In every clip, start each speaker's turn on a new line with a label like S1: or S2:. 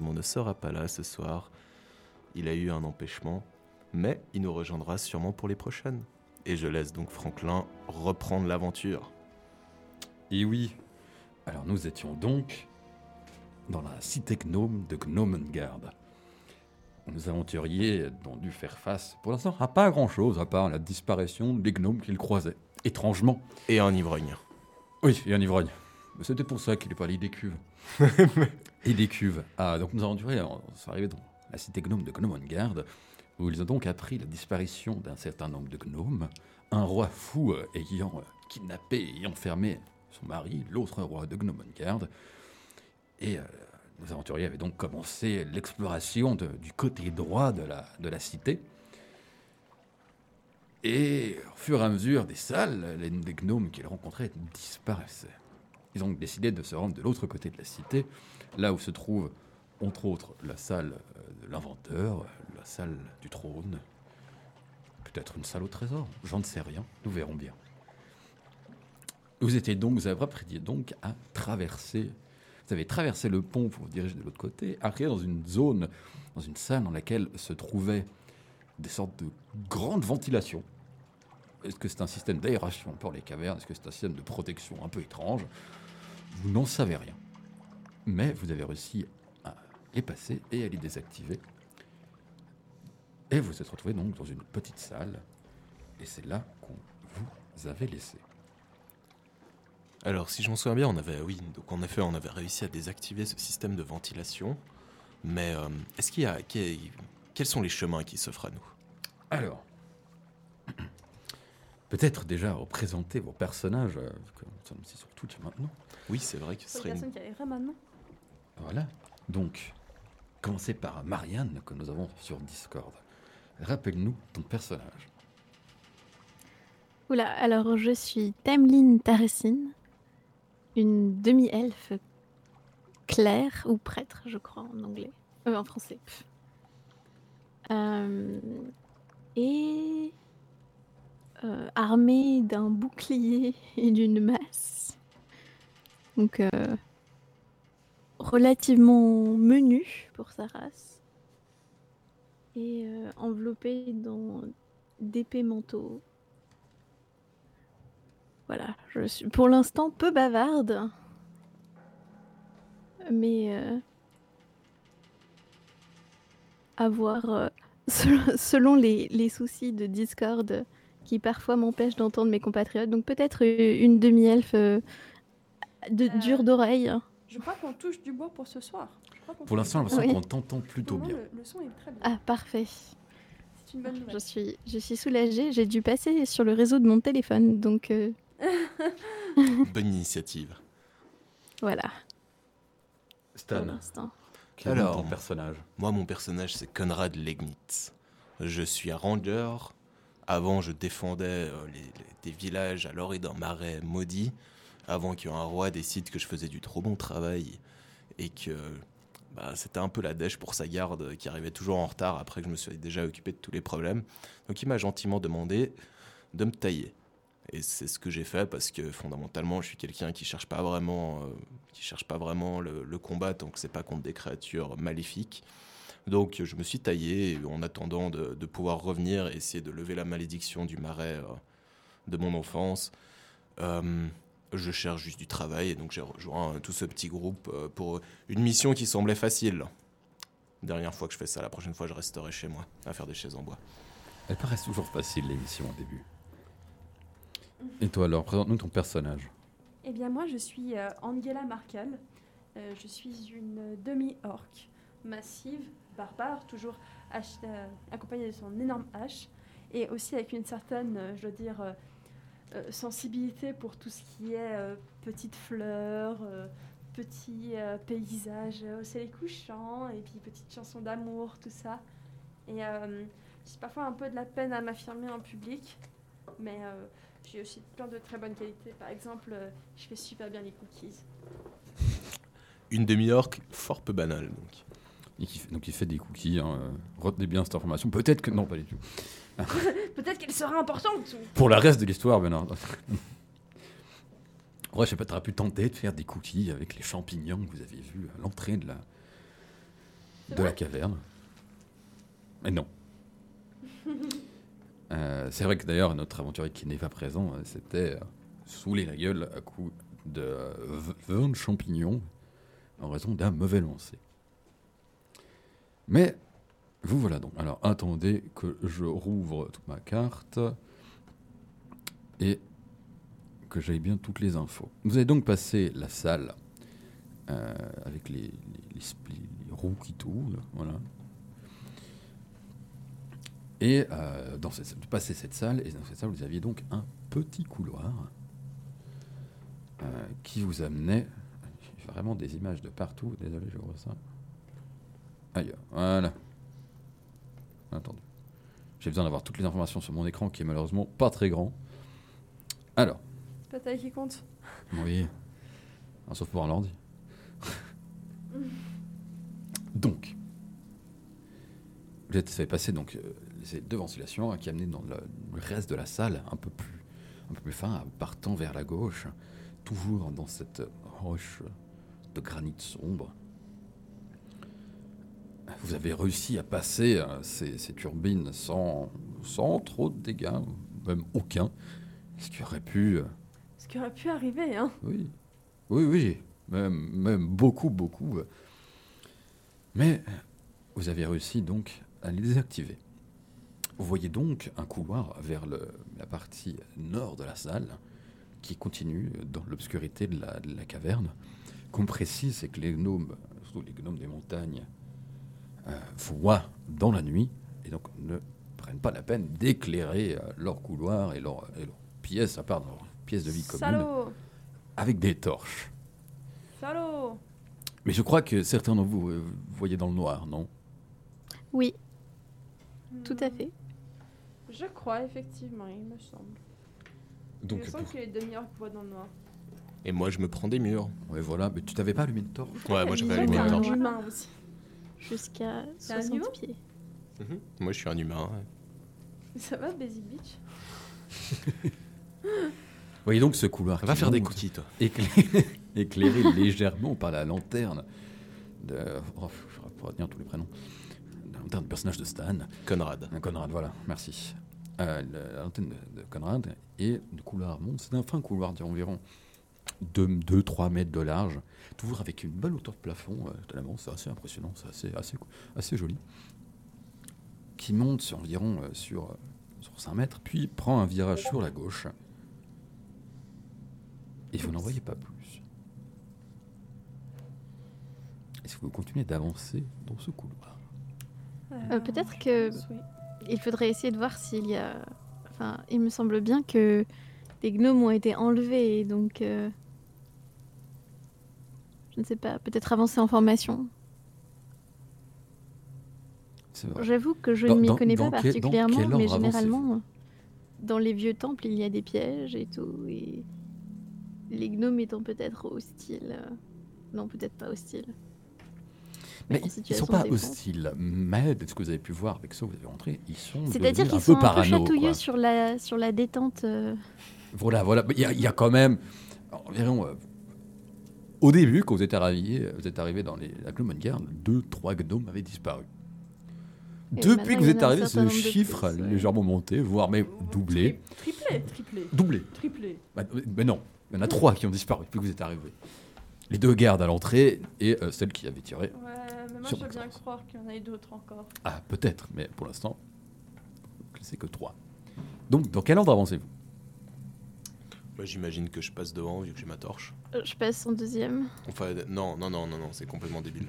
S1: malheureusement ne sera pas là ce soir. Il a eu un empêchement, mais il nous rejoindra sûrement pour les prochaines. Et je laisse donc Franklin reprendre l'aventure.
S2: Et oui, alors nous étions donc dans la cité gnome de Gnomengard. Vous Nous aventuriers ont dû faire face, pour l'instant, à pas grand-chose, à part la disparition des gnomes qu'ils croisaient. Étrangement.
S1: Et un ivrogne.
S2: Oui, et un ivrogne. Mais C'était pour ça qu'il est parlé des cuves. et des cuves. Ah, donc nous avons duré, on s'est arrivé dans la cité gnome de Gnomengarde, où ils ont donc appris la disparition d'un certain nombre de gnomes, un roi fou euh, ayant euh, kidnappé et enfermé son mari, l'autre roi de Gnomengarde. Et euh, nos aventuriers avaient donc commencé l'exploration de- du côté droit de la, de la cité. Et au fur et à mesure des salles, les, les gnomes qu'ils rencontraient disparaissaient. Ils ont donc décidé de se rendre de l'autre côté de la cité, là où se trouve, entre autres, la salle euh, de l'inventeur, la salle du trône, peut-être une salle au trésor, j'en ne sais rien, nous verrons bien. Vous étiez donc, vous avez appris donc à traverser, vous avez traversé le pont pour vous diriger de l'autre côté, arrivé dans une zone, dans une salle dans laquelle se trouvaient des sortes de grandes ventilations. Est-ce que c'est un système d'aération pour les cavernes Est-ce que c'est un système de protection un peu étrange Vous n'en savez rien. Mais vous avez réussi à les passer et à les désactiver. Et vous vous êtes retrouvé donc dans une petite salle. Et c'est là qu'on vous avait laissé.
S1: Alors, si je m'en souviens bien, on avait, oui, donc en effet, on avait réussi à désactiver ce système de ventilation. Mais euh, est-ce qu'il y a, qu'est- quels sont les chemins qui s'offrent à nous
S2: Alors, peut-être déjà représenter vos personnages, euh, vu que nous sommes ici sur Twitch maintenant.
S1: Oui, c'est vrai que ce
S3: C'est une
S1: serait. une-
S3: personne qui arrivera maintenant.
S2: Voilà. Donc, commencez par Marianne que nous avons sur Discord. Rappelle-nous ton personnage.
S3: Oula, alors je suis Tameline Taressine, une demi-elfe claire, ou prêtre, je crois, en anglais. Euh, en français. pff. Euh, et euh, armée d'un bouclier et d'une masse. Donc, euh, relativement menu pour sa race. Et euh, enveloppée dans d'épais manteaux. Voilà, je suis pour l'instant peu bavarde. Mais euh, à voir euh, selon, selon les, les soucis de Discord qui parfois m'empêchent d'entendre mes compatriotes. Donc peut-être euh, une demi-elfe euh, de,
S4: Euh,
S3: dure d'oreille.
S4: Je crois qu'on touche du bois pour ce soir. Je crois qu'on
S2: Pour
S4: touche
S2: l'instant,
S4: du
S2: j'ai
S4: bois.
S2: l'impression
S3: Oui.
S2: qu'on t'entend plutôt
S4: Pour le
S2: bien.
S4: moment, Le, le son est très bien.
S3: Ah, parfait.
S4: C'est une bonne
S3: Je
S4: nouvelle.
S3: suis, je suis soulagée. J'ai dû passer sur le réseau de mon téléphone. Donc euh,
S1: Bonne initiative.
S3: voilà, pour
S2: Stan,
S3: l'instant.
S2: quel est
S1: Alors.
S2: ton personnage
S1: Moi, mon personnage, c'est Conrad Legnitz. Je suis un ranger. Avant, je défendais euh, les- les- des villages à l'orée d'un marais maudit. Avant qu'un roi décide que je faisais du trop bon travail et que bah, c'était un peu la dèche pour sa garde euh, qui arrivait toujours en retard après que je me suis déjà occupé de tous les problèmes. Donc, il m'a gentiment demandé de me tailler. Et c'est ce que j'ai fait parce que fondamentalement, je suis quelqu'un qui cherche pas vraiment, euh, qui cherche pas vraiment le, le combat tant que c'est pas contre des créatures maléfiques. Donc euh, je me suis taillé en attendant de, de pouvoir revenir et essayer de lever la malédiction du marais euh, de mon enfance. Euh, je cherche juste du travail et donc j'ai rejoint euh, tout ce petit groupe euh, pour une mission qui semblait facile. Dernière fois que je fais ça, la prochaine fois je resterai chez moi à faire des chaises en bois.
S2: Elle paraît toujours facile, l'émission, au début. Et toi, alors, présente-nous ton personnage.
S4: Eh bien, moi, je suis euh, Angela Markel. Euh, je suis une demi-orque, massive, barbare, toujours hach- euh, accompagnée de son énorme hache, et aussi avec une certaine, euh, je dois dire, euh, euh, sensibilité pour tout ce qui est euh, petites fleurs, euh, petits euh, paysages au soleil couchant, et puis petites chansons d'amour, tout ça. Et euh, j'ai parfois un peu de la peine à m'affirmer en public, mais euh, j'ai aussi plein de très bonnes qualités. Par exemple, euh, je fais super bien les cookies.
S1: Une demi-orque fort peu banale donc.
S2: Et qui fait- donc, il fait des cookies. hein, euh, Retenez bien cette information. Peut-être que. Non, pas du tout.
S4: Peut-être qu'elle sera importante.
S2: Pour le reste de l'histoire, ben non. Ouais, je sais pas, t'aurais pu tenter de faire des cookies avec les champignons que vous avez vus à l'entrée de la,
S4: C'est
S2: de la
S4: vrai
S2: caverne. Mais non. Euh, c'est vrai que d'ailleurs, notre aventurier qui n'est pas présent euh, s'était euh, saoulé la gueule à coups de euh, v- 20 champignons en raison d'un mauvais lancer. Mais vous voilà donc. Alors attendez que je rouvre toute ma carte et que j'aille bien toutes les infos. Vous avez donc passé la salle euh, avec les, les, les spli- les roues qui tournent, voilà. Et euh, dans cette, vous passez cette salle, et dans cette salle, vous aviez donc un petit couloir euh, qui vous amenait. J'ai vraiment des images de partout, désolé, je vois ça. Ailleurs, voilà. Attendez. J'ai besoin d'avoir toutes les informations sur mon écran qui est malheureusement pas très grand. Alors,
S4: pas taille qui compte.
S2: oui. Ah, sauf pour un ordi. donc, vous êtes fait passer donc, euh, ces deux ventilations hein, qui amenaient dans le, le reste de la salle, un peu plus, un peu plus fin, partant vers la gauche, toujours dans cette roche de granit sombre. Vous avez réussi à passer euh, ces, ces turbines sans, sans trop de dégâts, même aucun, ce qui aurait pu... euh,
S4: Ce qui aurait pu arriver, hein.
S2: oui, oui, oui, même, même beaucoup, beaucoup. euh. Mais euh, vous avez réussi donc à les désactiver. Vous voyez donc un couloir vers le- la partie nord de la salle qui continue dans l'obscurité de la, de la caverne. Qu'on précise, c'est que les gnomes, surtout les gnomes des montagnes, euh, voient dans la nuit et donc ne prennent pas la peine d'éclairer euh, leur couloir et leur, et leur pièce, à part dans leur pièce de vie commune
S4: Salaud
S2: avec des torches.
S4: Salaud
S2: Mais je crois que certains d'entre vous euh, voyez dans le noir, non
S3: Oui, tout à
S4: Hmm,
S3: fait.
S4: Je crois, effectivement, il me semble.
S1: Donc, Bah,
S4: je sens que les demi-orques voient dans le noir.
S1: Et moi, je me prends des murs.
S2: Ouais, voilà, mais tu t'avais pas allumé de torche
S1: Ouais, moi,
S4: je
S1: j'avais allumé
S3: Disons qu'un
S1: une torche.
S3: noir.
S4: humain aussi.
S3: Jusqu'à
S4: C'est un
S3: 60
S4: niveau
S3: pieds.
S1: Mhm. Moi, je suis un humain. ouais.
S4: Ça va, Basic Beach
S2: Voyez donc ce couloir qui
S1: Va faire des
S2: monte,
S1: cookies, toi.
S2: éclairé, éclairé légèrement par la lanterne de... Oh, je ne pas retenir tous les prénoms. La lanterne du personnage de Stan.
S1: Conrad.
S2: Un Conrad, voilà, merci. Euh, le- la lanterne de, de Conrad et le couloir monte. C'est un fin couloir d'environ 2-3 mètres de large, toujours avec une belle hauteur de plafond. euh, Totalement, c'est assez impressionnant, c'est assez, assez, cou- assez joli. Qui monte sur environ euh, sur, euh, sur 5 mètres, puis prend un virage sur la gauche. Et vous n'en voyez pas plus. Et si vous continuez d'avancer dans ce couloir
S3: Euh, Peut-être que
S4: Oui.
S3: Il faudrait essayer de voir s'il y a. Enfin, il me semble bien que les gnomes ont été enlevés, et donc. euh, Je ne sais pas, peut-être avancer en formation.
S2: C'est vrai.
S3: J'avoue que je
S2: Dans-
S3: ne m'y
S2: dans-
S3: connais
S2: dans
S3: pas
S2: quel- dans quel
S3: particulièrement,
S2: ordre
S3: mais
S2: avancez-vous
S3: généralement, euh, dans les vieux temples, il y a des pièges et tout, et. Les gnomes étant peut-être hostiles. euh, Non, peut-être pas hostiles.
S2: Mais
S3: en
S2: ils- ils
S3: situation
S2: sont pas
S3: de défense.
S2: hostiles, mais de ce que vous avez pu voir avec ça, vous avez rentré, ils sont
S3: C'est-à-dire
S2: devenus
S3: qu'ils
S2: un
S3: sont
S2: peu
S3: un peu
S2: parano. quoi.
S3: chatouilleux sur la, sur la détente. euh,
S2: Voilà, voilà. Mais Il y, a- il y a quand même environ. euh, au début, quand vous êtes arrivé, vous êtes arrivé dans les, la Gloomhaven Garden, deux, trois gnomes avaient disparu.
S3: Et
S2: Depuis que
S3: maintenant,
S2: vous
S3: il y en
S2: êtes
S3: a un
S2: arrivé,
S3: certain
S2: ce
S3: nombre de
S2: chiffre a
S3: plus, ouais.
S2: légèrement monté, voire même doublé.
S4: Tri- Triplé, triplé,
S2: Doublé.
S4: triplé.
S2: Bah, euh, mais non, il y en a trois qui ont disparu depuis que vous êtes arrivé. Les deux gardes à l'entrée et euh, celle qui avait tiré.
S4: Ouais, mais moi
S2: Sur
S4: je veux bien
S2: Maxence.
S4: croire qu'il y en a d'autres encore.
S2: Ah, peut-être, mais pour l'instant, c'est que trois. Donc, dans quel ordre avancez-vous
S1: Moi, j'imagine que je passe devant vu que j'ai ma torche.
S3: Je passe en deuxième.
S1: Enfin, non, non, non, non, non, c'est complètement débile.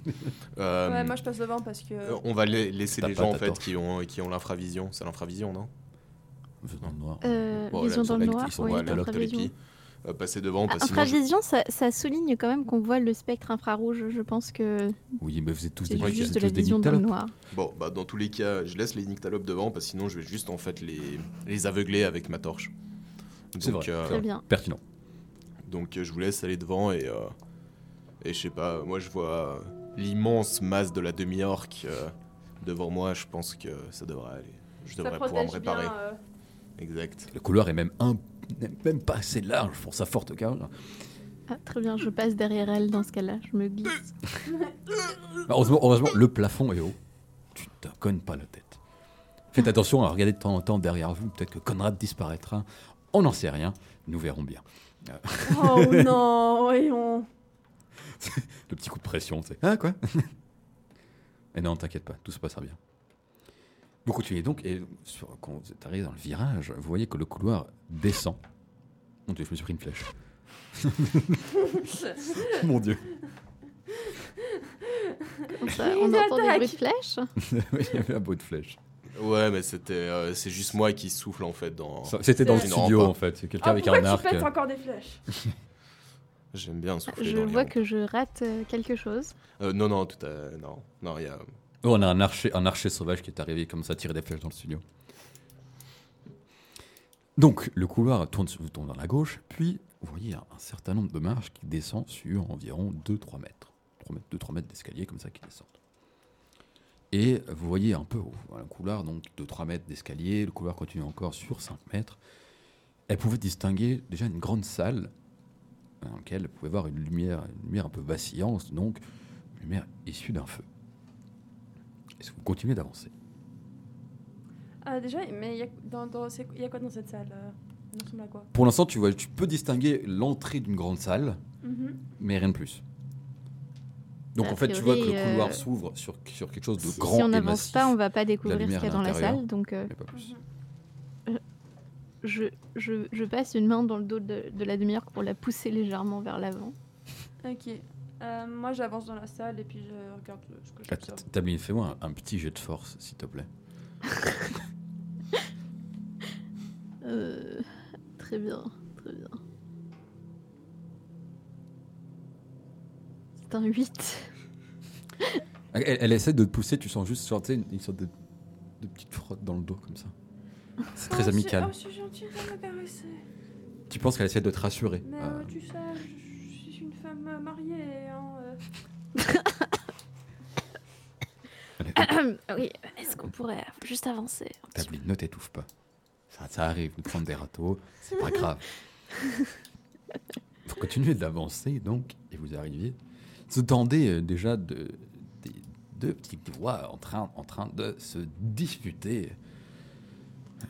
S1: Euh,
S4: Ouais, moi je passe devant parce que.
S1: euh, on va la- laisser
S2: T'as
S1: les
S2: pas
S1: gens en
S2: ta
S1: fait
S2: torche.
S1: qui ont qui ont l'infravision. C'est l'infravision, non
S2: Vous êtes dans le noir.
S3: Euh,
S1: Bon,
S3: vision
S1: là,
S3: dans
S1: ils
S3: le
S1: sont
S3: noir,
S1: actifs,
S3: oui,
S1: voilà, leur
S3: infravision.
S1: télépie. Euh, passer devant,
S3: Ah,
S1: parce que sinon, je-
S3: infravision, ça, ça souligne quand même qu'on voit le spectre infrarouge. Je pense que
S2: Oui, mais vous êtes tous
S3: c'est
S2: des
S1: Ouais,
S3: juste
S1: c'est
S3: de la
S2: tous des
S3: vision dans le
S2: nyctalopes.
S3: noir.
S1: Bon, bah dans tous les cas, je laisse les nyctalopes devant, parce que sinon je vais juste en fait les, les aveugler avec ma torche.
S2: C'est
S1: Donc,
S2: vrai.
S1: euh,
S3: Très bien.
S2: Pertinent.
S1: donc euh, je vous laisse aller devant et, euh, et je sais pas, moi je vois euh, l'immense masse de la demi-orque euh, devant moi, je pense que ça devrait aller. Je
S4: ça
S1: devrais pouvoir me
S4: protège
S1: réparer.
S4: bien. euh,
S1: Exact.
S2: Le couloir est même, un, n'est même pas assez large pour sa forte cage.
S3: Ah, très bien, je passe derrière elle dans ce cas-là, je me glisse.
S2: Bah, heureusement, heureusement, le plafond est haut. Tu te cognes pas la tête. Faites attention à regarder de temps en temps derrière vous. Peut-être que Conrad disparaîtra. On n'en sait rien. Nous verrons bien.
S4: Oh non, voyons.
S2: Le petit coup de pression, tu sais. Ah, quoi Et non, t'inquiète pas, tout se passera bien. Vous continuez donc, et sur- quand vous êtes arrivé dans le virage, vous voyez que le couloir descend. Mon dieu, je me suis pris une flèche.
S4: Ah,
S2: Mon dieu.
S3: Comme ça, on
S4: Une
S3: entend des
S4: attaque.
S3: bruits de flèches.
S2: Oui, Il y avait un bout de flèche.
S1: Ouais, mais c'était, euh, c'est juste moi qui souffle en fait dans.
S2: Ça- C'était dans le
S1: C'est-
S2: studio,
S1: Non, pas.
S2: en fait. C'est quelqu'un
S4: Ah,
S2: avec
S4: pourquoi
S2: un
S4: tu
S2: arc.
S4: pètes encore des flèches
S1: J'aime bien souffler
S3: Je
S1: dans les
S3: vois
S1: roues.
S3: que je rate euh, quelque chose.
S1: Euh, non, non, tout à. Non, non, il y a. euh,
S2: Oh, on a un archer, un archer sauvage qui est arrivé comme ça, tirer des flèches dans le studio. Donc, le couloir tourne, vous tourne vers la gauche, puis vous voyez un, un certain nombre de marches qui descendent sur environ 2-3 mètres. 3 mètres 2-3 mètres d'escalier comme ça qui descendent. Et vous voyez un peu au- un couloir, donc 2-3 mètres d'escalier, le couloir continue encore sur 5 mètres. Elle pouvait distinguer déjà une grande salle dans laquelle elle pouvait voir une lumière, une lumière un peu vacillante, donc une lumière issue d'un feu. Est-ce que vous continuez d'avancer
S4: Ah, déjà, mais il y, a- dans- dans- c'est- il y a quoi dans cette salle euh On ressemble à quoi
S2: Pour l'instant, tu, vois, tu peux distinguer l'entrée d'une grande salle,
S4: Mhm.
S2: mais rien de plus. Donc
S3: A
S2: en fait, tu vois
S3: priori,
S2: que le couloir
S3: euh,
S2: s'ouvre sur, sur quelque chose de
S3: Si,
S2: grand
S3: si on
S2: et
S3: n'avance
S2: massif.
S3: pas, on va pas découvrir ce
S2: lumière
S3: qu'il y a
S2: à
S3: dans la
S2: l'intérieur.
S3: salle. Donc, euh,
S2: mais pas
S4: Mmh. Mhm.
S2: plus.
S3: je, je, je passe une main dans le dos de, de la demi-heure pour la pousser légèrement vers l'avant.
S4: Ok. Euh, moi, j'avance dans la salle et puis je regarde euh, ce que
S2: Ah,
S4: j'observe.
S2: t- Tablin, fais-moi un, un petit jet de force, s'il te plaît.
S3: Euh, très bien, très bien. C'est un 8.
S2: Elle, elle essaie de te pousser, tu sens juste genre, tu sais, une, une sorte de, de petite frotte dans le dos comme ça. C'est très
S4: Oh,
S2: amical.
S4: c'est- Oh, je suis gentille, viens me caresser.
S3: oh.
S2: Tu penses qu'elle essaie de te rassurer.
S4: Mais
S2: euh,
S4: euh, tu sais, je, je suis une femme euh, mariée. Hein, euh.
S2: elle
S3: Ah,
S2: est-
S3: oui, est-ce qu'on pourrait juste avancer un petit
S2: Tablin, ne t'étouffe pas. Ça, ça arrive de prendre des râteaux, c'est pas grave. vous continuez d'avancer donc, et vous arrivez. Vous entendez euh, déjà de- des- deux petites voix en train, en train de se disputer. Euh,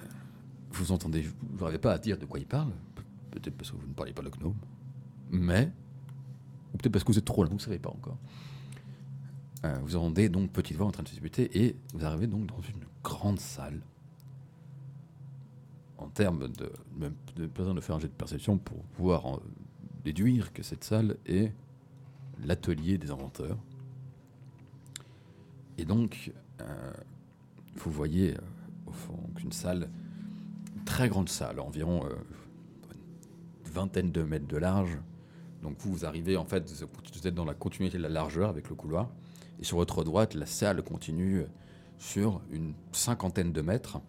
S2: Vous entendez, vous n'arrivez pas à dire de quoi ils parlent, Pe- peut-être parce que vous ne parlez pas le gnome, mais, ou peut-être parce que vous êtes trop loin, vous ne savez pas encore. Euh, vous entendez donc petite voix en train de se disputer et vous arrivez donc dans une grande salle. En termes de, même de besoin de faire un jet de perception pour pouvoir en déduire que cette salle est l'atelier des inventeurs. Et donc, euh, vous voyez euh, au fond qu'une salle, une très grande salle, environ euh, une vingtaine de mètres de large. Donc vous, vous arrivez en fait, vous vous êtes dans la continuité de la largeur avec le couloir. Et sur votre droite, la salle continue sur une cinquantaine de mètres.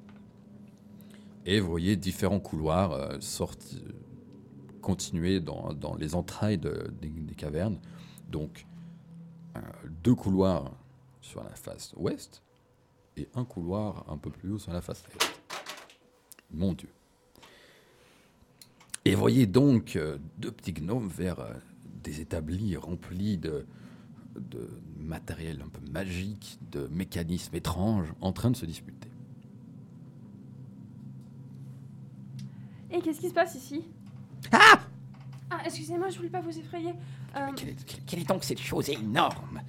S2: Et vous voyez différents couloirs euh, sorti- continuer dans, dans les entrailles de- des, des cavernes. Donc, euh, deux couloirs sur la face ouest et un couloir un peu plus haut sur la face est. Mon Dieu. Et voyez donc euh, deux petits gnomes vers euh, des établis remplis de, de matériel un peu magique, de mécanismes étranges en train de se disputer.
S4: Et qu'est-ce qui se passe ici Ah Ah, excusez-moi, je voulais pas vous effrayer. Euh,
S2: Mais quelle est, quelle- quelle est donc cette chose énorme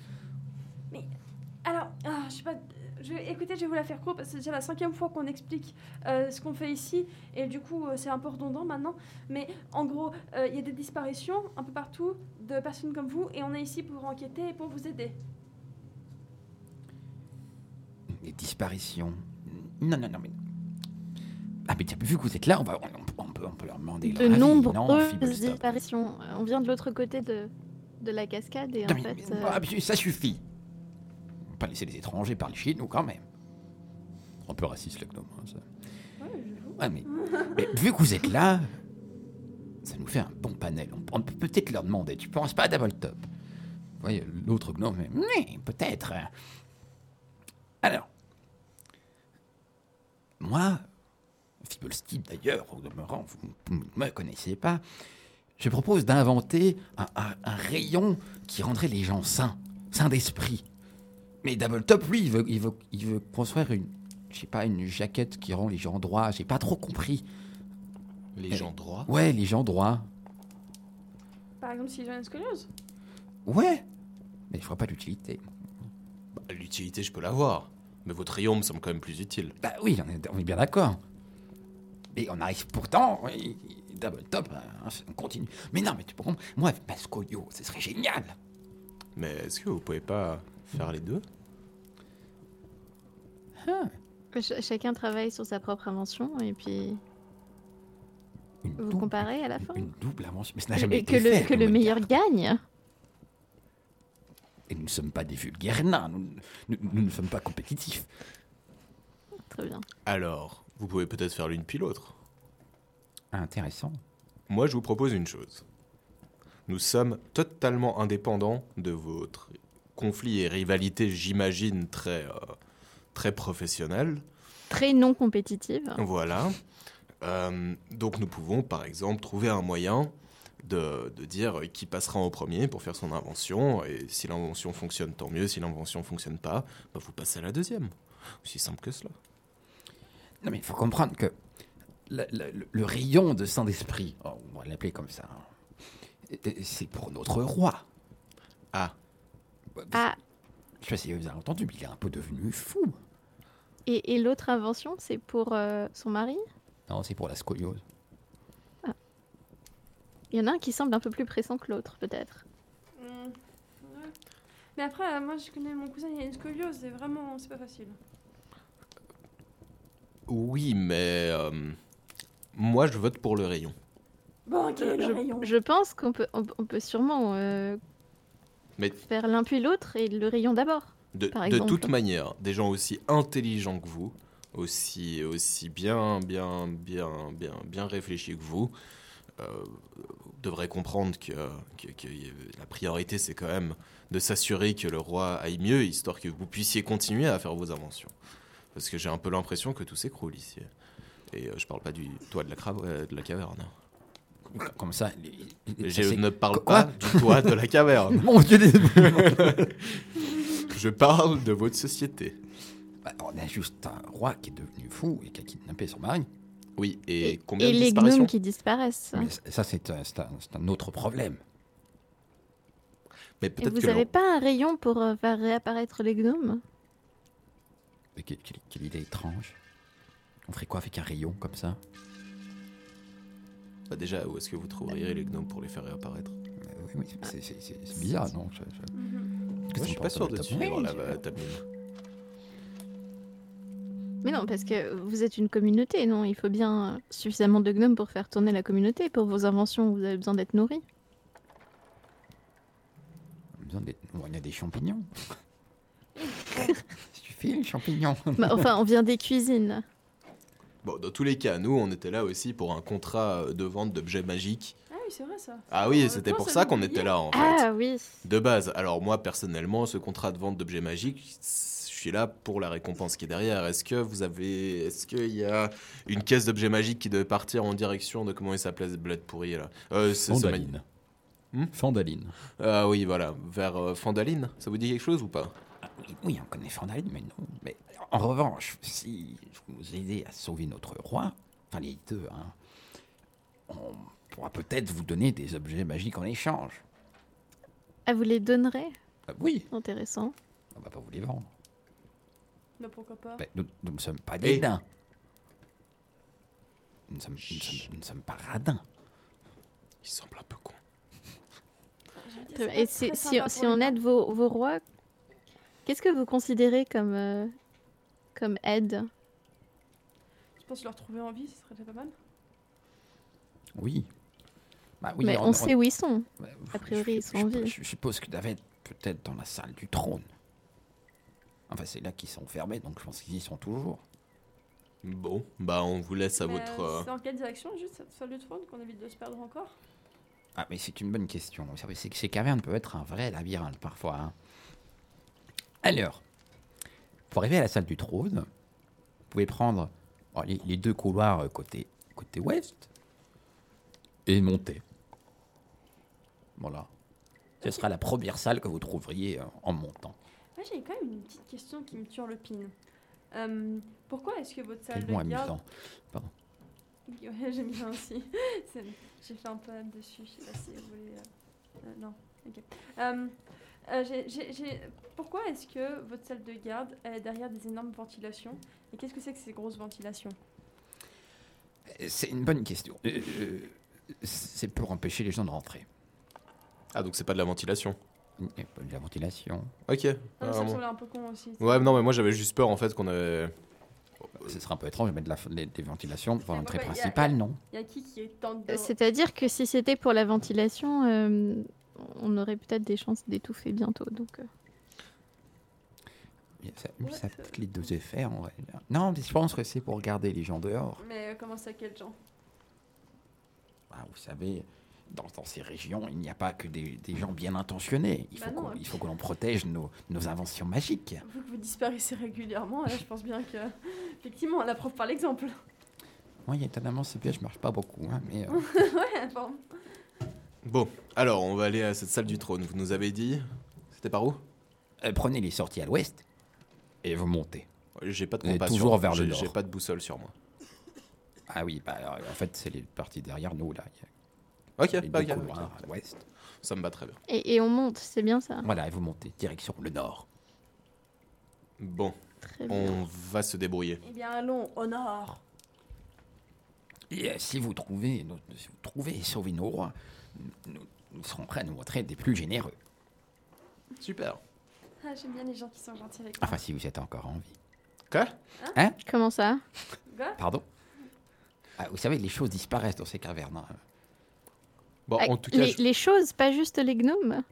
S4: Alors, ah, je sais pas. Je vais, écoutez, je vais vous la faire court parce que c'est déjà la cinquième fois qu'on explique euh, ce qu'on fait ici et du coup euh, c'est un peu redondant maintenant. Mais en gros, euh, il y a des disparitions un peu partout de personnes comme vous et on est ici pour enquêter et pour vous aider.
S5: Les disparitions. Non, non, non, mais. Ah, mais tiens, vu que vous êtes là, on, va, on, peut- on peut, on peut leur demander.
S3: De
S5: leur avis, non,
S3: nombreuses
S5: Fibulstop
S3: disparitions. Euh, On vient de l'autre côté de, de la cascade et en
S5: Non, mais-
S3: fait...
S5: mais-
S3: euh,
S5: ah, mais ça suffit. On va pas laisser les étrangers parler chez nous quand même.
S2: Un peu raciste le gnome. hein, ça.
S5: Ouais, mais, mais vu que vous êtes là, ça nous fait un bon panel. On, on peut peut-être leur demander. Tu penses pas, Double Top
S2: Vous voyez, l'autre gnome. est-
S5: Oui, peut-être.
S2: hein.
S5: Alors, moi, Fibble Steve d'ailleurs, au demeurant, vous vous ne me connaissez pas,
S2: Je propose d'inventer un, un- un rayon qui rendrait les gens sains, sains d'esprit. Mais Double Top, lui, il veut, il veut, il veut construire une, je sais pas, une jaquette qui rend les gens droits. J'ai pas trop compris.
S1: Les
S2: Eh.
S1: gens droits
S2: Ouais, les gens droits.
S4: Par exemple, si j'ai une scoliose.
S2: Ouais. Mais je vois pas l'utilité.
S1: Bah, L'utilité, je peux l'avoir. Mais votre rayon me semble quand même plus utile.
S2: Bah oui, on est, on est bien d'accord. Mais on arrive pourtant, oui, double top, hein, on continue. Mais non, mais tu comprends, moi avec ma scolio, ce serait génial.
S1: Mais est-ce que vous pouvez pas faire les deux
S3: Ch- chacun travaille sur sa propre invention et puis
S2: Une
S3: vous
S2: double-
S3: comparez à la fin.
S2: Une double invention, mais ça n'a jamais
S3: Et
S2: été
S3: que
S2: fait.
S3: le, que le
S2: nous,
S3: meilleur gagne.
S2: Et nous ne sommes pas des vulgaires nains, nous, nous- nous ne sommes pas compétitifs.
S3: Très bien.
S1: Alors, vous pouvez peut-être faire l'une puis l'autre.
S2: Intéressant.
S1: Moi, je vous propose une chose. Nous sommes totalement indépendants de votre conflit et rivalité, j'imagine, très, euh, très professionnelle.
S3: Très non compétitive.
S1: Voilà. Euh, donc, nous pouvons, par exemple, trouver un moyen de, de dire qui passera en premier pour faire son invention. Et si l'invention fonctionne, tant mieux. Si l'invention fonctionne pas, bah, vous passez à la deuxième. Aussi simple que cela.
S2: Non, mais il faut comprendre que le, le- le- le rayon de saint d'esprit, oh, on va l'appeler comme ça, hein, et- et c'est pour notre roi.
S1: Ah,
S3: Ah,
S2: Je sais pas si vous avez entendu, mais il est un peu devenu fou.
S3: et, et l'autre invention, c'est pour euh, son mari
S2: Non, c'est pour la scoliose.
S3: Il y en a un qui semble un peu plus pressant que l'autre, peut-être.
S4: Hmm, ouais. Mais après, euh, moi je connais mon cousin, il a une scoliose, et vraiment, c'est pas facile.
S1: oui, mais euh, moi, je vote pour le rayon.
S4: Bon, ok, le
S3: Euh, Je,
S4: rayon.
S3: je pense qu'on peut, on, on peut sûrement euh,
S1: Mais-
S3: faire l'un puis l'autre et le rayon d'abord.
S1: De,
S3: par
S1: de
S3: exemple.
S1: toute manière, des gens aussi intelligents que vous, aussi, aussi bien, bien, bien, bien, bien réfléchis que vous, euh, devraient comprendre que, que- que y- la priorité, c'est quand même de s'assurer que le roi aille mieux, histoire que vous puissiez continuer à faire vos inventions. Parce que j'ai un peu l'impression que tout s'écroule ici. Et euh, je parle pas du toit de la, crave- euh, de la caverne.
S2: Comme ça. il- il- ça,
S1: Je
S2: c'est-
S1: ne parle
S2: Quoi
S1: pas du toit de la caverne.
S2: Mon Dieu, Bah, des...
S1: Je parle de votre société.
S2: Bah, on a juste un roi qui est devenu fou et qui a kidnappé son mari.
S1: Oui, et, combien
S3: et
S1: de
S3: les
S1: disparitions
S3: gnomes qui disparaissent.
S2: Mais c- ça, c'est un, c'est un- c'est un autre problème.
S1: Mais
S3: Et
S1: peut-être
S3: vous
S1: que le-
S3: n'avez pas un rayon pour euh, faire réapparaître les gnomes
S2: Mais que- quelle, quelle idée étrange. On ferait quoi avec un rayon comme ça
S1: Bah déjà, où est-ce que vous trouveriez les gnomes pour les faire réapparaître
S2: Euh, Oui, oui, c'est- c'est- c'est c'est- c'est bizarre, non je, je-
S4: Mhm.
S2: qu'est-ce
S1: Moi,
S2: qu'on
S1: Mm-hmm. je suis pas
S2: pense
S1: sûr
S2: de
S1: de
S2: Top
S1: suivre
S2: Gun
S1: la va- ta mine.
S3: Mais non, parce que vous êtes une communauté, non Il faut bien euh, suffisamment de gnomes pour faire tourner la communauté. Pour vos inventions, vous avez besoin d'être nourris.
S2: On a besoin d'être- on a des champignons. Ça suffit, les champignons.
S3: Bah, enfin, on vient des cuisines.
S1: Bon, dans tous les cas, nous, on était là aussi pour un contrat de vente d'objets magiques.
S4: Ah oui, c'est vrai ça.
S1: Ah oui,
S4: Oh,
S1: c'était
S4: non,
S1: pour
S4: ça,
S1: ça
S4: j'ai
S1: qu'on
S4: oublié.
S1: était là, en fait.
S3: Ah oui.
S1: De base, alors moi, personnellement, ce contrat de vente d'objets magiques, je suis là pour la récompense qui est derrière. Est-ce que vous avez... Est-ce qu'il y a une caisse d'objets magiques qui devait partir en direction de... Comment il s'appelait ce bled pourri, là euh, c'est- ce mani-
S6: Fandaline.
S1: Hmm
S6: Fandaline.
S1: Ah oui, voilà. Vers euh, Fandaline Ça vous dit quelque chose ou pas
S2: Oui, Oui, on connaît Fandaline, mais non. Mais en revanche, si vous aidez à sauver notre roi, enfin les deux, hein, on pourra peut-être vous donner des objets magiques en échange.
S3: Ah, vous les donnerez
S2: Ah oui,
S3: Intéressant.
S2: on va pas vous les vendre.
S4: Mais Bah, pourquoi pas
S3: Bah,
S2: Mais Ben, nous, nous ne sommes pas des
S1: Et-
S2: nains. Nous ne sommes, nous ne sommes- nous ne sommes pas radins.
S1: Il semble un peu con.
S4: Je veux dire,
S3: Très bien.
S4: c'est
S3: Et
S4: pas
S3: si,
S4: très
S3: si-
S4: sympa
S3: si
S4: pour
S3: on
S4: les
S3: aide vos, vos rois, qu'est-ce que vous considérez comme, euh, comme aide
S4: gens. Je pense leur trouver en vie, ce serait déjà pas mal.
S2: Oui. Bah oui, bah,
S3: Mais on, sait où ils sont. a priori, ils sont en
S2: je,
S3: vie.
S2: je suppose qu'ils doivent être peut-être dans la salle du trône. Enfin, c'est là qu'ils sont fermés, donc je pense qu'ils y sont toujours.
S1: Bon, bah on vous laisse à
S4: Mais,
S1: votre...
S4: euh,
S1: euh,
S4: C'est dans quelle direction, juste cette salle de trône, qu'on évite de se perdre encore
S2: Ah, mais c'est une bonne question. Vous savez, c'est que ces cavernes peuvent être un vrai labyrinthe parfois. hein. Alors, pour arriver à la salle du trône, vous pouvez prendre oh, les, les deux couloirs euh, côté, côté ouest
S6: Et monter.
S2: Voilà.
S5: Ce sera la première salle que vous trouveriez euh, en montant.
S4: Moi, j'ai quand même une petite question qui me tue le pin. Euh, pourquoi est-ce que votre salle
S5: Tellement
S4: de garde
S5: amusant.
S4: Ouais, j'aime bien aussi. C'est- J'ai fait un pas dessus, je sais pas si vous voulez. euh, euh, non, ok. Euh, euh, j'ai- j'ai- j'ai- Pourquoi est-ce que votre salle de garde elle est derrière des énormes ventilations Et qu'est-ce que c'est que ces grosses ventilations
S5: Euh, C'est une bonne question. Euh, euh, c'est pour empêcher les gens de rentrer.
S1: Ah, donc c'est pas de la ventilation.
S5: Il y a pas de La ventilation.
S1: Ok.
S4: Non, mais ça
S1: Ah,
S4: me
S1: bon.
S4: semblait un peu con aussi.
S1: Ouais, non, mais moi j'avais juste peur en fait qu'on avait.
S5: Ce sera un peu étrange de mettre de la- des, des ventilations pour
S4: Ah,
S5: l'entrée
S4: bah, bah, y a-
S5: principale, non
S4: Il y a qui qui tente de.
S3: Euh, C'est-à-dire que si c'était pour la ventilation, euh, on aurait peut-être des chances d'étouffer bientôt. Donc, euh,
S5: Il y a Ça,
S4: Ouais,
S5: ça
S4: ça-
S5: peut être les deux effets, en vrai. Non, mais je pense que c'est pour garder les gens dehors.
S4: Mais euh, comment ça, quel genre
S5: Ah, vous savez, dans, dans ces régions, il n'y a pas que des, des gens bien intentionnés. Il
S4: Bah
S5: faut
S4: non,
S5: qu'on-
S4: hein.
S5: il faut que l'on protège nos, nos inventions magiques.
S4: Vu que vous disparaissez régulièrement, là, je pense bien que. Effectivement, la preuve par l'exemple.
S5: Moi, étonnamment, ce piège marche pas beaucoup. hein, mais, euh,
S4: ouais, bon.
S1: Bon, alors on va aller à cette salle du trône. Vous nous avez dit. C'était par où
S5: euh, prenez les sorties à l'ouest et vous montez.
S1: J'ai pas de
S5: Et
S1: compas sur
S5: toujours
S1: moi.
S5: vers le
S1: J'ai-
S5: nord.
S1: J'ai pas de boussole sur moi.
S5: Ah oui, bah, alors, en fait, c'est les parties derrière nous, là. Il y a
S1: Ok,
S5: les
S1: bah,
S5: deux
S1: ok,
S5: couloirs
S1: ok.
S5: à l'ouest.
S1: Ça me va très bien.
S3: et, et on monte, c'est bien ça.
S5: Voilà, et vous montez direction le nord.
S1: Bon,
S3: Très bien.
S1: on va se débrouiller.
S4: Eh bien, allons, au nord.
S5: Et euh, si vous trouvez, nos- si vous trouvez et sauvez nos rois, nous, nous serons prêts à nous montrer des plus généreux.
S1: Super.
S4: Ah, j'aime bien les gens qui sont gentils avec moi.
S5: Enfin, si vous êtes encore en vie.
S1: Quoi
S3: Comment ça
S4: Quoi
S5: Pardon Ah, Vous savez, les choses disparaissent dans ces cavernes. hein.
S1: Bon,
S3: Ah,
S1: en tout cas,
S3: les,
S1: je-
S3: les choses, pas juste les gnomes.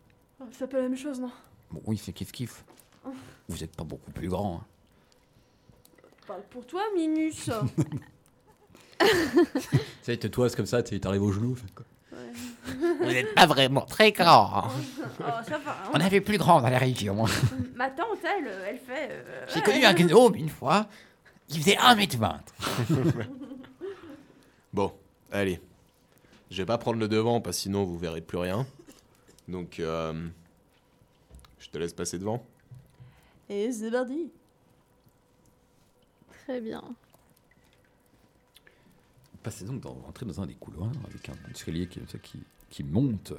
S4: Oh, Ça s'appelle la même chose, non
S5: Bon, oui, c'est kiff kiff. Vous n'êtes pas beaucoup plus grand. hein.
S4: Parle pour toi, Minus.
S2: Tu sais, toi, comme ça, tu t'arrives aux genoux.
S4: Ouais.
S5: Vous n'êtes pas vraiment très grand. hein.
S4: Oh, ça va.
S5: On
S4: Hein.
S5: avait plus grand dans la région. hein.
S4: Ma tante, elle, euh, elle fait. euh,
S5: J'ai
S4: ouais.
S5: connu un gnome une fois. Il faisait 1m20.
S1: Bon, allez. Je vais pas prendre le devant, parce que sinon vous verrez plus rien. Donc, euh, je te laisse passer devant.
S4: Et c'est parti.
S3: Très bien.
S2: Passez donc dans, entrez dans un des couloirs avec un escalier qui, qui, qui monte,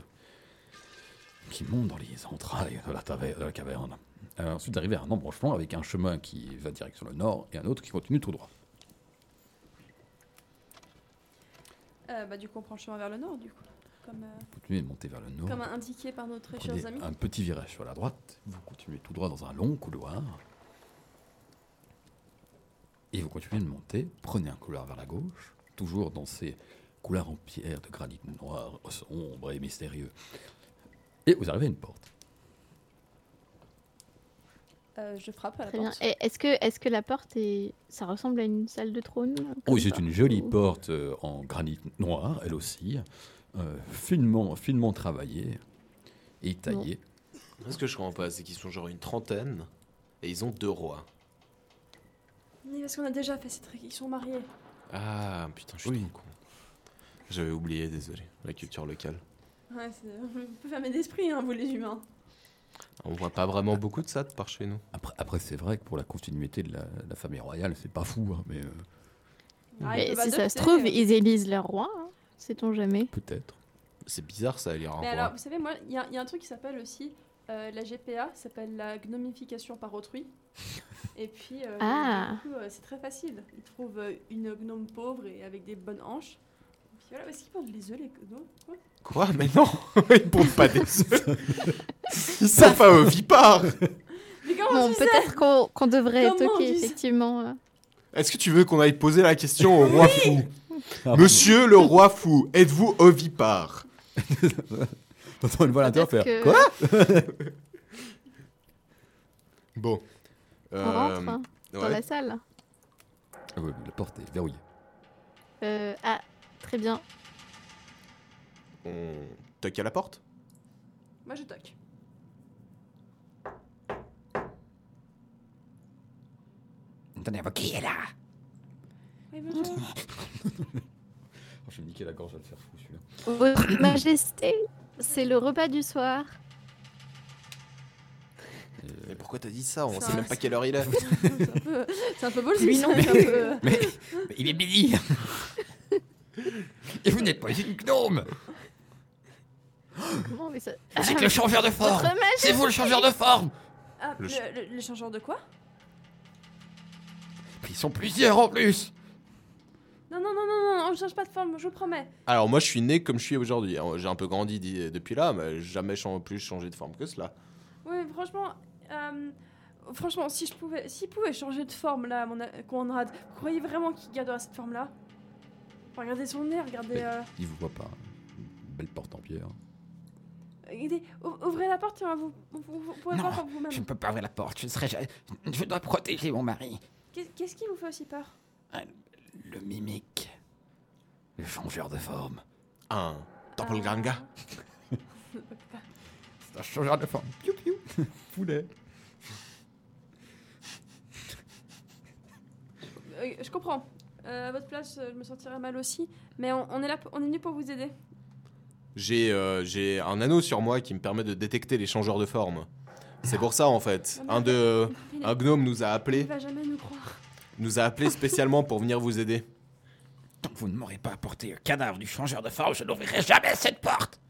S2: qui monte dans les entrailles de la, taver- de la caverne. Euh, ensuite, arrivez à un embranchement avec un chemin qui va direction le nord et un autre qui continue tout droit.
S4: Euh, bah, du coup, on prend le chemin vers le nord, du coup. Comme, euh,
S2: Vous continuez de monter vers le nord.
S4: comme indiqué par nos très
S2: Prenez
S4: chers amis.
S2: un petit virage sur la droite, vous continuez tout droit dans un long couloir. Et vous continuez de monter, prenez un couloir vers la gauche, toujours dans ces couloirs en pierre de granit noir, sombre et mystérieux. Et vous arrivez à une porte.
S4: Euh, je frappe à la
S3: Très bien.
S4: porte.
S3: Et Est-ce que, est que la porte est... Ça ressemble à une salle de trône
S1: Oh,
S3: comme
S2: Oui, Oh, c'est
S3: ça
S2: une jolie
S3: Ou-
S2: porte euh, en granit noir, elle aussi, euh, finement, finement travaillée et taillée.
S1: Ce que je comprends pas, c'est qu'ils sont genre une trentaine, et ils ont deux rois.
S4: Mais parce qu'on a déjà fait ces trucs, ils sont mariés.
S1: Ah, putain, je suis trop con. J'avais oublié, désolé, la culture locale.
S4: Ouais, c'est un peu fermé d'esprit, hein, vous les humains.
S1: On voit pas vraiment beaucoup de ça de par chez nous.
S2: Après, après, c'est vrai que pour la continuité de la, la famille royale, c'est pas fou, hein, mais euh,
S4: Ah,
S3: Mais
S4: ils peuvent
S3: si ça
S4: adopter.
S3: se trouve, ils élisent leur roi. hein. Sait-on jamais
S2: peut-être.
S1: C'est bizarre ça, lire un
S4: Mais
S1: roi.
S4: alors, vous savez, moi, il y, a il y a un truc qui s'appelle aussi euh, la GPA, ça s'appelle la gnomification par autrui. Et puis, euh,
S3: Ah.
S4: du coup, euh, c'est très facile. Ils trouvent euh, une gnome pauvre et avec des bonnes hanches. Et puis voilà, est-ce qu'ils pondent les œufs, les gnomes quoi
S1: Quoi Mais non Ils pondent pas des œufs Ils sont pas ovipares
S4: Mais comment
S3: Bon,
S4: tu sais
S3: peut-être qu'on qu'on devrait
S4: Oh, Comment
S3: toquer
S4: tu sais
S3: effectivement. euh,
S1: Est-ce que tu veux qu'on aille poser la question au roi fou Monsieur le roi fou, êtes-vous ovipare
S2: T'entends une voix à l'intérieur
S3: peut-être
S2: faire
S3: que-
S2: Quoi
S1: Bon.
S3: On rentre hein,
S1: Euh, ouais.
S3: dans la salle.
S2: Ah oui, La porte est verrouillée.
S3: Euh, ah, très bien.
S1: On toque à la porte
S4: Moi, je toque.
S5: Attendez, qui est là
S4: Oui, bonjour.
S7: Oh,
S2: je vais me niquer la gorge, je vais le faire fou celui-là.
S3: Votre Majesté C'est le repas du soir.
S1: Mais pourquoi t'as dit ça On
S4: Ça,
S1: sait même pas
S4: c'est-
S1: quelle heure il est.
S4: c'est un peu, c'est un peu bullshit,
S2: Lui non,
S4: c'est un
S2: mais-
S4: peu- euh,
S2: Mais, mais il est midi Et vous n'êtes pas une gnome
S3: Comment on fait ça
S2: Vous êtes le changeur de forme
S3: Votre majesté
S2: C'est vous le changeur de forme
S4: Ah,
S1: Le
S4: le,
S1: ch-
S4: le- les changeurs de quoi
S2: Ils sont plusieurs en plus
S4: non, non, non, non, non, on ne change pas de forme, je vous promets.
S1: Alors moi je suis né comme je suis aujourd'hui. Alors, J'ai un peu grandi d- depuis là, mais jamais chan- plus changé de forme que cela.
S4: Oui, mais franchement, euh, franchement, si je pouvais, s'il pouvait changer de forme là, mon a- Conrad, vous croyez vraiment qu'il gardera cette forme là Regardez son nez, regardez,
S7: Mais-
S4: euh,
S7: Il vous voit pas. Une belle porte en pierre.
S4: regardez, ou- ouvrez la porte, et on va vous, vous, vous pourrez
S2: Non,
S4: voir par vous-même.
S2: Je ne peux pas ouvrir la porte, je serai... Je, je dois protéger mon mari.
S4: Qu'est- Qu'est-ce qui vous fait aussi peur
S2: Le mimique. Le changeur de forme.
S1: Un doppelganger.
S2: C'est un changeur de forme. Piou piou
S7: Poulet.
S4: Euh, je comprends. Euh, à votre place, euh, je me sentirais mal aussi, mais on, on est là, p- on est venu pour vous aider.
S1: J'ai euh, j'ai un anneau sur moi qui me permet de détecter les changeurs de forme. C'est pour ça en fait. Un
S2: Euh,
S1: de
S4: Il,
S2: ah,
S1: un gnome nous a
S4: il
S1: appelé,
S4: va jamais nous croire.
S1: nous a appelé spécialement pour venir vous aider.
S2: Tant que vous ne m'aurez pas apporté le cadavre du changeur de forme, je n'ouvrirai jamais cette porte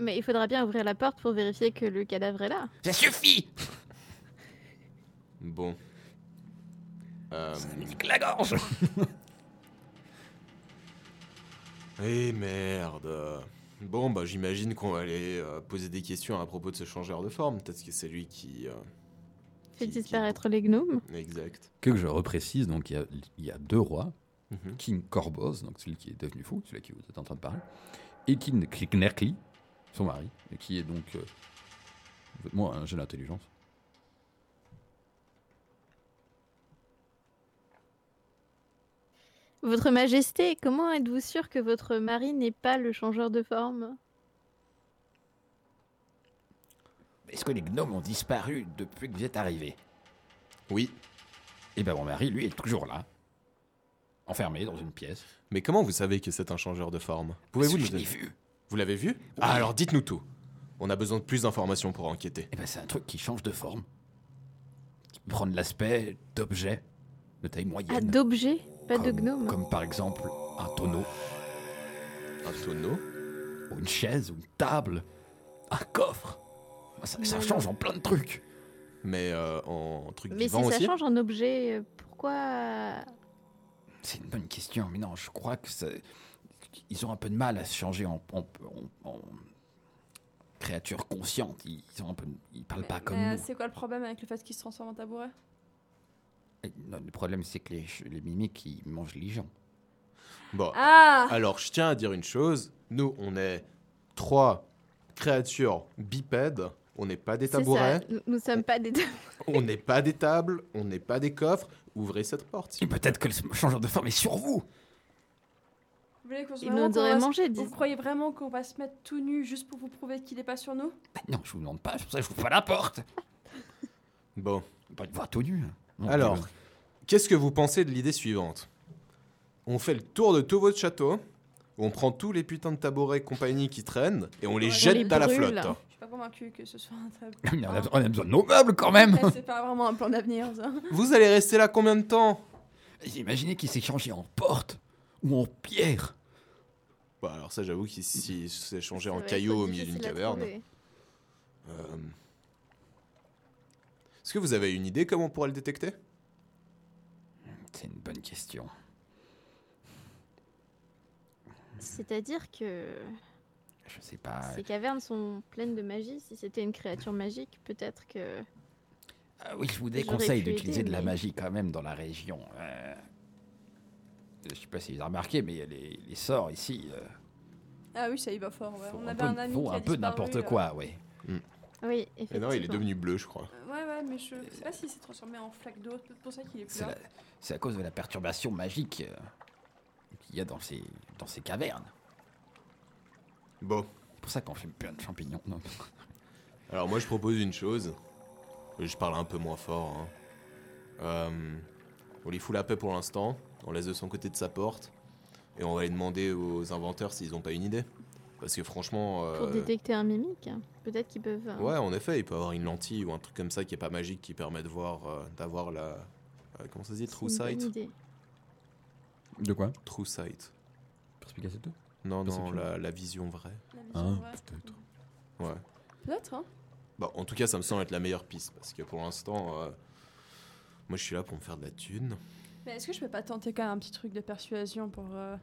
S3: Mais il faudra bien ouvrir la porte pour vérifier que le cadavre est là.
S2: Ça suffit
S1: Bon.
S7: Ah,
S1: Euh,
S2: Ça me nique la gorge
S1: Eh merde. Bon, bah j'imagine qu'on va aller euh, poser des questions à propos de ce changeur de forme. Peut-être que c'est lui qui. euh, qui-
S3: Fait
S1: qui-
S3: disparaître les gnomes.
S1: Exact.
S7: Que je reprécise, donc il y a- il y, a deux rois,
S1: Mhm.
S7: King Corbos, donc celui qui est devenu fou, celui à qui vous êtes en train de parler, et King Knerkli, son mari, et qui est donc euh, moi un jeune intelligence.
S3: Votre Majesté, comment êtes-vous sûr que votre mari n'est pas le changeur de forme
S2: Est-ce que les gnomes ont disparu depuis que vous êtes arrivés
S1: Oui.
S2: Eh ben mon mari, lui, est toujours là. Enfermé dans une pièce.
S1: Mais comment vous savez que c'est un changeur de forme Pouvez-vous
S2: Parce que
S1: nous
S2: je l'ai
S1: donner
S2: vu
S1: Vous l'avez vu Ah, alors dites-nous tout. On a besoin de plus d'informations pour enquêter.
S2: Eh ben c'est un truc qui change de forme. Qui prend de l'aspect d'objet de taille
S3: Ah,
S2: moyenne.
S3: d'objets, pas de
S2: comme,
S3: gnomes.
S2: Comme par exemple un tonneau,
S1: Un tonneau
S2: ou une chaise, ou une table, un coffre. Ça, ça change en plein de trucs.
S1: Mais euh, en truc
S3: Mais si
S1: vivant
S3: ça
S1: aussi
S3: change en objet, euh, pourquoi
S2: C'est une bonne question, mais non, je crois que ça- ils ont un peu de mal à se changer en, en, en- en créature consciente. Ils, ils ont un peu, ils parlent pas comme
S4: Mais, euh,
S2: nous.
S4: c'est quoi le problème avec le fait qu'il se transforme en tabouret
S2: Et non, le problème, c'est que les, ch- les mimiques, ils mangent les gens. Oh.
S1: Bon,
S4: Ah
S1: alors je tiens à dire une chose. Nous, on est trois créatures bipèdes. On n'est pas des
S3: C'est ça,
S1: tabourets,
S3: nous- Nous sommes pas des
S1: on n'est pas des tables, on n'est pas des coffres. Ouvrez cette porte. s'il
S2: Et peut-être que le changeur de forme est sur vous.
S4: Vous voulez qu'on se
S3: Ils
S4: vraiment
S3: nous
S4: qu'on
S3: auraient
S4: va se-
S3: mangé,
S4: Vous
S3: disent.
S4: croyez vraiment qu'on va se mettre tout nu juste pour vous prouver qu'il n'est pas sur nous
S2: Bah non, je vous demande pas, c'est pour ça que je vous pas la porte.
S1: vous plaît. Bon,
S2: Pas de voir tout nu. hein. Non,
S1: alors,
S2: je-
S1: qu'est-ce que vous pensez de l'idée suivante On fait le tour de tout votre château, on prend tous les putains de tabourets et compagnie qui traînent, et on les
S4: On
S1: jette
S3: les
S1: à la
S3: brûle.
S1: flotte.
S4: Je suis pas convaincue que ce soit un tabouret.
S2: on a, on a besoin de nos meubles quand même.
S4: c'est pas vraiment un plan d'avenir, ça.
S1: Vous allez rester là combien de temps
S2: Imaginez qu'il s'est changé en porte ou en pierre.
S1: Bah alors ça j'avoue qu'il s'est s'est changé
S3: Ça
S1: en
S3: va être
S1: caillot au milieu
S3: difficile
S1: d'une
S3: à
S1: caverne.
S3: trouver.
S1: Euh, Est-ce que vous avez une idée comment on pourrait le détecter
S2: C'est une bonne question.
S3: C'est-à-dire que
S2: Je sais
S1: Ah
S2: pas.
S3: ces cavernes sont pleines de magie. Si c'était une créature magique, peut-être que.
S2: Ah oui, je vous
S3: J'aurais
S2: déconseille
S3: pu
S2: d'utiliser
S3: aider,
S2: de la
S3: mais-
S2: magie quand même dans la région. Euh, Je sais pas si vous avez remarqué, mais les, les sorts ici euh,
S4: Ah oui, ça y va fort. ouais.
S2: font
S4: On
S2: un
S4: avait
S2: peu,
S4: un ami
S2: font
S4: qui a
S2: un peu
S4: disparu, euh, là.
S2: n'importe quoi, ouais.
S3: Oui,
S1: Et
S3: effectivement.
S1: Eh Non, il est devenu bleu je crois.
S4: Euh, Ouais, ouais, mais je sais pas s'il s'est transformé en flaque d'eau. C'est pour ça qu'il est plus
S2: C'est
S4: là.
S2: la- c'est à cause de la perturbation magique euh, qu'il y a dans ces, dans ces cavernes.
S1: Bon,
S2: C'est pour ça qu'on fume plein de champignons. Non.
S1: alors moi je propose une chose. Je parle un peu moins fort. hein. Euh, on lui fout la paix pour l'instant, on laisse de son côté de sa porte, et on va aller demander aux inventeurs s'ils n'ont pas une idée. Parce que franchement.
S3: Pour
S1: euh,
S3: détecter un mimique, hein, peut-être qu'ils peuvent. euh,
S1: Ouais, en effet, il peut avoir une lentille ou un truc comme ça qui est pas magique qui permet de voir, euh, d'avoir la. euh, comment ça se dit
S3: c'est
S1: True
S3: une bonne
S1: sight
S3: idée.
S2: De quoi
S1: True sight.
S2: Perspicacité
S1: Non, non,
S2: Perception.
S1: la, la vision vraie.
S4: La maison,
S2: Hein,
S4: ouais.
S2: peut-être.
S1: Ouais.
S4: L'autre, hein
S1: Bah, en tout cas, ça me semble être la meilleure piste parce que pour l'instant, euh, moi je suis là pour me faire de la thune.
S4: Mais est-ce que je peux pas tenter quand même un petit truc de persuasion pour, euh,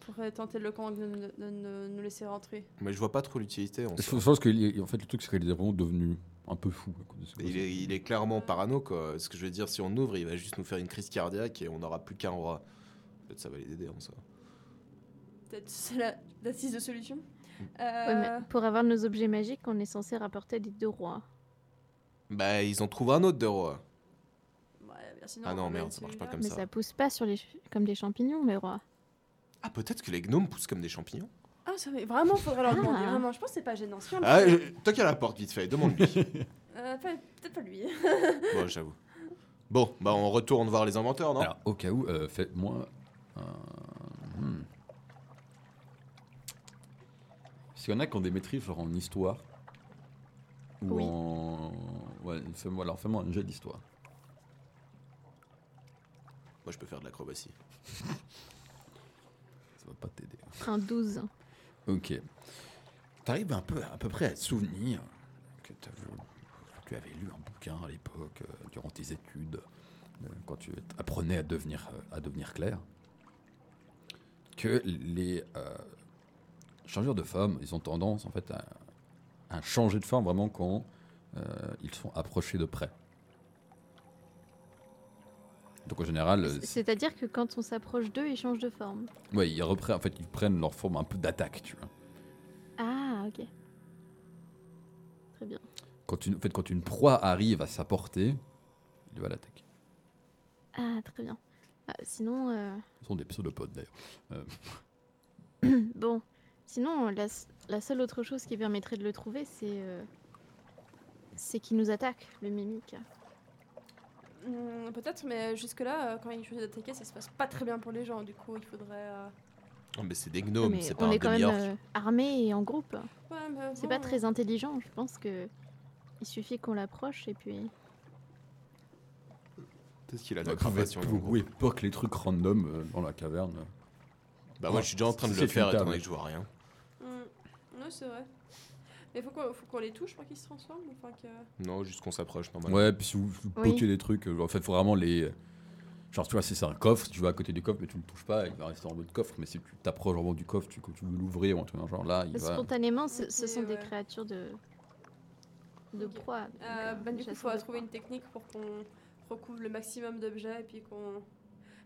S4: pour euh, tenter le camp de, de- de- de nous laisser rentrer
S1: Mais je vois pas trop l'utilité en
S2: Je
S1: soi.
S2: pense que en fait, le truc, c'est qu'il est vraiment devenu un peu fou. à cause de ce
S1: Il est, il est clairement parano quoi. Ce que je veux dire, si on ouvre, il va juste nous faire une crise cardiaque et on n'aura plus qu'un roi. Peut-être ça va les aider en soi.
S4: Peut-être c'est la, la six de solution
S2: Mm.
S3: Ouais, mais
S4: Euh,
S3: pour avoir nos objets magiques, on est censé rapporter les deux rois.
S1: Bah, ils en trouvent un autre de roi.
S4: ouais, bien, sinon,
S1: Ah non,
S4: on
S1: merde,
S4: met
S1: ça marche
S4: celui-là.
S1: pas comme
S3: mais
S1: ça.
S3: ça. pousse pas sur les ch- comme des champignons, les rois.
S1: Ah, peut-être que les gnomes poussent comme des champignons.
S4: Ah, ça va- vraiment, faudrait leur demander.
S3: Ah.
S4: Vraiment, je pense que c'est pas gênant. Si on le
S1: Ah,
S4: fait-
S1: je- toque à la porte vite fait, demande-lui.
S4: Euh, pas- Peut-être pas lui.
S1: bon, j'avoue. Bon, bah on retourne voir les inventeurs, non
S2: Alors, au cas où, euh, faites-moi un- hmm. S'il y en a qui ont des maîtrises, genre en histoire, ou
S3: Oui.
S2: en. Ouais, fais-moi, alors fais-moi un jet d'histoire.
S1: Moi, je peux faire de l'acrobatie.
S2: Ça va pas t'aider.
S3: Un 12.
S2: Ok.
S5: T'arrives un peu, à peu près à te souvenir que t'as vu- tu avais lu un bouquin à l'époque, euh,
S2: durant tes études, euh, quand tu apprenais à devenir, euh, à devenir clair, que les euh, changeurs de forme, ils ont tendance en fait à, à changer de forme vraiment quand euh, ils sont approchés de près. Donc en général, euh,
S3: C'est- C'est-à-dire que quand on s'approche d'eux, ils changent de forme.
S2: ouais, ils reprennent, en fait, ils prennent leur forme un peu d'attaque, tu vois.
S3: Ah, ok. Très bien.
S2: Quand une, en fait, quand une proie arrive à sa portée, il va l'attaquer.
S3: Ah, très bien. Ah, sinon, euh,
S2: Ce sont des pseudopodes d'ailleurs.
S3: bon, sinon la, s- la seule autre chose qui permettrait de le trouver, c'est euh, c'est qu'il nous attaque, le mimique.
S4: Hmm, Peut-être, mais jusque-là, euh, quand il choisit d'attaquer, ça se passe pas très bien pour les gens. Du coup, il faudrait. euh,
S1: Ah, mais c'est des gnomes,
S3: Mais
S1: c'est pas
S3: on
S1: un
S3: est quand même
S1: demi-orc.
S3: euh, armés et en groupe.
S4: ouais, mais
S3: C'est
S4: bon,
S3: pas très intelligent, je pense que il suffit qu'on l'approche et puis.
S1: Peut-être qu'il a de
S2: Vous
S1: l'acrobatie. en
S2: Bah, vous
S1: gros.
S2: pouvez époque les trucs random euh, dans la caverne.
S1: Bah, moi, je suis déjà en train de
S2: C'est
S1: le faire,
S2: une
S1: étant
S2: table.
S1: donné que je vois rien.
S4: Hmm, Ouais, c'est vrai. Mais faut qu'on faut qu'on les touche pour qu'ils se transforment. Enfin, que... euh,
S1: Non, juste qu'on s'approche normalement.
S2: Ouais, puis si vous, vous
S3: Oui.
S2: poquez des trucs, euh, en fait, faut vraiment les. Genre, tu vois, si c'est un coffre, tu vas à côté du coffre, mais tu le touches pas, il va rester en mode coffre. Mais si tu t'approches vraiment du coffre, tu, quand tu veux l'ouvrir ou un truc dans le genre, là, il va.
S3: Spontanément, ce, ce
S4: Ok,
S3: sont des
S4: Bah, ouais.
S3: créatures de de
S4: Ok.
S3: proie. donc,
S4: Euh,
S3: euh,
S4: bah, du
S3: chasseurs
S4: coup, il faudra
S3: de
S4: trouver
S3: proie.
S4: une technique pour qu'on recouvre le maximum d'objets et puis qu'on.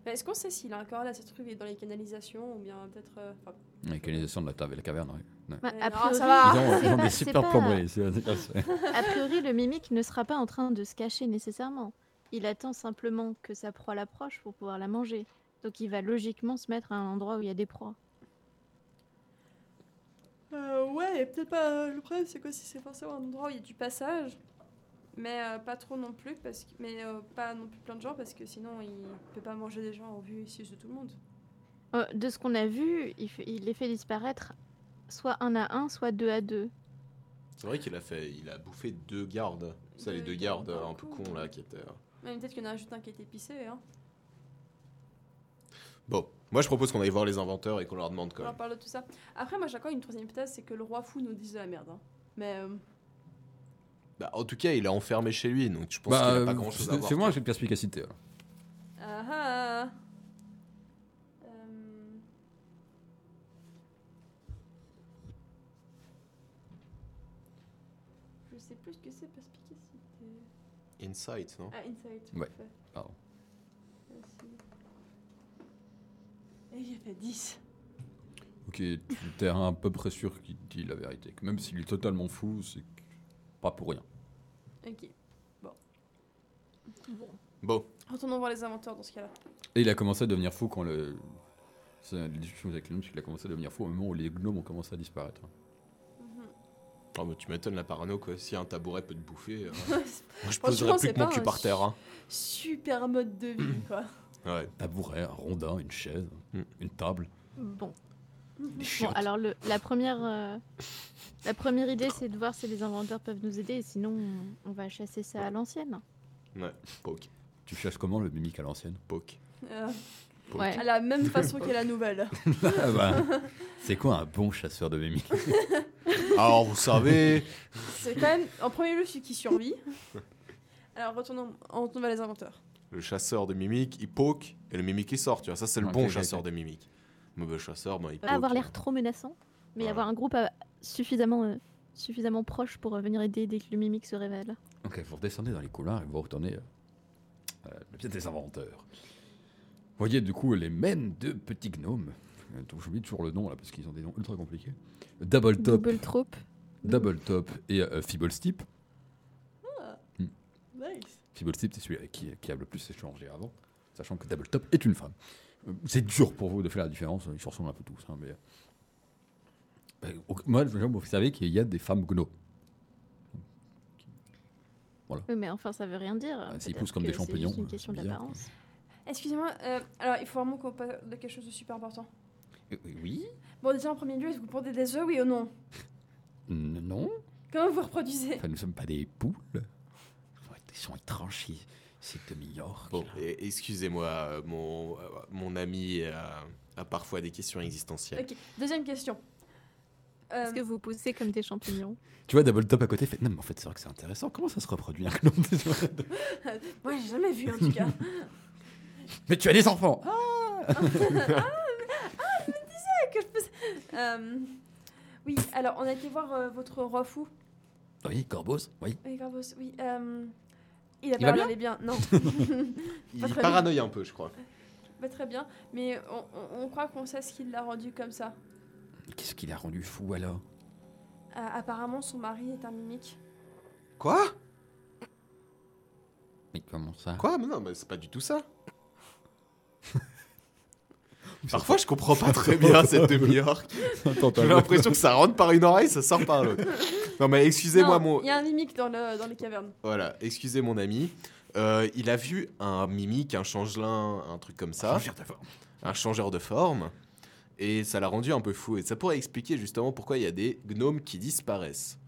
S4: Mais est-ce qu'on sait s'il a encore là ce truc est dans les canalisations ou bien peut-être. euh, enfin,
S2: La canalisation de la table et la caverne, ouais.
S3: Bah,
S4: Mais Euh,
S3: a
S4: non,
S3: priori,
S4: ça va.
S2: Ils ont,
S3: c'est
S2: ils ont
S3: pas-
S2: des
S3: c'est
S2: super
S3: pas-
S2: plomberies. c'est- c'est- c'est-
S3: A priori, le mimique ne sera pas en train de se cacher nécessairement. Il attend simplement que sa proie l'approche pour pouvoir la manger. Donc il va logiquement se mettre à un endroit où il y a des proies.
S4: Euh, ouais, et peut-être pas. Le problème, c'est quoi si c'est forcément un endroit où il y a du passage, mais euh, pas trop non plus, parce que, mais euh, pas non plus plein de gens, parce que sinon il peut pas manger des gens en vue ici de tout le monde.
S3: Euh, de ce qu'on a vu, il, fait- il les fait disparaître soit un à un, soit deux à deux.
S1: C'est vrai qu'il a fait, il a bouffé deux gardes. Ça, les
S4: Deux
S1: deux gardes
S4: gardes,
S1: euh, un
S4: un
S1: peu
S4: coup.
S1: cons là qui étaient. euh.
S4: Mais peut-être qu'il y en a juste un qui est épicé, hein.
S1: Bon, moi je propose qu'on aille voir les inventeurs et qu'on leur demande quand
S4: On en
S1: même.
S4: parle de tout ça. Après, moi, j'ai encore une troisième hypothèse, c'est que le roi fou nous dise de la merde. hein. Mais euh,
S1: Bah, en tout cas, il est enfermé chez lui, donc je pense
S2: Bah,
S1: qu'il a pas
S2: euh,
S1: grand chose à
S2: c'est
S1: voir.
S2: c'est moi, j'ai de perspicacité. alors.
S4: ah ah. Euh, Je sais plus ce que c'est perspicacité.
S1: Insight, non
S4: Ah, insight.
S2: Ouais.
S4: parfait.
S2: Pardon.
S4: Et j'ai fait 10.
S2: Ok, tu t'es à peu près sûr qu'il dit la vérité. que même s'il est totalement fou, c'est que- pas pour rien.
S4: Ok.
S1: Bon,
S4: Retournons voir les inventeurs dans ce cas-là.
S2: Et il a commencé à devenir fou quand le. C'est une discussion avec les gnomes, c'est qu'il a commencé à devenir fou au moment où les gnomes ont commencé à disparaître.
S4: Mhm.
S1: Ah, mais tu m'étonnes la parano quoi. Si un tabouret peut te bouffer, euh, moi, je
S4: Franchement,
S1: poserais
S4: c'est
S1: plus que mon
S4: pas
S1: cul
S4: un
S1: par terre. hein.
S4: Super mode de vie, quoi.
S1: Ouais.
S2: tabouret, un rondin, une chaise,
S1: Mm.
S2: une table.
S3: Bon.
S5: Les
S3: Bon,
S5: chiottes.
S3: alors le- la première, euh, la première idée, c'est de voir si les inventeurs peuvent nous aider. Sinon, on on va chasser ça à l'ancienne.
S1: Ouais, poke,
S2: Tu chasses comment le mimique à l'ancienne
S1: poke.
S4: Euh,
S1: Poke.
S3: Ouais.
S4: à la même façon qu'est la nouvelle.
S2: Ah bah, C'est quoi un bon chasseur de mimique
S1: Alors, vous savez,
S4: C'est quand même, en premier lieu, celui qui survit. Alors, retournons, on retourne vers les inventeurs.
S1: le chasseur de mimiques, il poke, et le mimique, il sort, tu vois. Ça, c'est le
S2: Ok,
S1: bon
S2: ok,
S1: chasseur
S2: ok.
S1: de mimiques. Mauvais chasseur, ben, il
S3: Pas
S1: poke.
S3: avoir l'air trop menaçant, mais
S1: Ouais.
S3: avoir un groupe euh, suffisamment, euh, suffisamment proche pour euh, venir aider dès que le mimique se révèle.
S2: Ok, vous redescendez dans les couloirs et vous retournez euh, euh, le pied des inventeurs. Vous voyez du coup les mêmes deux petits gnomes, euh, dont j'oublie toujours le nom là parce qu'ils ont des noms ultra compliqués. Double Top,
S3: Double troupe.
S2: Double Top et euh, Steep.
S4: Nice.
S2: Feeblestip, c'est celui qui, qui a le plus échangé avant, sachant que Double Top est une femme. Euh, C'est dur pour vous de faire la différence, ils se ressemblent un peu tous. hein, mais... Euh, au- moi, je- vous savez qu'il y a des femmes gnos.
S3: Oui, mais enfin, ça veut rien dire.
S2: Ah, s'ils
S3: Peut-être
S2: poussent comme des
S3: que c'est
S2: champignons,
S3: juste une
S2: euh,
S3: question
S2: c'est bizarre.
S3: d'apparence.
S4: Excusez-moi, euh, alors il faut vraiment qu'on parle de quelque chose de super important.
S5: Euh, Oui
S4: Bon, déjà, en premier lieu, est-ce que vous portez des œufs, oui ou non
S5: N- Non
S4: Comment vous reproduisez
S2: Enfin, nous ne sommes pas des poules.
S5: Ouais, Ils sont étranges, ces- ces demi-orques.
S1: Bon,
S5: là.
S1: et- excusez-moi, euh, mon, euh, mon ami euh, a parfois des questions existentielles.
S4: Ok, deuxième question. Euh,
S3: Est-ce que vous poussez comme des champignons
S2: Tu vois, Double Top à côté fait. Non, mais en fait, c'est vrai que c'est intéressant. Comment ça se reproduit un clone
S4: Moi, j'ai jamais vu, en tout cas.
S2: Mais tu as des enfants Ah,
S4: que Ah, je faisais- Euh, oui, alors, on a été voir euh, votre refou.
S2: Oui, Corbos, oui.
S4: Oui, Garbos, oui. euh, il a
S5: Il
S4: pas
S5: va
S4: l'air d'aller bien. Non,
S1: Il
S4: Pas très
S1: paranoïe un peu, je crois.
S4: pas très bien. Mais on, on- on croit qu'on sait ce qui l'a rendu comme ça.
S5: Qu'est-ce qui l'a rendu fou alors
S4: Euh, apparemment, son mari est un mimique.
S1: Quoi
S5: Mais comment ça
S1: Quoi Mais non, mais c'est pas du tout ça. Parfois, je comprends pas très bien cette demi-orque. J'ai l'impression que ça rentre par une oreille, ça sort par l'autre. Non, mais excusez-moi,
S4: Non,
S1: mon.
S4: Il y a un mimique dans, le, dans les cavernes.
S1: Voilà, excusez mon ami. Euh, il a vu un mimique, un changelin, un truc comme ça.
S5: Changer de forme.
S1: un changeur de forme. Et ça l'a rendu un peu fou. Et ça pourrait expliquer justement pourquoi il y a des gnomes qui disparaissent.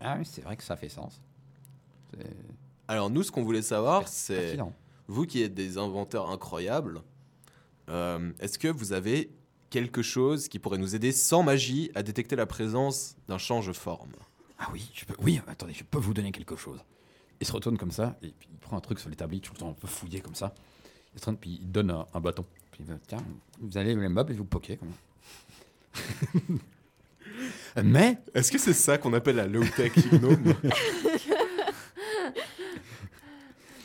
S5: Ah oui, c'est vrai que ça fait sens. C'est
S1: Alors nous, ce qu'on voulait savoir, c'est
S5: pertinent.
S1: vous qui êtes des inventeurs incroyables, euh, est-ce que vous avez quelque chose qui pourrait nous aider sans magie à détecter la présence d'un change de forme
S5: Ah oui, je peux. Oui, attendez, je peux vous donner quelque chose.
S2: Il se retourne comme ça, et puis il prend un truc sur l'établi, tout le temps un peu fouillé comme ça. Il se retourne, puis il donne un, un bâton.
S5: Puis il va, tiens, vous allez les meubles et vous poquez. comme-
S2: Mais
S1: Est-ce que c'est ça qu'on appelle la low-tech gnome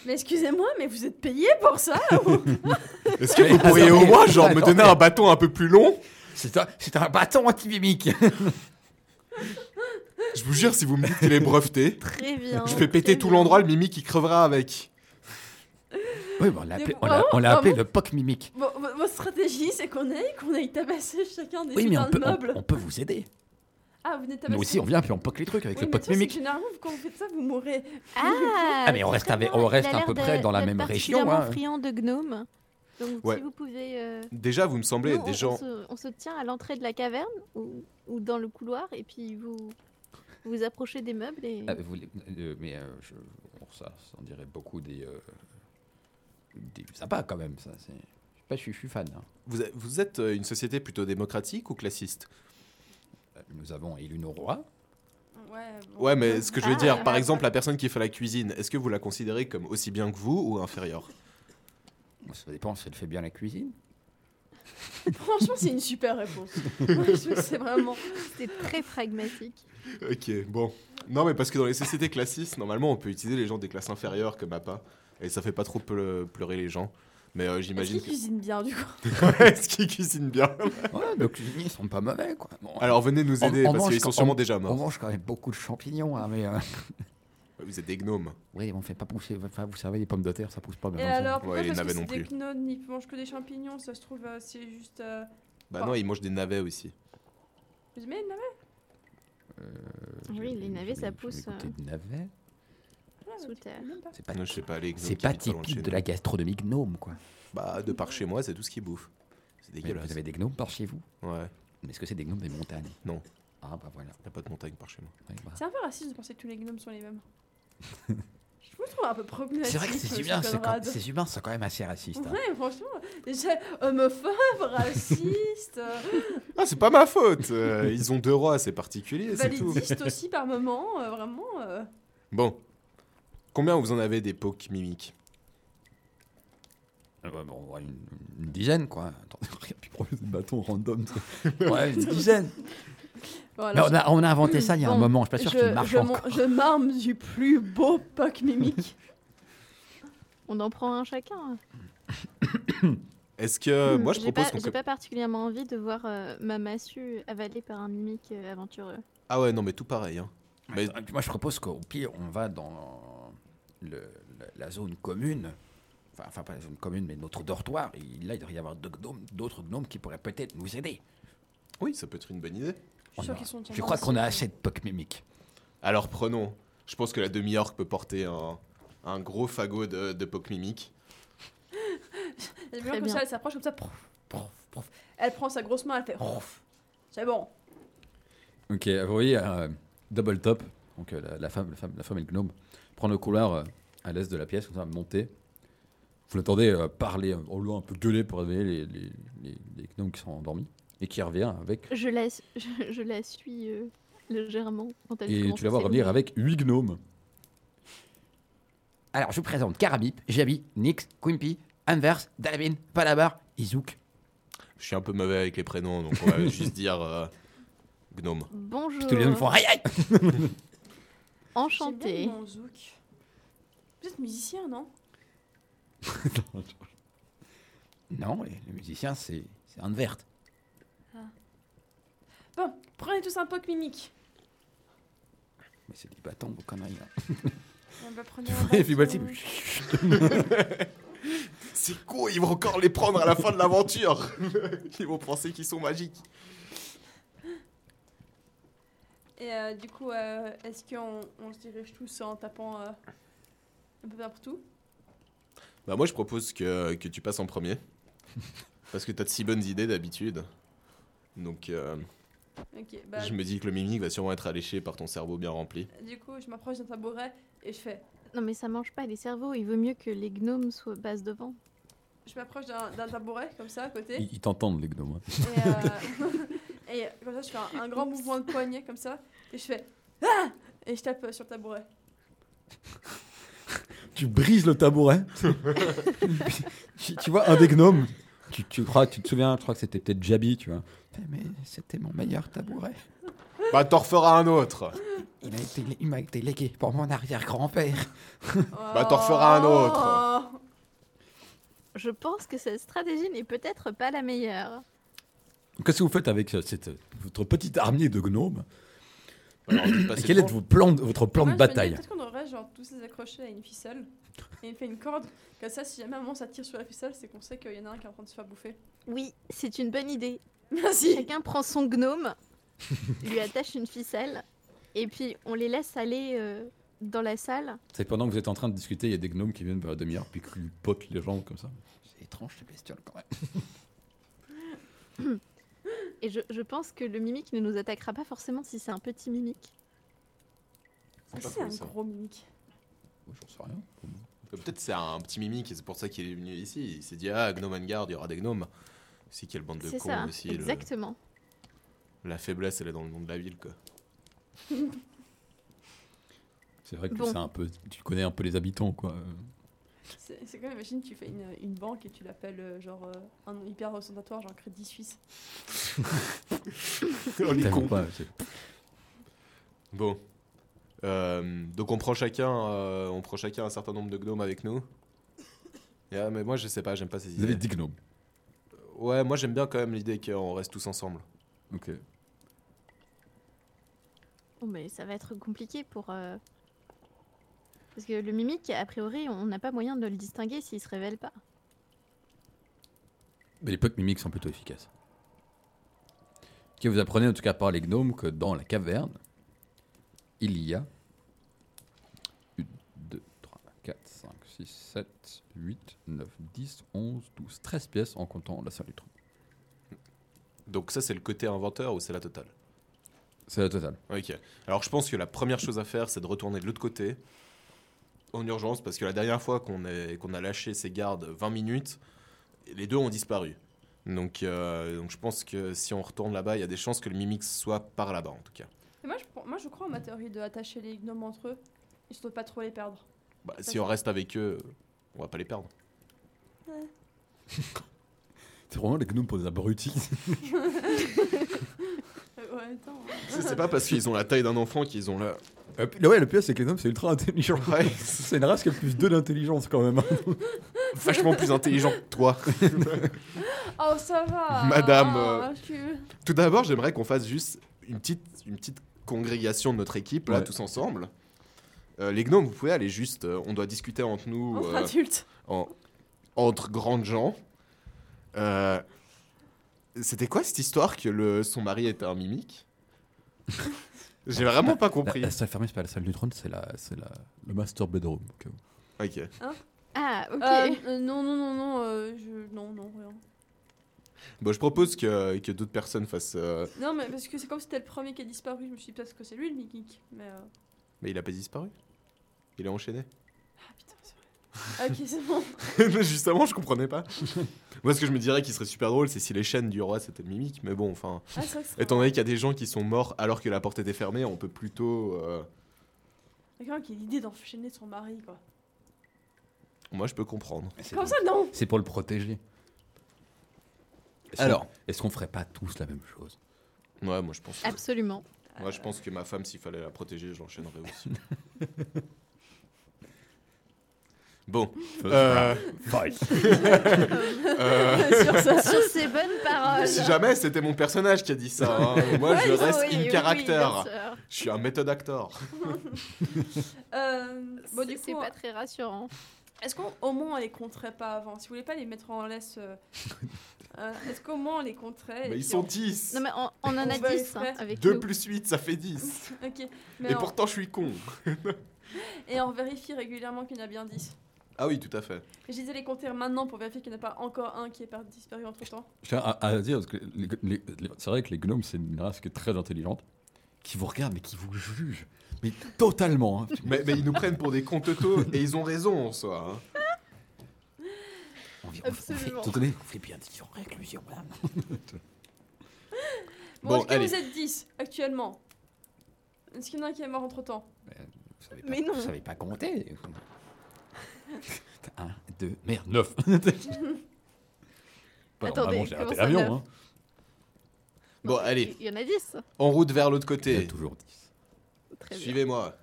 S4: Mais excusez-moi, mais vous êtes payé pour ça ou-
S1: Est-ce que
S3: Ah,
S1: vous
S5: pourriez au moins, genre, me donner un
S1: bâton un peu plus long
S5: C'est un, c'est un bâton anti-mimique
S1: Je vous jure, si vous me dites qu'il est breveté,
S3: Très bien.
S1: le mimi qui crevera avec.
S5: Oui, bon, on l'a
S4: Mais
S5: appelé,
S4: Ah bon,
S5: on l'a-
S4: vraiment,
S5: on l'a appelé
S4: vraiment.
S5: le poc mimique.
S4: Bon, v- Votre stratégie, c'est qu'on aille, qu'on aille tabasser chacun des
S5: Oui, mais
S4: putains
S5: on peut,
S4: de meubles.
S5: on, on peut vous aider.
S4: Ah, vous venez tabasser.
S5: Nous aussi, on vient puis on poque les trucs avec
S4: Oui,
S5: le
S4: mais
S5: poc
S4: tu sais, c'est que
S5: mimique.
S4: Généralement, quand vous faites ça, vous mourrez.
S3: Ah,
S5: Ah, mais on reste avec- on reste à peu près dans la même région, hein.
S3: Je friand de gnomes. Donc
S1: Ouais.
S3: si vous pouvez... euh,
S1: Déjà, vous me semblez
S3: nous, on,
S1: des
S3: on
S1: gens.
S3: se, on se tient à l'entrée de la caverne ou, ou dans le couloir et puis vous vous approchez des meubles et...
S1: Mmh.
S2: Ah, vous voulez- euh, mais euh, je- bon, ça, ça en dirait beaucoup des. euh, des
S5: Sympa quand même, ça. c'est- Je sais pas, je suis, je suis fan. hein.
S1: Vous, êtes- vous êtes euh, une société plutôt démocratique ou classiste
S5: Euh, Nous avons élu nos rois.
S4: Ouais, bon.
S1: Ouais, mais ce que je veux
S3: Ah.
S1: dire, par exemple, la personne qui fait la cuisine, est-ce que vous la considérez comme aussi bien que vous ou inférieure
S5: Bon, Ça dépend si elle fait bien la cuisine.
S4: Franchement, c'est une super réponse. Moi, je trouve que c'est vraiment.
S3: C'était très pragmatique.
S1: Ok, bon. Non, mais parce que dans les sociétés classistes, normalement, on peut utiliser les gens des classes inférieures comme appât. Et ça fait pas trop ple- pleurer les gens. Mais euh,
S4: Est-ce
S1: j'imagine
S4: qu'ils
S1: que.
S4: cuisinent bien, du coup
S1: Est-ce qu'ils cuisinent bien
S5: Ouais, nos cuisiniers sont pas mauvais, quoi. Bon,
S1: Alors venez nous
S5: On-
S1: aider
S5: on
S1: Ah, parce
S5: mange
S1: qu'ils sont
S5: quand-
S1: sûrement déjà
S5: on
S1: morts.
S5: mange quand même beaucoup de champignons, hein, mais. euh,
S1: Vous êtes des gnomes.
S5: Oui, on fait pas pousser. Enfin, vous savez, les pommes de terre, ça pousse pas
S4: Et
S5: bien. comme ça.
S4: alors, pourquoi
S1: Ouais, les
S4: parce que
S1: navets
S4: c'est
S1: non
S4: des
S1: plus.
S4: gnônes, ils mangent que des champignons Ça se trouve, euh, c'est juste. euh,
S1: Bah
S4: Bon.
S1: non, ils mangent des navets aussi.
S4: Vous aimez les navets
S3: Oui,
S5: J'ai-
S3: les navets,
S5: j'ai-
S3: ça
S5: j'ai
S3: pousse,
S5: goûté
S3: euh.
S5: de navets.
S4: Ah,
S3: Sous
S4: ouais, tu-
S3: terre.
S4: même pas.
S5: C'est pas,
S1: Non, je sais pas, les gnomes.
S5: c'est
S1: qui
S5: pas
S1: vivent loin de
S5: typique
S1: chez
S5: de
S1: nous.
S5: la gastronomie gnome, quoi.
S1: Bah, de par chez moi, c'est tout ce qu'ils bouffent. C'est
S5: Mais
S1: dégueulasse.
S5: Vous avez des gnomes par chez vous
S1: Ouais.
S5: Mais est-ce que c'est des gnomes des montagnes
S1: Non.
S5: Ah bah voilà.
S1: Il n'y a pas de montagne par chez moi.
S5: Ouais, bah.
S4: C'est un peu raciste de penser que tous les gnomes sont les mêmes. Je vous trouve un peu problématique.
S5: C'est vrai que ces
S4: monsieur
S5: humains, c'est quand-
S4: Conrad.
S5: ces humains sont quand même assez racistes. hein.
S4: Ouais, franchement, déjà homophobe, raciste, euh,
S1: Ah, c'est pas ma faute euh, Ils ont deux rois, c'est particulier, c'est tout.
S4: validiste aussi par moment, euh, vraiment. euh.
S1: Bon. Combien vous en avez des pocs mimiques
S5: Ouais, bah, on voit une, une dizaine quoi. Attends,
S2: Puis prends le bâton random.
S5: ouais, une dizaine.
S4: Bon,
S5: Mais
S4: alors,
S5: on a, on a inventé ça il y a un
S4: Bon,
S5: moment, je suis pas sûr qu'il
S4: je,
S5: marche
S4: je, mon-
S5: encore.
S4: je m'arme du plus beau poc mimique.
S3: On en prend un chacun.
S1: Est-ce que. Euh,
S3: Hmm,
S1: Moi, je
S3: J'ai
S1: propose
S3: pas,
S1: qu'on.
S3: j'ai pas particulièrement envie de voir euh, ma massue avalée par un mimique euh, aventureux.
S1: Ah ouais, non, mais tout pareil. Hein. Mais-
S4: Ah.
S5: Attends, et puis moi, je propose qu'au pire, on va dans le- la, la zone commune. Enfin, enfin, pas la zone commune, mais notre dortoir. Et là, il devrait y avoir deux gnomes- d'autres gnomes, qui pourraient peut-être nous aider.
S1: Oui, ça peut être une bonne idée.
S4: Je suis
S5: On
S4: sûre
S5: a-
S4: qu'ils sont
S5: je crois qu'on a assez de poc mimiques.
S1: Alors prenons. Je pense que la demi-orque peut porter un, un gros fagot de, de pocs mimiques.
S4: Elle
S3: Très
S4: comme
S3: bien.
S4: ça, elle s'approche comme ça. prof, prof, prof. Elle prend sa grosse main, elle fait. prof. C'est bon.
S2: Ok, vous voyez, euh, Double Top, donc euh, la, la femme, la, femme, la femme et le gnome, prend le couloir euh, à l'est de la pièce, comme ça, monter. Vous l'entendez euh, parler, euh, au loin, un peu gueuler pour réveiller les, les, les- les gnomes qui sont endormis, et qui revient avec.
S3: Je la, su- je, je la suis euh, légèrement quand elle
S2: Et
S3: commence
S2: tu la
S3: à
S2: vois revenir
S3: s'éloigner.
S2: avec huit gnomes.
S5: Alors, je vous présente Karabip, Jabi, Nix, Quimpy, Anvers, Dalabin, Palabar, Izouk.
S1: Je suis un peu mauvais avec les prénoms, donc on va juste dire euh, gnome.
S5: Puis tous les hommes font
S3: Bonjour.
S5: aïe aïe
S4: J'ai
S3: Enchantée.
S4: bien mon zouk. Vous êtes musicien, non
S5: Non, les- le musicien, c'est c'est Anvers.
S4: Bon, prenez tous un poc mimique.
S5: Mais c'est des bâtons, vos conneries. là.
S4: On va prendre
S2: Tu vois, et puis
S4: bâton.
S2: Maxime,
S1: C'est quoi Ils vont encore les prendre à la fin de l'aventure Ils vont penser qu'ils sont magiques.
S4: Et euh, du coup, euh, est-ce qu'on on se dirige tous en tapant euh, un peu partout
S1: Bah moi je propose que, que tu passes en premier. Parce que t'as de si bonnes idées d'habitude. Donc euh,
S4: Ok, bah,
S1: je me dis que le mimique va sûrement être alléché par ton cerveau bien rempli.
S4: du coup, je m'approche d'un tabouret et je fais.
S3: Non mais ça mange pas les cerveaux. Il vaut mieux que les gnomes soient basses devant.
S4: Je m'approche d'un d'un tabouret, comme ça, à côté.
S2: ils, ils t'entendent, les gnomes. hein.
S4: Et, euh, et comme ça, je fais un, un grand mouvement de poignet, comme ça. Et je fais. Ah Et je tape euh, sur le tabouret.
S2: Tu brises le tabouret. tu, tu vois un des gnomes. Tu, tu, crois, tu te souviens, je crois que c'était peut-être Jabi, tu vois.
S5: Putain, Mais c'était mon meilleur tabouret.
S1: Bah t'en referas un autre
S5: Il a été, il m'a été légué pour mon arrière-grand-père.
S1: Bah, t'en referas un autre.
S4: Oh.
S3: Je pense que cette stratégie n'est peut-être pas la meilleure.
S2: Qu'est-ce que vous faites avec euh, cette, votre petite armée de gnomes
S5: Ah,
S1: Bah, Alors, je vais passer
S2: Et Quel est
S1: devant.
S2: vos plans de- votre plan
S4: Moi,
S2: de
S4: je me dis,
S2: bataille
S4: Peut-être qu'on aurait genre tous les accrochés à une ficelle et on fait une corde. Comme ça, si jamais un moment ça tire sur la ficelle, c'est qu'on sait qu'il y en a un qui est en train de se faire bouffer.
S3: Oui, c'est une bonne idée.
S4: Merci.
S3: Chacun prend son gnome, lui attache une ficelle, et puis on les laisse aller euh, dans la salle.
S2: C'est que pendant que vous êtes en train de discuter, il y a des gnomes qui viennent par la demi-heure puis qui lui potent les jambes comme ça.
S5: C'est étrange, ce bestiole, quand même.
S3: Et je, je pense que le mimique ne nous attaquera pas forcément si c'est un petit mimique.
S1: C'est pas
S4: C'est un
S1: cool, ça.
S4: gros mimique.
S2: Ouais, Oh, J'en sais rien.
S1: Peut-être c'est un petit mimique et c'est pour ça qu'il est venu ici. Il s'est dit ah Gnome and Guard, il y aura des gnomes. C'est quelle bande de
S3: C'est
S1: cons
S3: ça,
S1: aussi. le-
S3: exactement.
S1: La faiblesse elle est dans le nom de la ville quoi.
S2: C'est vrai que
S3: Bon.
S2: c'est un peu. Tu connais un peu les habitants quoi.
S4: C'est c'est comme, imagine, tu fais une, une banque et tu l'appelles euh, genre euh, un nom hyper ostentatoire, genre Crédit Suisse.
S1: On est
S2: Tellement
S1: cons.
S2: pas, c'est-
S1: Bon. Euh, donc on prend chacun euh, on prend chacun un certain nombre de gnomes avec nous. Et, ah, mais moi je sais pas, j'aime pas ces
S2: Vous avez
S1: idées.
S2: dix gnomes.
S1: Ouais, moi j'aime bien quand même l'idée qu'on reste tous ensemble.
S2: Ok.
S3: Bon, Oh, mais ça va être compliqué pour. euh, Parce que le mimique, a priori, on n'a pas moyen de le distinguer s'il se révèle pas.
S2: Mais les potes mimiques sont plutôt efficaces. Que vous apprenez en tout cas par les gnomes que dans la caverne, il y a 1, 2, 3, 4, 5, 6, 7, 8, 9, 10, 11, 12, 13 pièces en comptant la salle du trou.
S1: Donc ça, c'est le côté inventeur ou c'est la totale
S2: C'est la totale.
S1: Ok. Alors je pense que la première chose à faire, c'est de retourner de l'autre côté en urgence parce que la dernière fois qu'on est- qu'on a lâché ces gardes 20 minutes, les deux ont disparu. Donc, euh, donc je pense que si on retourne là-bas, il y a des chances que le Mimix soit par là-bas en tout cas.
S4: Et moi, je, pour- moi, je crois en ma théorie de attacher les gnomes entre eux, histoire de pas trop les perdre.
S1: Bah, si on reste avec eux, on va pas les perdre.
S2: C'est vraiment les gnomes pour des abrutis.
S4: Euh, ouais, attends.
S1: C'est c'est pas parce qu'ils ont la taille d'un enfant qu'ils ont là.
S2: Euh, puis- ouais, le pire, c'est que les hommes, c'est ultra intelligent.
S1: Ouais.
S2: C'est une race qui a plus deux d'intelligence quand même. hein.
S1: Vachement plus intelligent que toi.
S4: Oh, ça va
S1: Madame,
S4: ah,
S1: euh,
S4: tu-
S1: Tout d'abord, j'aimerais qu'on fasse juste une petite, une petite congrégation de notre équipe, là,
S2: Ouais.
S1: tous ensemble. Euh, les gnomes, vous pouvez aller juste, euh, on doit discuter entre nous,
S4: Entre
S1: euh,
S4: adultes.
S1: en- entre grandes gens. Euh, C'était quoi cette histoire que le, son mari était un mimique J'ai vraiment pas compris.
S2: salle fermée, c'est pas la salle du trône, c'est la, c'est la, le master bedroom.
S1: Ok.
S3: Ah, ok.
S4: Euh, euh, non, non, non, non, euh, je... non, non, rien.
S1: Bon, je propose que, que d'autres personnes fassent. euh,
S4: Non, mais parce que c'est comme si c'était le premier qui a disparu, je me suis dit peut-être que c'est lui le Mikik. Mais euh,
S1: Mais il a pas disparu. Il est enchaîné.
S4: Ah putain, c'est vrai. Ah, ok, c'est bon.
S1: Justement, je comprenais pas. Moi, ce que je me dirais qui serait super drôle, c'est si les chaînes du roi c'était le mimique. Mais bon, enfin.
S4: Ah, c'est vrai que c'est
S1: Étant donné qu'il y a des gens qui sont morts alors que la porte était fermée, on peut plutôt. euh,
S4: quelqu'un qui a l'idée d'enchaîner son mari, quoi.
S1: Moi, je peux comprendre.
S2: C'est
S4: Comme ça, non
S2: C'est pour le protéger. Est-ce
S1: Alors.
S2: qu'on- Est-ce qu'on ferait pas tous la même chose
S1: Ouais, moi, je
S3: Ah.
S1: pense. que-
S3: Absolument.
S1: Moi, je pense que ma femme, s'il fallait la protéger, je l'enchaînerais aussi. bon. euh,
S4: Sur ça.
S3: Sur ces bonnes paroles.
S1: si jamais c'était mon personnage qui a dit ça, hein, moi, je
S3: Oui,
S1: reste
S3: oui,
S1: in
S3: oui,
S1: character.
S3: bien sûr.
S1: je suis un méthode actor.
S4: Euh, bon, du
S3: C'est- c'est
S4: coup,
S3: pas très rassurant.
S4: est-ce qu'au moins on les compterait pas avant Si vous voulez pas les mettre en laisse, euh, euh, est-ce qu'au moins on les compterait et
S1: Mais Bah, ils
S4: puis
S1: sont
S4: on-
S1: 10.
S3: Non mais on, on en
S4: On
S3: a
S4: va les
S3: 10 hein,
S4: faire.
S3: avec
S1: 2
S3: nous.
S1: plus 8, ça fait 10.
S4: Ok, mais
S1: Et
S4: on-
S1: pourtant, je suis con.
S4: et on vérifie régulièrement qu'il y en a bien 10.
S1: Ah oui, tout à fait.
S4: Et je disais les compter maintenant pour vérifier qu'il n'y en a pas encore un qui est par- disparu entre temps.
S2: Je tiens à, à dire, parce que les- les- les- c'est vrai que les gnomes, c'est une race qui est très intelligente, qui vous regarde, mais qui vous juge. Mais totalement. hein.
S1: Mais, mais ils nous prennent pour des cons totaux et ils ont raison en soi. hein.
S2: On vit- on- on fait-
S3: Absolument.
S2: étant donné qu'on fait bien des réclusion, voilà.
S4: Bon,
S1: Bon,
S4: est-ce que
S1: allez.
S4: vous êtes 10 actuellement Est-ce qu'il y en a un qui est mort entre temps
S5: Vous savez
S3: Mais non.
S5: Vous savez pas compter. 1, 2, merde, 9.
S2: Pas
S3: Attendez,
S2: Bah, normalement, j'ai raté
S3: comment ça,
S2: l'avion. Hein.
S1: Bon, allez,
S3: Il y en a 10.
S1: en route vers l'autre
S2: Il y a
S1: côté.
S2: toujours 10.
S3: Très bien.
S1: Suivez-moi.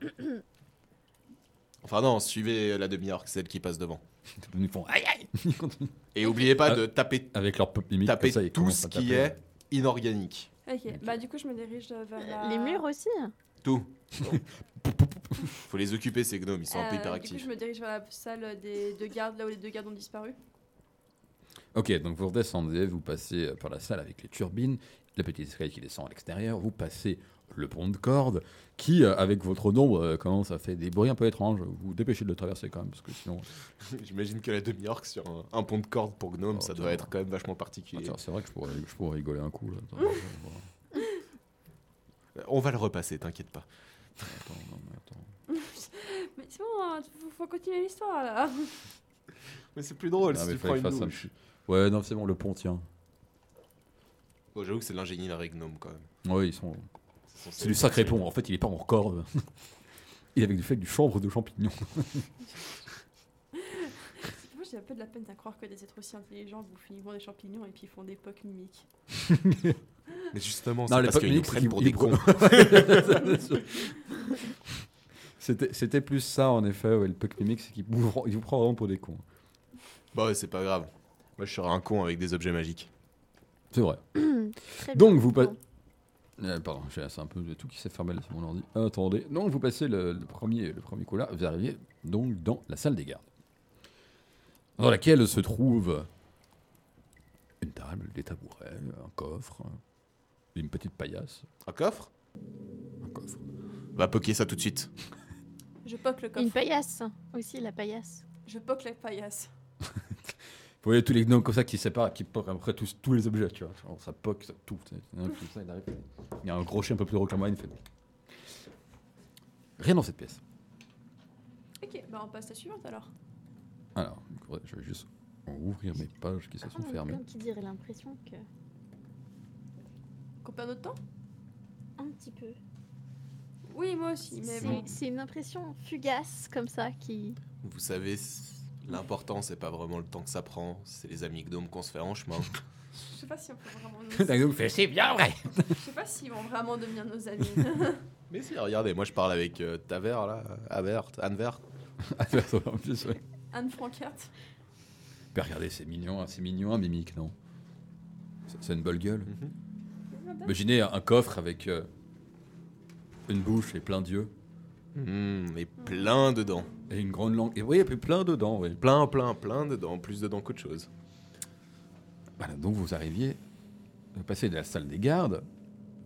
S1: Enfin non, suivez la demi-orque, celle qui passe devant.
S2: Ils font aïe aïe
S1: Et oubliez pas
S2: Ah.
S1: de taper,
S2: Avec leur pop mimique,
S1: taper
S2: comme ça, ils
S1: tout
S2: commencent
S1: ce
S2: à
S1: qui
S2: taper.
S1: est inorganique.
S4: Ok, bah du coup je me dirige vers la...
S3: Les murs aussi. hein.
S1: Tout. Faut les occuper ces gnomes, ils sont un peu
S4: Euh, Du coup,
S1: hyperactifs.
S4: je me dirige vers la salle des deux gardes, là où les deux gardes ont disparu.
S2: Ok, donc vous redescendez, vous passez euh, par la salle avec les turbines, la petite escalier qui descend à l'extérieur, vous passez le pont de corde, qui, euh, avec votre nombre, euh, commence à faire des bruits un peu étranges. Vous vous dépêchez de le traverser quand même, parce que sinon,
S1: J'imagine que la demi-orque sur un, un pont de corde pour gnomes,
S2: Oh,
S1: ça
S2: attends.
S1: doit être quand même vachement particulier.
S2: Attends, c'est vrai que je pourrais, je pourrais rigoler un coup. Là. Attends, attends, attends,
S1: Euh, On va le repasser, t'inquiète pas.
S2: attends, non, mais attends.
S4: Mais c'est bon, hein, faut, faut continuer l'histoire là.
S1: Mais c'est plus drôle
S2: Non,
S1: si
S2: mais
S1: tu
S2: fallait
S1: prends une
S2: que je fasse un
S1: douche.
S2: petit- Ouais, non, c'est bon, le pont tient.
S1: Bon, j'avoue que c'est de l'ingénierie gnome quand même.
S2: Ouais, ils sont.
S1: C'est censé
S2: C'est du
S1: être-
S2: sacré pont. En fait, il est pas en corde. il est avec du fait du chambre de champignons.
S4: Moi j'ai un peu de la peine à croire que des êtres aussi intelligents bouffent uniquement des champignons et puis ils font des pocs mimiques.
S1: Mais justement,
S2: Non,
S1: c'est
S2: les
S1: parce
S2: pop
S1: qu'ils nous
S2: mimiques,
S1: prennent
S2: c'est
S1: pour
S2: qu'ils-
S1: des cons.
S2: C'était c'était plus ça, en effet, ouais, le puck mimic, c'est qu'il vous, il vous prend vraiment pour des cons.
S1: Bah ouais, c'est pas grave. Moi, je serais un con avec des objets magiques.
S2: C'est vrai.
S3: Très
S2: Donc,
S3: bien.
S2: vous
S3: Bon.
S2: pa- Euh, pardon, j'ai- c'est un peu tout qui s'est fermé là sur mon ordi. Attendez. Donc, vous passez le, le premier, le premier coup là, vous arrivez donc dans la salle des gardes. Dans laquelle se trouve une table, des tabourets, un coffre, une petite paillasse,
S1: Un coffre
S2: un coffre.
S1: Va poquer ça tout de suite.
S4: Je poque le coffre.
S3: Une paillasse aussi, la paillasse.
S4: Je poque la paillasse.
S2: Vous voyez tous les gnomes comme ça qui se séparent, qui poquent après tous, tous les objets, tu vois. Genre, ça poque, ça tout. tu sais. Il y en a un qui- ça, il arrive. Il y a un gros chien un peu plus gros que la moyenne, il fait. Rien dans cette pièce.
S4: Ok, bah on passe à la suivante alors.
S2: Alors, ouais, je vais juste ouvrir mes pages qui se
S3: Ah,
S2: sont fermées.
S8: Comme qui dirait l'impression que.
S4: Qu'on perd notre temps
S8: Un petit peu.
S4: Oui, moi aussi, mais
S8: C'est
S4: bon.
S8: c'est une impression
S3: Fugace, comme ça, qui.
S1: Vous savez, c- l'important, c'est pas vraiment le temps que ça prend, c'est les amis gnomes qu'on se fait en chemin.
S4: Je sais pas si on peut vraiment.
S2: Un gnome fait
S5: C'est bien vrai.
S4: Je sais pas s'ils vont vraiment devenir nos amis.
S1: Mais si, regardez, moi je parle avec euh, Taver, là, Avert, Anvert.
S2: Ah, c'est vrai, en plus, ouais.
S4: Anne Frankert.
S2: Ben, regardez, c'est mignon, hein, c'est mignon, un mimique, non C'est- C'est une bonne gueule.
S4: Bah,
S2: Imaginez un un coffre avec euh, une bouche et plein d'yeux.
S1: Hmm, et plein dedans.
S2: Et une grande langue. Et oui, et puis plein dedans, oui.
S1: Plein, plein, plein dedans. Plus dedans qu'autre chose.
S2: Voilà, donc vous arriviez, vous passez de la salle des gardes,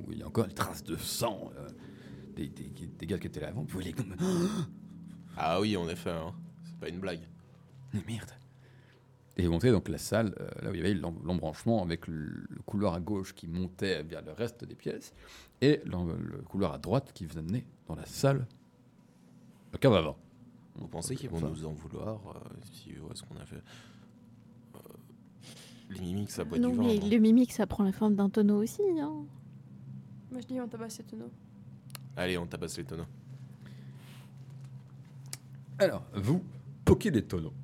S2: où il y a encore des traces de sang euh, des, des, des gardes qui étaient là avant, puis vous les comme.
S1: Ah oui, en effet, hein. c'est pas une blague.
S2: Mais merde Et vous montez donc la salle, euh, là où il y avait l'em- l'embranchement avec le le couloir à gauche qui montait vers le reste des pièces, et l'en- le couloir à droite qui vous amenait dans la salle. La cave avant.
S1: Vous pensez qu'ils vont
S2: Enfin,
S1: nous en vouloir euh, si eux voient ce qu'on a fait Euh, Les mimiques, ça boit
S3: non,
S1: du hein. vin.
S3: mais
S1: non
S3: le mimique, ça prend la forme d'un tonneau aussi. Hein.
S4: Moi je dis on tabasse ces tonneaux.
S1: Allez, on tabasse les tonneaux.
S2: Alors, vous poquez les tonneaux.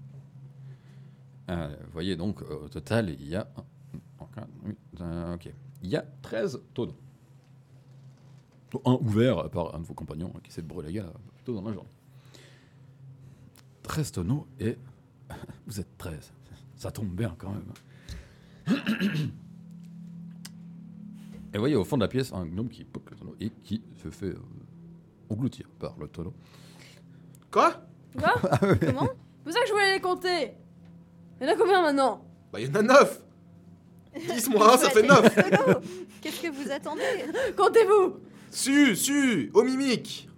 S2: Euh, vous voyez donc, euh, au total, il y a. un, un, un, un, ok. Il y a 13 tonneaux. Dont Un ouvert par un de vos compagnons hein, qui s'est brûlé la gueule euh, plutôt dans la journée. 13 tonneaux et. Vous êtes 13. Ça tombe bien quand même. hein. Et vous voyez au fond de la pièce un gnome qui poque le tonneau et qui se fait euh, engloutir par le tonneau.
S1: Quoi
S4: Quoi Comment C'est pour ça que je voulais les compter Il y en a combien maintenant
S1: Bah, y'en a 9 10 moins 1, ça fait 9
S8: Qu'est-ce que vous attendez
S4: Comptez-vous
S1: Su, su, au mimique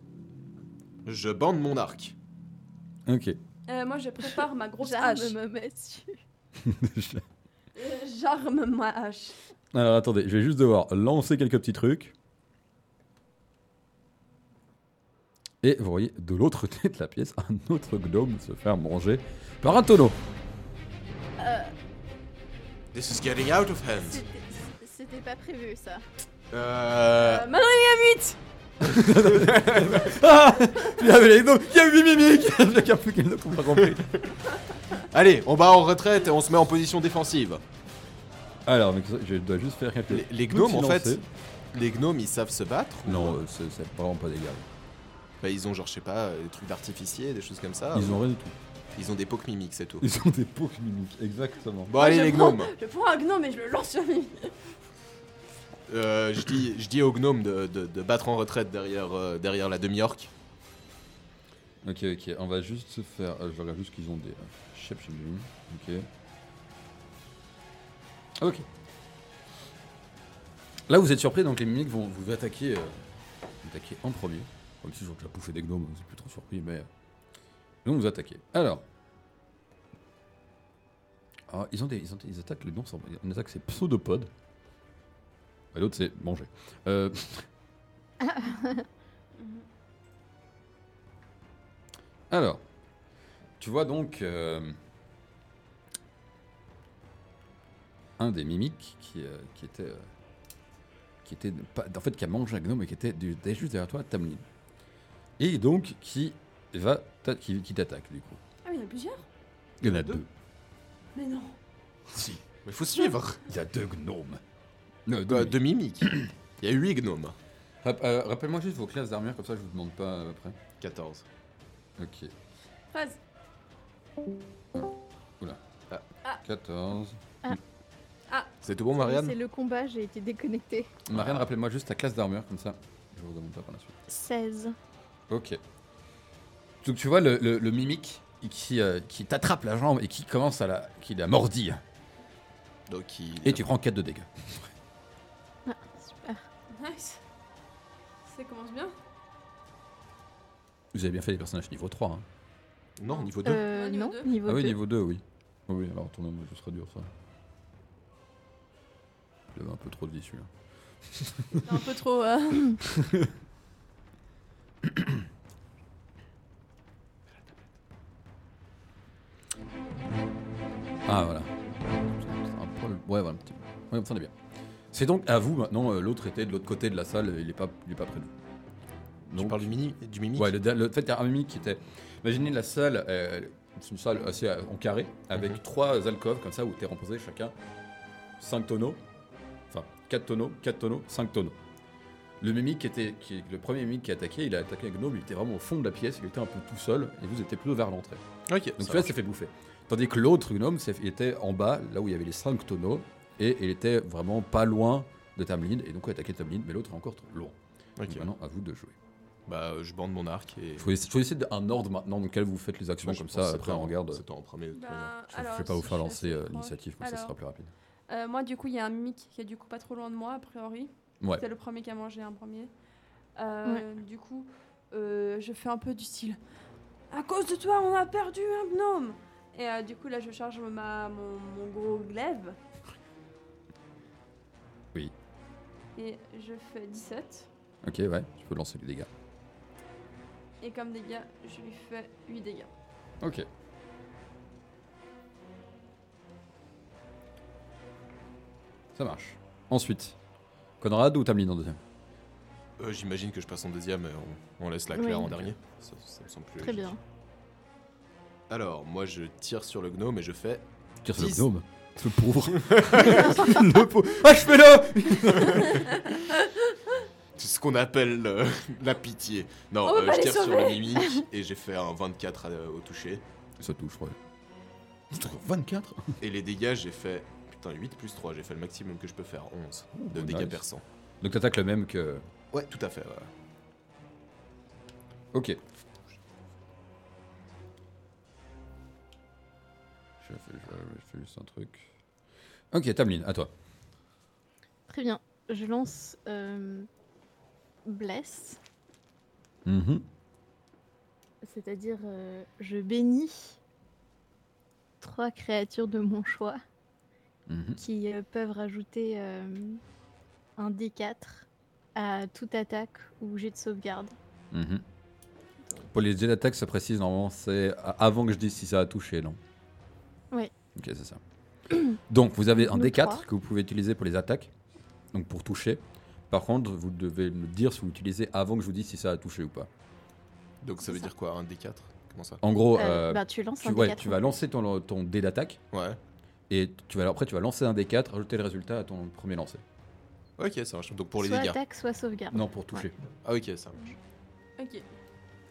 S1: Je bande mon arc.
S2: Ok.
S4: Euh, Moi je prépare ma grosse hache.
S3: J'arme ma massue.
S4: Euh, J'arme ma hache.
S2: Alors attendez, je vais juste devoir lancer quelques petits trucs. Et vous voyez de l'autre côté de la pièce un autre gnome se faire manger par un tonneau.
S1: This is getting out of hand.
S3: C'était- C'était pas prévu, ça.
S1: Euh...
S4: Euh, maintenant il y a 8
S2: Ah Il y avait les gnomes, il y a 8 mimiques Chacun plus qu'elle ne comprend pas compris.
S1: Allez, on bat en retraite et on se met en position défensive.
S2: Alors, mais je dois juste faire quelques.
S1: Les, les gnomes, en
S2: petits
S1: fait,
S2: lancers.
S1: les gnomes, ils savent se battre ou-
S2: Non, euh, c'est c'est vraiment pas légal.
S1: Bah, ils ont genre, je sais pas, des trucs d'artificier, des choses comme ça.
S2: Ils ont rien du tout.
S1: Ils ont des pocs mimiques, c'est tout.
S2: Ah Ils ont des pauvres mimiques, exactement.
S1: Bon, allez,
S4: je
S1: les
S4: prends-
S1: gnomes.
S4: Je prends un gnome et je le lance sur lui.
S1: Euh, je, dis, je dis aux gnomes de, de- de battre en retraite derrière, euh, derrière la demi-orque.
S2: Ok, ok, on va juste se faire. euh, je regarde juste qu'ils ont des. euh, Shape shifting, Ok. Ok. Là, vous êtes surpris, donc les mimiques vont vous attaquer, euh, vous attaquer en premier. Comme si j'avais déjà bouffé des gnomes, hein, c'est plus trop surpris, mais. euh, Ils vont vous attaquer. Alors. Ah, ils, ont des, ils, ont des- ils attaquent le nom, sans- une attaque c'est pseudopode. Et l'autre c'est manger. Euh, Alors, tu vois donc euh, un des mimiques qui, euh, qui était, euh, qui était pas- en fait qui a mangé un gnome et qui était du- était juste derrière toi, Tamlin, et donc qui va t'a- qui, qui t'attaque du coup.
S4: Ah, mais il y en a plusieurs
S2: Il y en a
S1: Deux.
S2: deux.
S4: Mais non.
S2: Si,
S1: Mais faut suivre
S2: il y a deux gnomes. Non, Euh, deux
S1: Bah,
S2: mimiques.
S1: Deux mimiques. Il y a huit gnomes.
S2: Rap- euh, Rappelle-moi juste vos classes d'armure comme ça, je vous demande pas euh, après.
S1: 14.
S2: Ok.
S4: Phrase.
S2: 14.
S1: C'est tout bon, Marianne
S3: C'est le combat, j'ai été déconnectée.
S2: Marianne, rappelle-moi juste ta classe d'armure comme ça. Je vous demande pas par la suite.
S3: 16.
S2: Ok. Donc tu vois le, le, le mimique qui, euh, qui t'attrape la jambe et qui commence à la, qui la mordire.
S1: Donc, il...
S2: Et tu prends 4 de dégâts.
S3: Ah, Super.
S4: Nice. Ça commence bien.
S2: Vous avez bien fait les personnages niveau 3. Hein.
S1: Non, niveau 2.
S3: Euh,
S4: Niveau
S3: non,
S4: deux.
S3: niveau
S2: Ah oui,
S3: 2.
S2: niveau 2, oui. Oui, alors ton homme, ce serait dur ça. Il avait un peu trop hein. de vie celui-là.
S9: C'est un peu trop. euh,
S2: Ah voilà. C'est un poil- Ouais, voilà, un petit- ouais, ça on est bien. C'est donc à vous maintenant, euh, l'autre était de l'autre côté de la salle, il est pas, il est pas près de vous.
S1: Tu
S2: Donc-
S1: parles du, mini, du mimique
S2: Ouais, le, da- le fait qu'il y a un mimique qui était. Imaginez la salle, euh, c'est une salle assez euh, en carré, avec
S1: Mhm.
S2: trois alcôves comme ça où t'es remposé chacun. Cinq tonneaux, enfin quatre tonneaux, quatre tonneaux, cinq tonneaux. Le mimique qui était, qui, le premier mimique qui a attaqué, il a attaqué un gnome, il était vraiment au fond de la pièce, il était un peu tout seul, et vous étiez plutôt vers l'entrée.
S1: Ok, ça
S2: Donc celui-là
S1: marche.
S2: s'est fait bouffer. Tandis que l'autre gnome s'est- il était en bas, là où il y avait les cinq tonneaux, et il était vraiment pas loin de Tamlin, et donc a attaqué Tamlin, mais l'autre est encore trop loin.
S1: Ok.
S2: Donc maintenant, à vous de jouer.
S1: Bah, euh, je bande mon arc et.
S2: Je choisissez, choisissez un ordre maintenant dans lequel vous faites les actions,
S1: Moi, je
S2: comme
S1: pense
S2: ça,
S1: que
S2: après
S1: c'est
S2: on
S1: en-
S2: regarde.
S1: C'est en premier. de toute manière.
S4: Bah,
S2: Je ne vais
S4: alors,
S2: pas vous
S4: si
S2: faire
S4: je
S2: lancer
S4: suis
S2: euh,
S4: proche-
S2: l'initiative, comme ça, ça
S4: Alors,
S2: sera plus rapide.
S4: euh, moi, du coup, il y a un mimique qui est du coup pas trop loin de moi, a priori.
S2: Ouais.
S4: C'est le premier qui a mangé un premier. Euh, Du coup, euh, je fais un peu du style. À cause de toi, on a perdu un gnome. Et euh, du coup, là, je charge ma, mon, mon gros glaive.
S2: Oui.
S4: Et je fais 17.
S2: Ok, ouais, tu peux lancer les dégâts.
S4: Et comme dégâts, je lui fais 8 dégâts.
S2: Ok. Ça marche. Ensuite, Conrad ou Tamlin en deuxième
S1: Euh, J'imagine que je passe en deuxième et on, on laisse la
S3: Oui.
S1: Claire en dernier. Ça, ça me semble plus.
S3: Très
S1: logique.
S3: bien.
S1: Alors, moi je tire sur le gnome et je fais.
S2: Tire
S1: sur le Dix.
S2: gnome. Le pauvre. le pauvre. Ah, je fais là
S1: ce qu'on appelle euh, la pitié. Non,
S4: On va
S1: euh,
S4: pas
S1: je
S4: les
S1: tire sur le
S4: sauver.
S1: mimique et j'ai fait un 24 à- au toucher.
S2: Ça touche, ouais. 24
S1: Et les dégâts, j'ai fait. Putain, 8 plus 3, j'ai fait le maximum que je peux faire, 11 de
S2: Oh,
S1: dégâts
S2: nice.
S1: perçants.
S2: Donc t'attaques le même que.
S1: Ouais, tout à fait. ouais.
S2: Ok. Je fais, je- je fais juste un truc. Ok, Tamlin, à toi.
S3: Très bien. Je lance euh, Bless,
S2: Mhm,
S3: c'est-à-dire euh, je bénis trois créatures de mon choix
S2: Mhm.
S3: qui euh, peuvent rajouter euh, un D4 à toute attaque ou jet de sauvegarde.
S2: Mhm. Pour les jets d'attaque, ça précise normalement, c'est a- avant que je dise si ça a touché, non
S3: Oui.
S2: Ok, c'est ça. Donc, vous avez un
S3: Nous
S2: D4
S3: trois.
S2: que vous pouvez utiliser pour les attaques, donc pour toucher. Par contre, vous devez me dire si vous l'utilisez avant que je vous dise si ça a touché ou pas.
S1: Donc ça
S3: C'est
S1: veut
S3: ça.
S1: dire quoi, un D4 Comment ça
S2: En gros,
S3: Euh,
S2: euh,
S3: bah, tu lances
S2: tu,
S3: un
S2: ouais,
S3: D4.
S2: tu vas lancer ton, ton dé d'attaque
S1: Ouais.
S2: et tu vas, après tu vas lancer un D4, rajouter le résultat à ton premier lancer.
S1: Ok, ça marche. Donc pour les
S3: soit
S1: dégâts.
S3: attaque, soit sauvegarde.
S2: Non, pour toucher.
S1: Ah, ok, ça marche.
S4: Ok.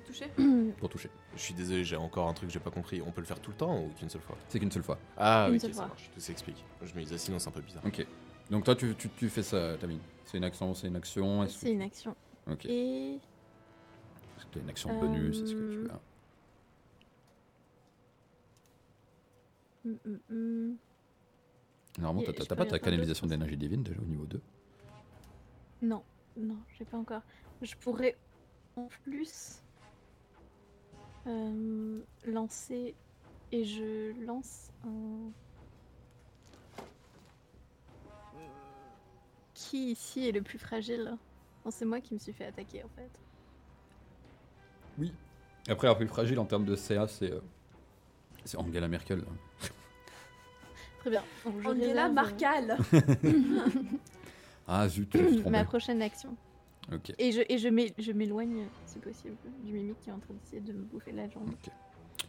S4: Touché
S2: Pour toucher.
S1: Je suis désolé, j'ai encore un truc que j'ai pas compris. On peut le faire tout le temps ou qu'une seule fois
S2: C'est qu'une seule fois.
S1: Ah,
S3: Une
S1: ok,
S3: seule
S1: ça
S3: fois.
S1: marche. Tout s'explique. Je me disais, sinon c'est un peu bizarre.
S2: Ok. Donc toi, tu, tu, tu fais ça, Tamine. C'est une action, c'est une action. est-ce que
S3: C'est une action.
S2: tu- Ok.
S3: Et
S2: Est-ce que tu as une action bonus Est-ce que tu
S3: Euh,
S2: as
S3: Mm, mm, mm.
S2: Normalement,
S3: y a-
S2: t'as-
S3: je
S2: t'as pas ta
S3: peux rien faire d'autre,
S2: canalisation
S3: je pense.
S2: d'énergie divine déjà au niveau 2
S3: non, non, j'ai pas encore. Je pourrais en plus euh, lancer et je lance un. Qui ici est le plus fragile Non, c'est moi qui me suis fait attaquer en fait.
S2: Oui. Après, un peu fragile en termes de CA, c'est. euh, C'est Angela Merkel. hein.
S3: Très bien. Donc, je
S4: Angela
S3: réserve, euh,
S4: Marcal
S2: Ah zut, je me suis trompé.
S3: euh, ma prochaine action.
S2: Ok.
S3: Et je, et je m'é- je m'éloigne, si possible, du mimique qui est en train d'essayer de me bouffer la jambe.
S2: Ok.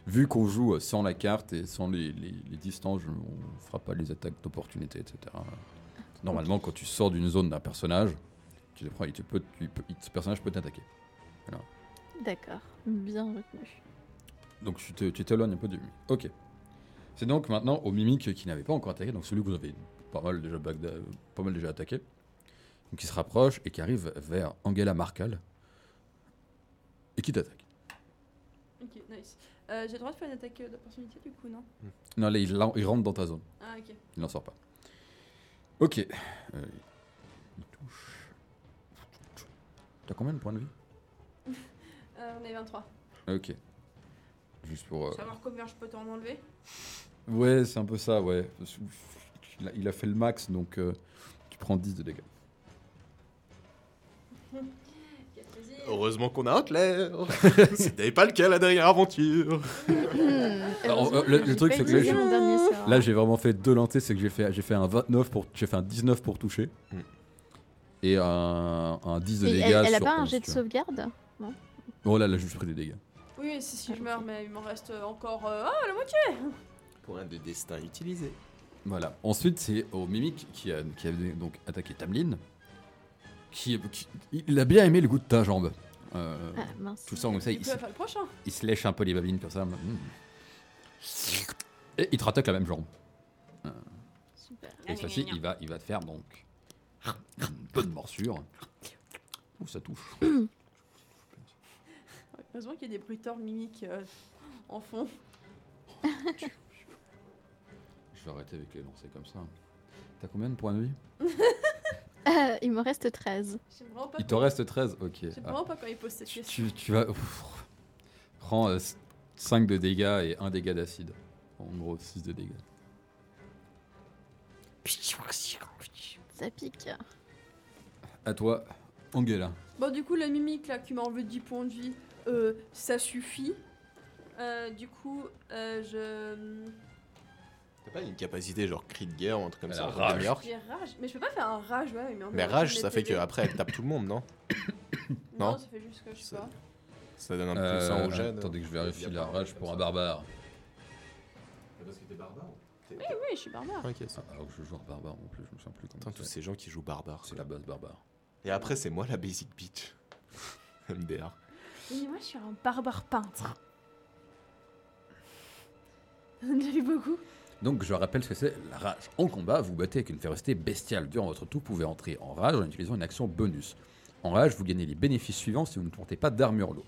S2: Vu qu'on joue euh, sans la carte et sans les, les- les distances, je- on ne fera pas les attaques d'opportunité, etc. Normalement, quand tu sors d'une zone d'un personnage, tu le prends, il te peut, tu peux- il- ce personnage peut t'attaquer.
S3: D'accord, bien retenu.
S2: Donc tu te- tu t'éloignes un peu du mimique. Ok. C'est donc maintenant au mimique qui n'avait pas encore attaqué, donc celui que vous avez pas mal déjà, bagda- pas mal déjà attaqué, donc qui se rapproche et qui arrive vers Angela Markal et qui t'attaque.
S4: Ok, nice. Euh, J'ai le droit de faire une attaque euh, d'opportunité du coup, non
S2: Non, là, il, lan- il rentre dans ta zone.
S4: Ah, ok.
S2: Il n'en sort pas. Ok. Euh, il touche. T'as combien de points de vie
S4: Euh, on est 23.
S2: Ok. Juste pour. euh,
S4: Savoir combien je peux t'en enlever
S2: Ouais, c'est un peu ça, ouais. Il a, il a fait le max, donc euh, tu prends 10 de dégâts.
S4: Quel plaisir.
S1: Heureusement qu'on a un clair. C'était pas le cas la dernière aventure.
S2: Alors, euh, le- le truc, c'est que là,
S3: j'ai
S2: je-
S3: mon dernier sort.
S2: Là, j'ai vraiment fait deux lentilles, c'est que j'ai fait, j'ai fait un 29 pour, j'ai fait un 19 pour toucher
S1: Mm.
S2: et un, un 10 de
S3: Et
S2: dégâts.
S3: elle, elle a
S2: sur
S3: pas un
S2: onze,
S3: jet de
S2: tu vois.
S3: sauvegarde
S2: Oh là, là, j'ai juste pris des dégâts.
S4: Oui, si, si
S3: Ah,
S4: je
S3: ok.
S4: meurs, mais il m'en reste encore. euh, ah, la moitié
S1: Point de destin utilisé.
S2: Voilà. Ensuite, c'est au Mimic qui a, qui a donc attaqué Tamlin. Qui, qui- il a bien aimé le goût de ta jambe. Euh,
S3: Ah mince.
S2: Tout ça, comme ça,
S4: Il
S2: il,
S4: peut
S2: se-
S4: faire le prochain.
S2: il se lèche un peu les babines comme ça. Mm. Et il te rattaque la même jambe.
S3: Super.
S4: Ah,
S2: Et cette fois-ci, il va, il va te faire donc une bonne morsure. Ouh, ça touche.
S4: Heureusement qu'il y a des bruiteurs mimiques euh, en fond.
S2: Je vais arrêter avec les lancers comme ça. T'as combien de points de vie
S3: Euh, il me reste 13.
S4: J'aime vraiment pas,
S2: Il te reste 13, ok.
S4: j'aime
S2: Ah.
S4: vraiment pas quand ils posent cette
S2: Tu,
S4: question.
S2: tu- tu vas. Prends 5 de dégâts et 1 dégât d'acide. En gros, 6 de dégâts.
S3: Ça pique.
S2: À toi, Angela.
S4: Bon, du coup, la mimique là qui m'a enlevé 10 points de vie, euh, ça suffit. Euh, du coup, euh, je.
S1: T'as pas une capacité genre cri de guerre ou un truc comme
S2: Elle
S1: ça
S2: a
S1: en
S2: rage.
S1: York
S4: J'ai rage. Mais je peux pas faire un rage, ouais. Mais, en
S1: Mais
S4: même temps,
S1: rage,
S4: je
S1: ça fait
S4: m'étais-
S1: qu'après elle tape tout le monde, non
S4: Non,
S1: non.
S4: ça fait juste que je sais
S1: Ça-
S4: pas.
S1: Ça donne un
S2: Euh,
S1: plus un au jet.
S2: attendez que je vérifie
S1: Il y a
S2: la
S1: pas
S2: rage
S1: comme
S2: pour
S1: ça.
S2: un barbare.
S1: Parce que t'es barbare
S4: Oui, je suis barbare.
S1: Ok,
S2: Ah,
S1: ça.
S2: alors que je joue en barbare en plus, je me souviens plus comment
S1: Putain, tous
S2: c'est.
S1: ces gens qui jouent barbare.
S2: C'est
S1: quoi.
S2: la base barbare.
S1: Et après, c'est moi la basic bitch. MDR.
S4: Oui, moi, je suis un barbare peintre. J'avais beaucoup.
S2: Donc je rappelle ce que c'est la rage. En combat, vous battez avec une férocité bestiale. Durant votre tour, vous pouvez entrer en rage en utilisant une action bonus. En rage, vous gagnez les bénéfices suivants si vous ne portez pas d'armure lourde.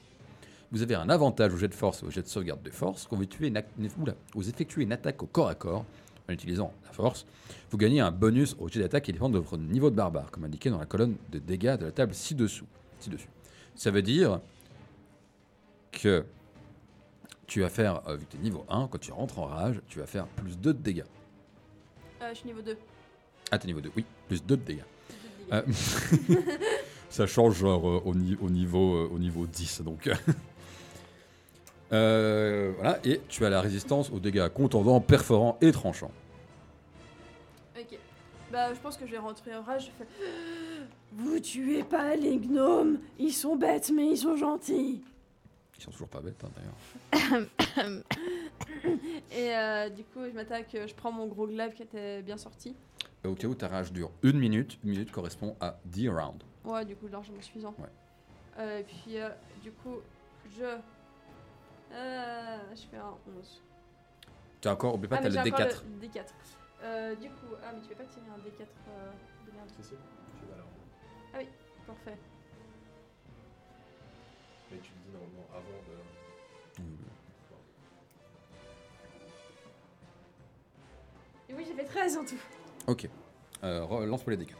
S2: Vous avez un avantage au jet de force et au jet de sauvegarde de force quand vous effectuez une, ac- une- oula, vous effectuez une attaque au corps à corps en utilisant la force. Vous gagnez un bonus au jet d'attaque qui dépend de votre niveau de barbare, comme indiqué dans la colonne de dégâts de la table ci-dessous. ci-dessus. Ça veut dire que tu vas faire, euh, vu que t'es niveau 1, quand tu rentres en rage, tu vas faire plus 2 de dégâts.
S4: Euh, je suis niveau 2.
S2: Ah, t'es niveau 2, oui, plus 2 de dégâts. Euh, Ça change genre euh, au, ni- au niveau, euh, au niveau 10, donc. Euh, voilà, et tu as la résistance aux dégâts contendants, perforants et tranchants.
S4: Ok. Bah, je pense que je vais rentrer en rage. Je fais... Vous tuez pas les gnomes Ils sont bêtes, mais ils sont gentils
S2: Ils sont toujours pas bêtes, hein, d'ailleurs.
S4: Et euh, du coup, je m'attaque, euh, je prends mon gros glaive qui était bien sorti.
S2: Euh, Au cas où ta rage dure une minute, une minute correspond à 10 rounds.
S4: Ouais, du coup, largement suffisant.
S2: Ouais.
S4: Euh, et puis, euh, du coup, je. Euh, je fais un 11.
S2: Tu as encore, oublie pas,
S4: ah,
S2: Bah, t'as
S4: mais
S2: le
S4: j'ai encore
S2: D4.
S4: le D4. Euh, du coup, ah, mais tu peux pas tirer un D4 euh, de merde. Parfait.
S1: Mais tu le dis normalement avant de.
S4: Et oui, j'ai fait 13 en tout.
S2: Ok. Euh, re- lance pour les dégâts.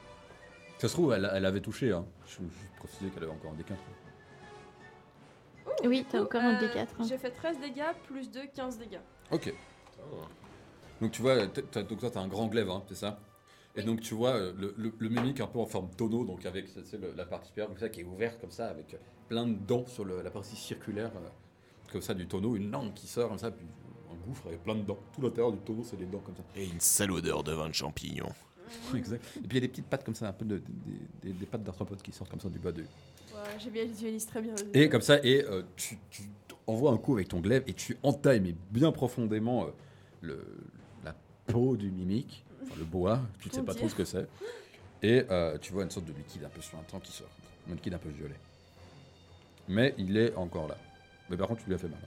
S2: Ça se trouve, elle, elle avait touché. Hein. Je, je précisais qu'elle avait encore un D4.
S3: Oui,
S4: Du
S3: t'as
S4: coup,
S3: encore un
S4: euh,
S3: D4. hein.
S4: J'ai fait 13 dégâts, plus 2, 15 dégâts.
S2: Ok. Donc tu vois, t'as- t'as- donc toi t'as un grand glaive, hein, c'est ça Et donc tu vois euh, le, le, le mimique un peu en forme d'ono, donc avec tu sais, le- la partie supérieure comme ça qui est ouverte comme ça, avec euh, plein de dents sur le- la partie circulaire, euh, comme ça du tonneau, une langue qui sort comme ça, puis un gouffre avec plein de dents. Tout l'intérieur du tonneau c'est des dents comme ça.
S1: Et une sale odeur de vin de champignon.
S2: Exact. Et puis il y a des petites pattes comme ça, un peu de- des- des- des pattes d'arthropodes qui sortent comme ça du bas de,
S4: Ouais, j'ai bien visualisé très bien.
S2: Et comme ça, et euh, tu, tu envoies un coup avec ton glaive et tu entailles mais bien profondément euh, le, la peau du mimique, enfin, le bois, tu ne sais
S4: Mon
S2: pas
S4: Dieu.
S2: trop ce que c'est. Et euh, tu vois une sorte de liquide un peu suintant qui sort, un liquide un peu violet. Mais il est encore là. Mais par contre, tu lui as fait mal.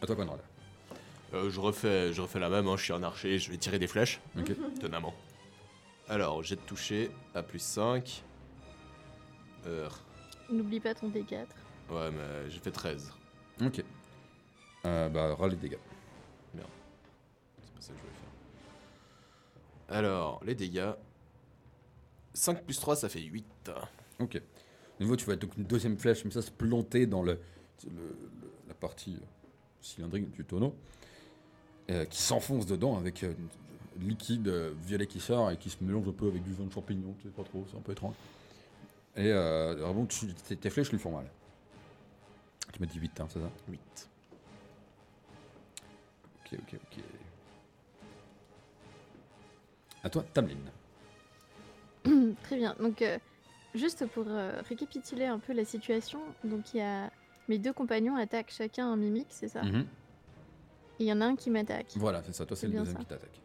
S2: À toi, Conrad.
S1: Euh, je, refais, je refais la même, hein, je suis un archer, je vais tirer des flèches.
S2: Ok.
S1: Étonnamment. Alors, j'ai touché à plus 5. Euh,
S3: N'oublie pas ton D4.
S1: ouais, mais j'ai fait 13.
S2: Ok. Euh, bah, râle les dégâts.
S1: C'est pas ça que je voulais faire. Alors, les dégâts. 5 plus 3, ça fait 8.
S2: Ok. De nouveau, tu vois donc une deuxième flèche comme ça se planter dans le, le- le- la partie euh, cylindrique du tonneau, euh, qui s'enfonce dedans avec euh, du liquide euh, violet qui sort et qui se mélange un peu avec du vin de champignon, tu sais pas trop, c'est un peu étrange. Et euh, vraiment, tu- tes, tes flèches lui font mal. Tu m'as dit 8, hein, c'est ça
S1: 8.
S2: Ok, ok, ok. À toi, Tamlin.
S3: Très bien. Donc, euh, juste pour euh, récapituler un peu la situation, donc il y a mes deux compagnons attaquent chacun un mimique, c'est ça
S2: Mhm.
S3: Et il y en a un qui m'attaque.
S2: Voilà, c'est ça, toi c'est
S3: C'est
S2: le
S3: bien
S2: deuxième
S3: ça.
S2: qui t'attaque.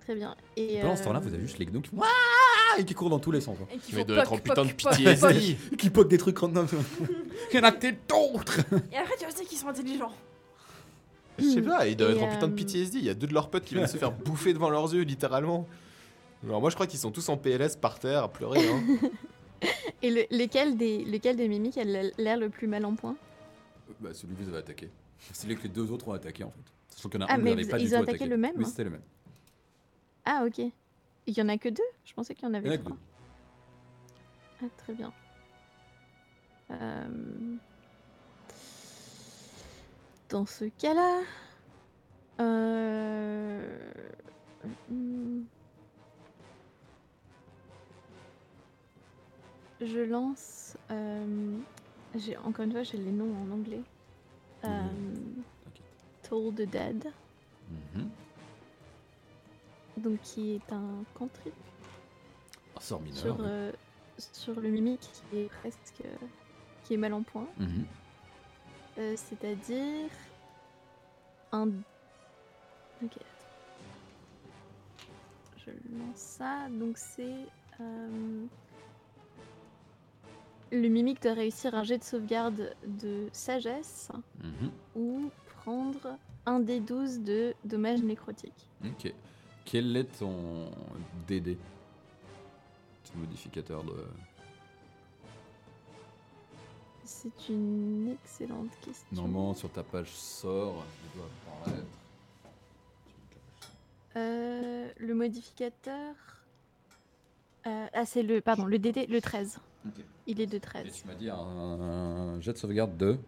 S3: Très bien. Et
S2: Pendant ce temps-là,
S3: euh,
S2: vous avez juste les gnomes qui font Wouah et qui courent dans tous les sens. hein.
S9: Et qui
S1: Mais
S9: font
S1: de
S9: poc,
S1: être en
S9: poc,
S1: putain de
S9: poc, poc.
S1: pitié.
S2: Et qui poquent des trucs random. Il y en a peut-être d'autres
S4: Et après, tu sais qu'ils sont intelligents.
S1: Je sais pas, ils doivent
S3: Hmm. Et,
S1: être en putain de
S3: euh,
S1: PTSD. Il y a deux de leurs potes qui viennent se faire bouffer devant leurs yeux, littéralement. Alors moi, je crois qu'ils sont tous en PLS par terre à pleurer. hein.
S3: Et le- lequel, des, lequel des mimiques a l'air le plus mal en point
S2: Bah, celui que vous avez attaqué. Celui que les deux autres ont attaqué en fait. Sachant qu'il y en a
S3: Ah,
S2: un que vous
S3: mais
S2: n'avez
S3: vous-
S2: pas du
S3: ils
S2: tout
S3: ont attaqué le même hein.
S2: Oui, c'était le même.
S3: Ah, ok. Il y en a que deux Je pensais qu'il y
S2: Il
S3: en
S2: y en
S3: avait
S2: a que
S3: trois.
S2: deux.
S3: Ah, très bien. Euh, Dans ce cas-là. euh, hmm. Je lance. euh, j'ai- Encore une fois, j'ai les noms en anglais. Euh...
S2: t'inquiète.
S3: Toll the Dead,
S2: Mhm.
S3: donc qui est un cantrip
S2: Un sort mineur.
S3: sur,
S2: oui.
S3: euh, sur le mimique qui est presque. euh, qui est mal en point.
S2: Mhm.
S3: Euh, c'est-à-dire un. Ok. Je lance ça. Donc c'est. euh, Le mimique doit réussir un jet de sauvegarde de sagesse
S2: Mhm.
S3: ou prendre un des 12 de dommages nécrotiques.
S2: Ok. Quel est ton DD Ton modificateur de.
S3: C'est une excellente question.
S2: Normalement, sur ta page sort, il doit apparaître.
S3: Euh, le modificateur. euh, ah, c'est le. Pardon, le DD, le 13.
S2: Ok.
S3: Il est de
S2: Et
S3: 13.
S2: tu m'as dit un, un jet de sauvegarde de.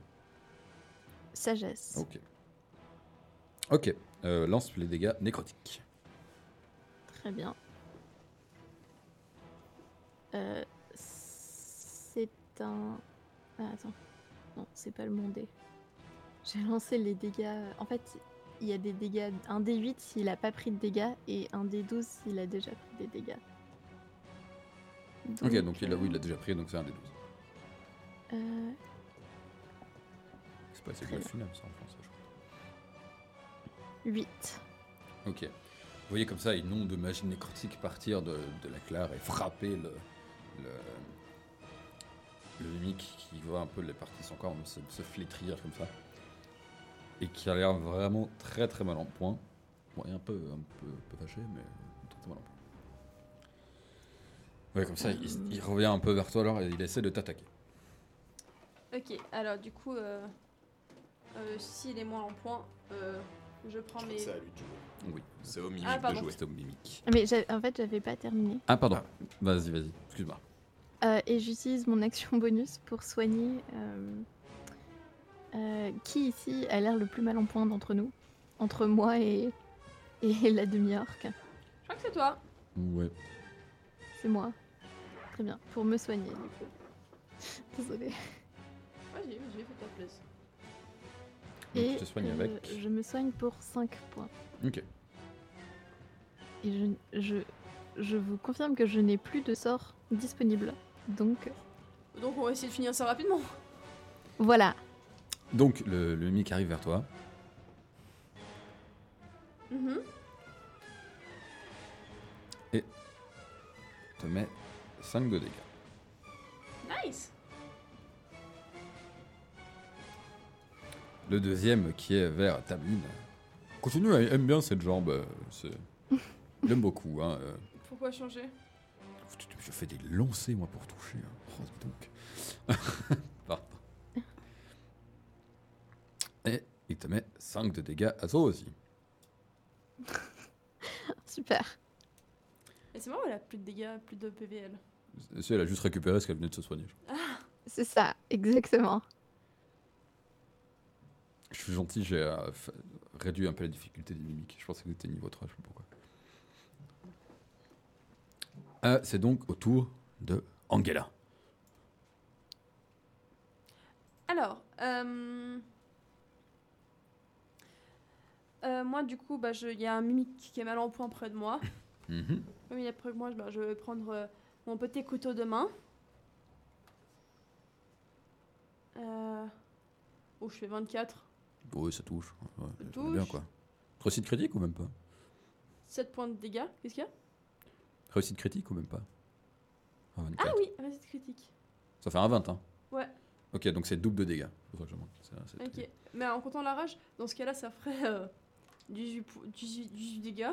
S3: Sagesse.
S2: Ok. Ok. Euh, lance les dégâts nécrotiques.
S3: Très bien. Euh, c'est un. Ah, attends. Non, c'est pas le mon dé. J'ai lancé les dégâts. En fait, il y a des dégâts. Un D8 s'il a pas pris de dégâts et un D12 s'il a déjà pris des dégâts.
S2: Ok, donc il a,
S3: euh,
S2: oui, il l'a déjà pris, donc c'est un des 12.
S3: euh,
S2: C'est pas assez
S3: Très bien.
S2: funable, ça, en français, je crois.
S3: 8.
S2: Ok. Vous voyez comme ça une onde de magie nécrotique partir de, de la claire et frapper le. le. le mimique qui voit un peu les parties de son corps se, se flétrir comme ça. Et qui a l'air vraiment très très mal en point. Bon, et un peu, un peu, un peu fâché, mais très très mal en point. Ouais, comme ça, il, il revient un peu vers toi alors et il essaie de t'attaquer.
S4: Ok, alors du coup, euh, euh, s'il est moins en point, euh, je prends mes.
S1: C'est à lui de jouer.
S2: Oui,
S1: C'est au mimique
S4: Ah,
S1: de
S4: pardon.
S1: jouer.
S2: c'est au mimique.
S3: Mais j'ai- en fait, j'avais pas terminé.
S2: Ah, pardon. Vas-y, vas-y, excuse-moi.
S3: Euh, et j'utilise mon action bonus pour soigner. euh, euh, qui ici a l'air le plus mal en point d'entre nous Entre moi et, et la demi-orque
S4: Je crois que c'est toi.
S2: Ouais.
S3: C'est moi. Très bien. Pour me soigner, du coup. Désolée.
S4: Vas-y, vas-y, fais ta place.
S2: Donc,
S3: et
S2: tu te soignes
S3: euh,
S2: avec.
S3: je me soigne pour 5 points.
S2: Ok.
S3: Et je, je, je vous confirme que je n'ai plus de sort disponible. Donc
S4: Donc on va essayer de finir ça rapidement.
S3: voilà.
S2: Donc le, le mimique arrive vers toi.
S4: Mhm.
S2: te met 5 de dégâts.
S4: Nice.
S2: Le deuxième, qui est vers Tablin, continue, elle aime bien cette jambe. euh, c'est- Il aime beaucoup. Hein. euh.
S4: Pourquoi changer
S2: Je fais des lancers, moi, pour toucher. hein. Oh, dis donc. Pardon. Et il te met 5 de dégâts à toi aussi.
S3: Super.
S4: Mais c'est marrant, elle a plus de dégâts, plus de PVL.
S2: Si elle a juste récupéré ce qu'elle venait de se soigner.
S3: C'est ça. Exactement.
S2: Je suis gentil, j'ai euh, f- réduit un peu la difficulté des mimiques. Je pensais que c'était niveau 3, je sais pas pourquoi. Euh, c'est donc au tour de Angela.
S4: Alors, euh, euh, moi, du coup, bah, je- il y a un mimique qui est mal en point près de moi.
S2: Mhm.
S4: Comme il est près de moi, je- bah, je vais prendre euh, mon petit couteau de main. Euh, Oh, je fais 24.
S2: Oui, ça touche. Ouais,
S4: Ça
S2: j'aime bien
S4: touche.
S2: quoi. Réussite critique ou même pas
S4: 7 points de dégâts. Qu'est-ce qu'il y a
S2: Réussite critique ou même pas Un 24.
S4: Ah oui, réussite critique.
S2: Ça fait un 20, hein
S4: Ouais.
S2: Ok, donc c'est double de dégâts. C'est pour ça que je manque. C'est- c'est-
S4: Ok. Mais en comptant la rage, dans ce cas-là, ça ferait euh, 18, po- 18 18 dégâts.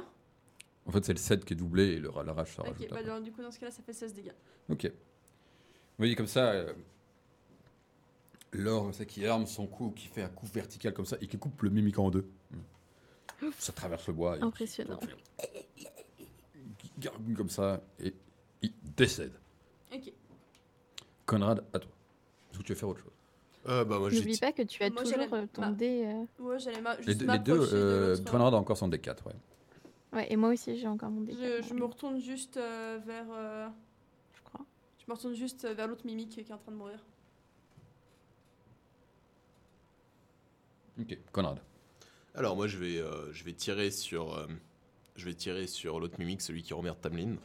S2: En fait, c'est le 7 qui est doublé et le, la rage, ça
S4: Ok,
S2: rajoute
S4: bah,
S2: après.
S4: dans- du coup, dans ce cas-là, ça fait 16 dégâts.
S2: Ok. Vous voyez comme ça, euh, Laure, c'est qui arme son coup, qui fait un coup vertical comme ça, et qui coupe le mimique en deux. Mm. Ça traverse le bois. et-
S3: Impressionnant.
S2: qui gargouille comme ça, et il décède.
S4: Ok.
S2: Conrad, à toi. Est-ce que tu veux faire autre chose
S1: Euh, bah, moi, j'ai
S3: N'oublie pas que tu as
S4: Moi,
S3: toujours
S4: j'allais-
S3: euh, ton
S4: bah.
S3: dé. euh,
S4: Ouais, j'allais ma-
S2: Les
S4: juste
S2: deux, les deux,
S4: m'approcher de
S2: euh,
S4: l'autre.
S2: Conrad a encore son D4, ouais.
S3: Ouais, et moi aussi j'ai encore mon dé.
S4: Je,
S3: quatre,
S4: je me retourne juste euh, vers. euh,
S3: je crois.
S4: je me retourne juste euh, vers l'autre mimique qui est en train de mourir.
S2: Ok, Conrad.
S1: Alors moi je vais, euh, je vais tirer sur, euh, je vais tirer sur l'autre mimique, celui qui remerde Tamlin.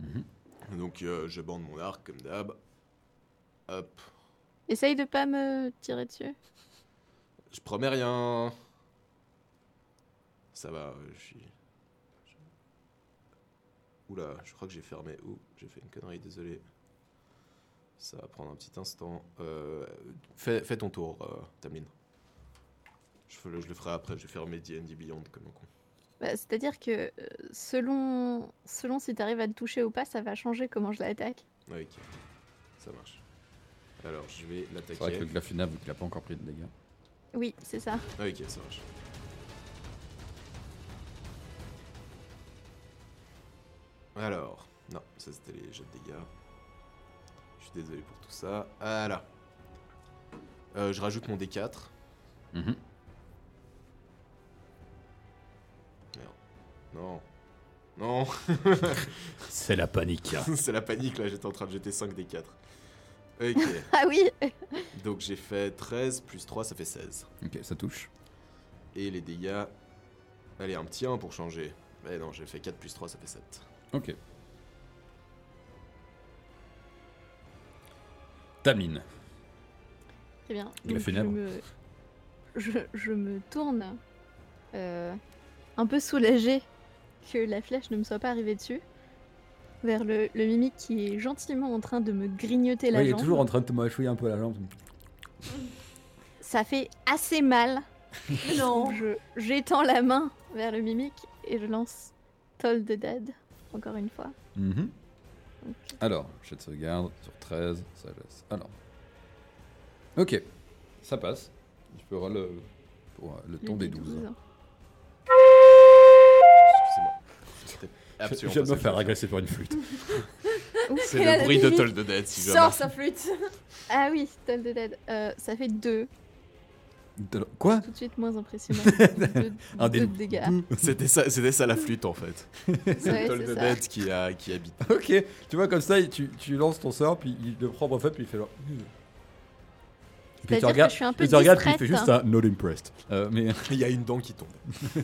S2: Mhm.
S1: Donc euh, je bande mon arc comme d'hab. Hop,
S3: Essaye de pas me tirer dessus.
S1: je promets rien. Ça va, euh, je suis. je- Oula, je crois que j'ai fermé. Ouh, j'ai fait une connerie, désolé. Ça va prendre un petit instant. Euh, fais, fais ton tour, euh, Tamlin. Je, fais le- je le ferai après, je vais fermer D&D Beyond comme un con.
S3: Bah, C'est-à-dire que euh, selon, selon si tu arrives à le toucher ou pas, ça va changer comment je l'attaque.
S1: Ok, ça marche. Alors, je vais
S2: C'est vrai que le
S1: l'attaquer.
S2: Glafina, vu qu'il a pas encore pris de dégâts.
S3: Oui, c'est ça.
S1: Ah, Ok, ça marche. Alors, non, ça c'était les jets de dégâts. Je suis désolé pour tout ça. Voilà. Euh, je rajoute mon D4.
S2: Mhm.
S1: Merde. Non. Non,
S10: C'est la panique.
S1: c'est la panique là, j'étais en train de jeter 5 D4. Ok,
S3: Ah oui
S1: donc j'ai fait 13 plus 3, ça fait 16.
S2: Ok, ça touche.
S1: Et les dégâts. Allez, un petit 1 pour changer. Mais non, j'ai fait 4 plus 3, ça fait 7.
S2: Ok. Tamine.
S3: Très bien.
S2: Il a
S3: Donc,
S2: fait hein. une
S3: je
S2: œuvre.
S3: me... Je, je me tourne, euh, un peu soulagée que la flèche ne me soit pas arrivée dessus, vers le, le mimique qui est gentiment en train de me grignoter la
S2: Ouais, il est
S3: jambe.
S2: toujours en train de te mâchouiller un peu la jambe.
S3: Ça fait assez mal.
S4: non.
S3: Donc, je- J'étends la main vers le mimique et je lance Toll the Dead, encore une fois.
S2: Mhm.
S3: Ok.
S2: Alors, jet de sauvegarde sur 13, ça laisse. Alors. Ok, ça passe. Il fera le, pour, euh, le
S3: Le
S2: ton des
S3: dé
S2: 12.
S3: douze.
S2: hein.
S1: Excusez-moi. C'était
S10: Je
S1: absolument
S10: viens de
S1: pas
S10: me
S1: ça.
S10: faire agresser par une flûte.
S1: C'est le bruit de Toll de Dead, si
S4: Sors
S1: jamais.
S4: sa flûte
S3: Ah oui, Toll the Dead. Euh, ça fait 2,
S2: De- Quoi
S3: tout de suite moins impressionnant. Deux-
S2: Un
S3: deux
S2: des
S3: de dégâts.
S1: C'était ça, c'était ça la flûte en fait.
S3: Ouais,
S1: Toll
S3: c'est
S1: de
S3: ça.
S1: Dead qui, a, qui habite.
S2: Ok, tu vois, comme ça, il- tu, tu lances ton sort, puis il le prend en fait, puis il fait genre. Puis tu
S3: C'est-à-dire que
S2: regardes,
S3: je suis un peu hein.
S10: Il te regarde puis il fait
S3: distraite.
S10: juste un not impressed.
S2: euh, mais
S1: Il y a une dent qui tombe.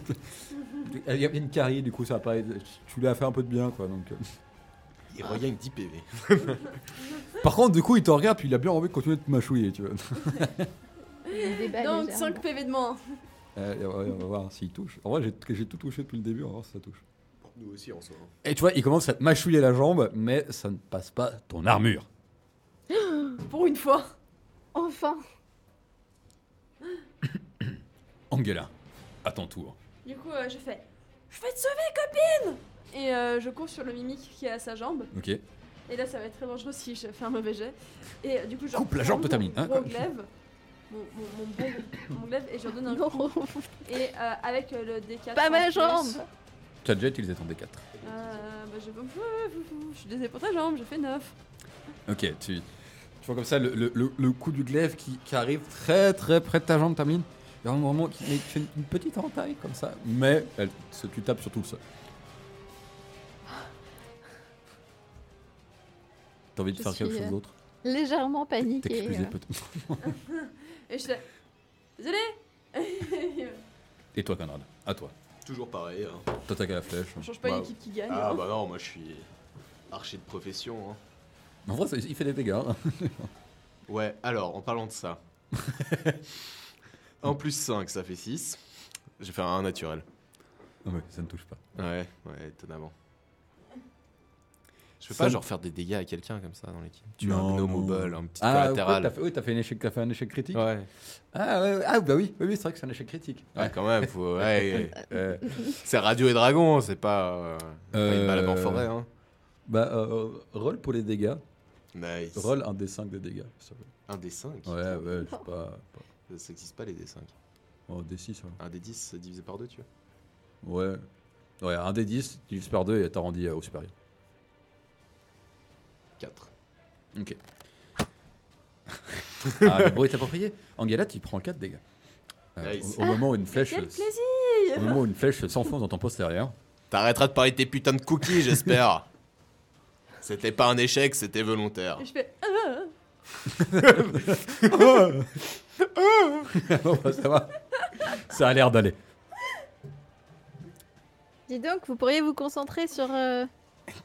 S2: il y a une carie, du coup, ça va pas. être- Tu l'as fait un peu de bien, quoi. Donc. euh.
S1: Il regagne 10 PV.
S2: Par contre, du coup, il te regarde, puis il a bien envie de continuer de te mâchouiller, tu vois.
S3: Il débat
S4: Donc
S3: légèrement.
S4: 5 PV de moins
S2: Euh, et on va- on va voir s'il touche. En vrai, j'ai- j'ai tout touché depuis le début, on va voir si ça touche.
S1: Nous aussi en soi.
S2: Et tu vois, il commence à te mâchouiller la jambe, mais ça ne passe pas ton armure.
S4: pour une fois
S3: Enfin
S2: Angela, à ton tour.
S4: Du coup, euh, je fais Je vais te sauver, copine Et euh, je cours sur le mimique qui est à sa jambe.
S2: Ok.
S4: Et là, ça va être très dangereux si je fais un mauvais jet. Et euh, du coup, je
S2: Coupe la jambe de
S4: prends
S2: Tamine, hein,
S4: Mon gros
S2: quoi.
S4: glaive. Mon, mon, mon bon- mon glaive et je redonne un
S3: Non
S4: coup. Et euh, avec euh, le D4.
S3: Pas
S4: en
S3: ma
S4: plus,
S3: jambe
S2: Tu as déjà utilisé ton D4.
S4: Euh, bah, je... je suis désolée pour ta jambe, j'ai fait 9.
S2: Ok, tu, Tu vois comme ça le, le- le- le coup du glaive qui, qui arrive très très près de ta jambe, Tameline. Il y a un moment qui mais qui fait une petite entaille comme ça, mais elle, se- tu tapes sur tout le sol. T'as envie de
S3: Je
S2: faire quelque
S3: suis,
S2: chose
S3: euh,
S2: d'autre
S3: Légèrement paniquée.
S2: T'excuser
S3: euh,
S2: peut-être.
S4: Et je Désolé
S2: Et toi, Conrad À toi.
S1: Toujours pareil. hein.
S2: T'attaques à la flèche.
S4: On change pas
S1: Bah,
S4: l'équipe qui gagne.
S1: Ah
S4: hein.
S1: bah non, moi je suis archer de profession. hein.
S2: En vrai, ça- il fait des dégâts. hein.
S1: Ouais, alors, en parlant de ça. 1 plus 5, ça fait 6. J'ai fait un 1 naturel.
S2: Non, mais ça ne touche pas.
S1: Ouais, ouais, étonnamment. Je peux
S2: Ça
S1: pas
S2: ne-
S1: genre faire des dégâts à quelqu'un comme ça dans l'équipe. Tu as
S2: Non,
S1: un gnome
S2: non.
S1: au bol, un petit
S2: Ah, ouais, t'as
S1: collatéral.
S2: fait, oui, t'as fait, un échec- t'as fait un échec critique.
S1: Ouais.
S2: Ah, ouais, ouais, ah, bah oui, oui, oui, c'est vrai que c'est un échec critique.
S1: Ah, quand même, faut... ouais, ouais.
S2: Euh,
S1: c'est Radio et Dragon, c'est pas, euh, pas une balade en
S2: Euh,
S1: forêt. Hein.
S2: bah, euh, roll pour les dégâts.
S1: Nice.
S2: Roll un des 5 de dégâts. s'il te plaît.
S1: Un des 5
S2: Ouais, ouais, je sais pas. pas-
S1: Ça n'existe pas les des 5.
S2: Oh, des 6, ouais.
S1: Un des 10 divisé par 2, tu vois.
S2: Ouais. Ouais, un des 10, tu divises par 2 et t'arrondis euh, au supérieur.
S1: 4.
S2: Ok. ah, le bruit est approprié. Angela, tu prends 4 dégâts. Euh,
S1: Nice.
S2: au, au moment où une flèche.
S4: Quel plaisir
S2: Au moment où une flèche s'enfonce dans ton postérieur.
S1: T'arrêteras de parler de tes putains de cookies, j'espère. c'était pas un échec, c'était volontaire.
S4: Et je fais. Ah,
S2: Bon, bah, ça va. Ça a l'air d'aller.
S3: Dis donc, vous pourriez vous concentrer sur euh,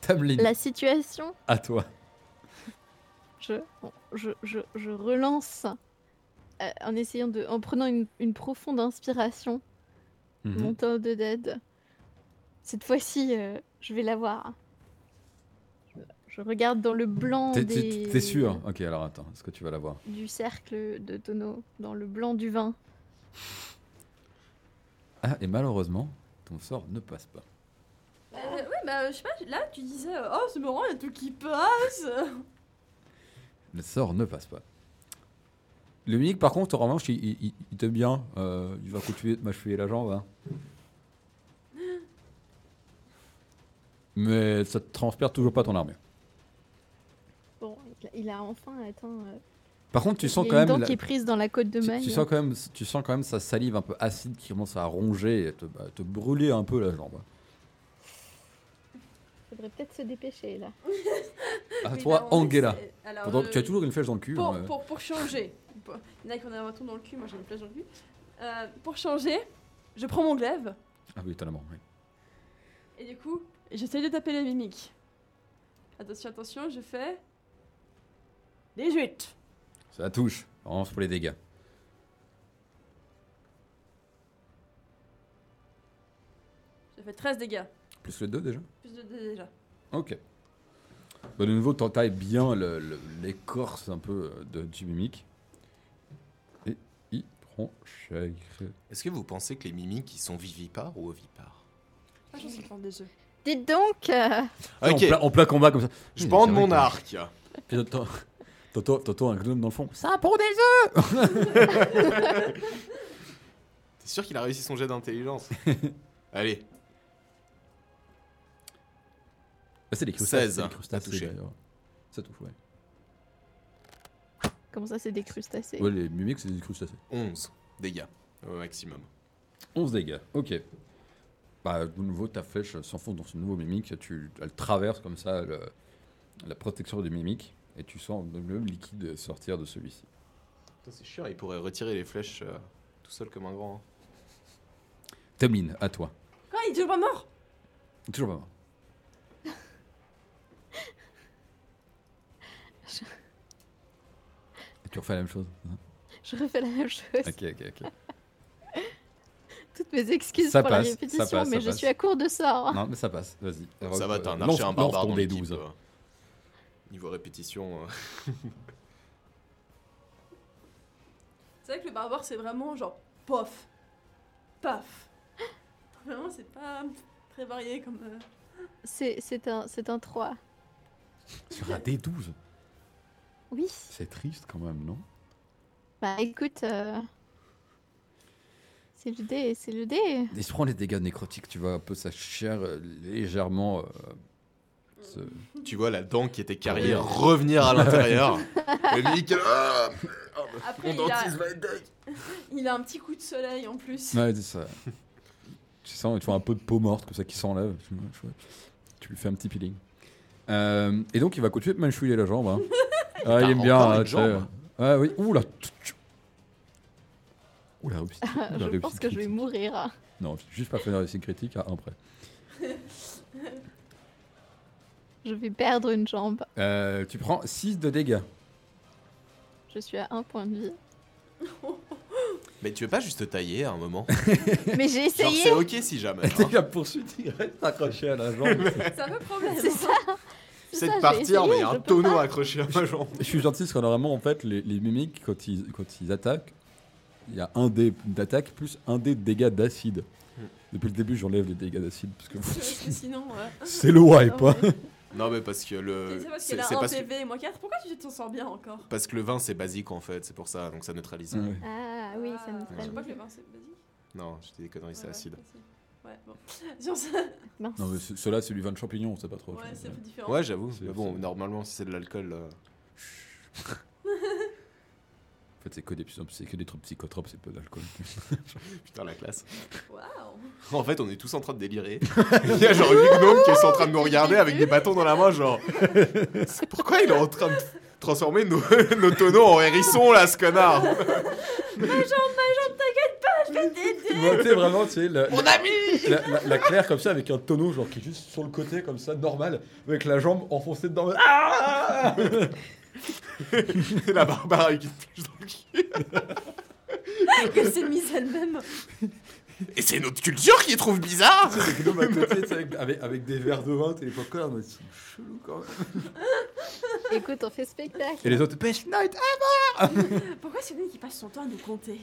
S2: Tameline,
S3: la situation
S2: à toi.
S3: je, bon, je, je, je relance euh, en essayant de, en prenant une, une profonde inspiration,
S2: Mhm.
S3: mon temps de dead. Cette fois-ci, euh, je vais l'avoir. Je- Je regarde dans le blanc
S2: T'es-
S3: des-
S2: T'es t'es sûr Ok, alors attends, est-ce que tu vas la voir
S3: du cercle de tonneau, dans le blanc du vin.
S2: Ah, et malheureusement, ton sort ne passe pas.
S4: euh, oui, bah je sais pas, là tu disais, euh, oh c'est marrant, il y a tout qui passe
S2: Le sort ne passe pas. Le mimique, par contre, en revanche, il, il, il- il t'aime bien. Euh, il va continuer de m'achever la jambe. hein. Mais ça te transpire toujours pas ton armure.
S3: Bon, il a, il a enfin atteint. euh,
S2: Par contre, tu
S3: il
S2: sens
S3: y a
S2: quand
S3: une dent
S2: même. la-
S3: qui est prise dans la côte de
S2: tu-
S3: maille.
S2: tu sens quand même, tu sens quand même sa salive un peu acide qui commence à ronger et te, à te brûler un peu la jambe.
S3: Faudrait peut-être se dépêcher là.
S2: À
S4: Oui,
S2: Ah, toi,
S4: bah, en fait,
S2: Angela.
S4: c'est- alors,
S2: Pendant-
S4: euh,
S2: tu as toujours une flèche dans le cul.
S4: Pour,
S2: hein,
S4: pour, pour changer, pour- il y en a qui ont un bâton dans le cul, moi j'ai une flèche dans le cul. Euh, pour changer, je prends mon glaive
S2: euh. Ah oui, étonnamment. Oui.
S4: et du coup, j'essaye de taper les mimiques. Attention, attention, je fais. 18
S2: Ça touche. Avance pour les dégâts.
S4: Je fais 13 dégâts,
S2: Plus le 2 déjà
S4: plus de 2 déjà.
S2: Ok. Bah, de nouveau, t'entailles bien le- le- l'écorce un peu euh, de, du mimique. Et il prend chèque.
S1: Est-ce que vous pensez que les mimiques, ils sont vivipares ou ovipares
S4: Ah, je sais pas, des œufs.
S3: Dites donc, euh,
S1: Ok,
S2: En, plein, en plein combat comme ça.
S1: je bande mon
S2: art.
S1: arc.
S2: Puis t'entends- t'entends t'entends un gnome dans le fond. Ça pour des
S1: T'es sûr qu'il a réussi son jet d'intelligence Allez,
S2: Ah, C'est les
S1: 16,
S2: c'est les
S1: hein, t'as touché.
S2: d'ailleurs. Ça touche, ouais.
S3: comment ça c'est des crustacés
S2: Ouais, les mimiques, c'est des crustacés.
S1: 11 dégâts au maximum.
S2: 11 dégâts, ok. Bah, de nouveau, ta flèche s'enfonce dans ce nouveau mimique. Tu, elle traverse comme ça le- la protection du mimique. Et tu sens le le liquide sortir de celui-ci.
S1: Putain, c'est chiant, il pourrait retirer les flèches euh, tout seul comme un grand. hein.
S2: Tomlin, à toi.
S4: Quoi, il est toujours pas mort
S2: Toujours pas mort. Et Tu refais la même chose hein
S3: Je refais la même chose.
S2: Ok, ok, ok.
S3: Toutes mes excuses
S2: Ça
S3: pour
S2: passe,
S3: la
S2: ça
S3: répétition,
S2: passe, ça
S3: mais je
S2: passe.
S3: suis à court de sort.
S2: Non, mais ça passe, vas-y.
S1: Ça va, t'as un
S2: Lance-
S1: archer, un
S2: lance
S1: barbare
S2: ton
S1: dans
S2: D12.
S1: l'équipe. euh. Niveau répétition, euh,
S4: C'est vrai que le barbare, c'est vraiment genre pof, paf. Vraiment, c'est pas très varié comme. euh,
S3: C'est c'est un, c'est un 3.
S2: Sur un D12
S3: Oui.
S2: C'est triste quand même, non
S3: Bah écoute, euh, c'est le dé, c'est le dé.
S2: Il se prend les dégâts nécrotiques, tu vois un peu sa chair euh, légèrement euh, Ce-
S1: Tu vois la dent qui était carrière revenir à l'intérieur. Et lui qui-
S2: euh.
S1: Ah,
S4: Après,
S1: mon
S4: il a,
S1: dentiste va être dingue.
S4: il a un petit coup de soleil en plus.
S2: Ouais, c'est ça. tu sens, il te faut un peu de peau morte, comme ça, qui s'enlève. Tu, vois, tu vois. Tu lui fais un petit peeling. Euh, et donc, il va continuer de manchouiller la jambe. hein. Ah, il aime bien.
S1: encore une
S2: hein, tu sais.
S1: jambe.
S2: Ouais, oui. Ouh là. tu- tu- Ouh la réussite. ouh, la
S3: Je
S2: réussite
S3: pense que je vais
S2: critique.
S3: mourir.
S2: Non, j'ai juste pas fait une réussite critique à un près.
S3: Je vais perdre une jambe.
S2: Euh, tu prends 6 de dégâts.
S3: Je suis à un point de vie.
S1: Mais tu veux pas juste tailler à un moment
S3: Mais j'ai
S1: Genre
S3: essayé
S1: c'est ok si jamais. hein.
S2: la poursuite, il reste accroché à la jambe.
S4: C'est un peu problème.
S3: C'est ça
S1: C'est
S3: ça,
S1: de
S3: j'ai
S1: partir,
S3: essayé,
S1: mais il y a
S3: je
S1: un
S3: peux
S1: tonneau
S3: pas.
S1: accroché à ma jambe.
S2: Je suis gentil parce que normalement, en fait, les, les mimiques, quand ils, quand ils attaquent, il y a un dé d'attaque plus un dé de dégâts d'acide. Depuis le début, j'enlève les dégâts d'acide parce que
S4: Parce que sinon. euh,
S2: c'est le wipe. hein.
S1: Non, mais parce que le.
S4: c'est parce
S1: C'est
S4: qu'elle a
S1: c'est
S4: un
S1: parce, que,
S4: PV et moins 4. Pourquoi tu t'en sors bien encore
S1: parce que le vin c'est basique en fait, c'est pour ça, donc ça neutralise.
S2: Ouais.
S3: Ah oui, ça me
S4: Ah, Je
S3: fait
S4: sais pas
S3: mal.
S4: que le vin, c'est basique.
S1: Non, je dis des conneries, c'est
S4: Ouais,
S1: acide.
S4: ouais, c'est- Ouais, bon. Sur ça-
S3: Mince.
S2: Non, mais ce- ceux-là, c'est du vin de champignon, c'est pas trop.
S4: Ouais, c'est un peu différent.
S1: Ouais, j'avoue,
S2: C'est-
S1: mais bon,
S2: c'est-
S1: normalement si c'est de l'alcool. euh,
S2: En fait, c'est que des, psy- c'est que des trucs psychotropes, c'est pas d'alcool.
S1: Putain, la classe.
S4: Waouh
S1: En fait, on est tous en train de délirer. Il y a genre huit gnomes qui sont en train de nous regarder avec des bâtons dans la main, genre. C'est Pourquoi il est en train de transformer nos, nos tonneaux en hérissons là, ce connard
S4: Ah,
S2: Ouais, tu sais, vraiment, tu sais, la, Mon ami la, la- la Claire comme ça, avec un tonneau, genre qui est juste sur le côté, comme ça, normal, avec la jambe enfoncée dedans. Ah
S1: Et la barbare avec une flèche dans le cul.
S4: Que c'est mise elle-même
S1: Et c'est notre culture qui trouve bizarre
S2: Les gnomes à côté, tu sais, avec, avec- avec des verres de vin, t'es les popcorn, mais c'est chelou quand même.
S3: Écoute, on fait spectacle.
S2: Et les autres, Best Night
S4: Pourquoi c'est lui qui passe son temps à nous compter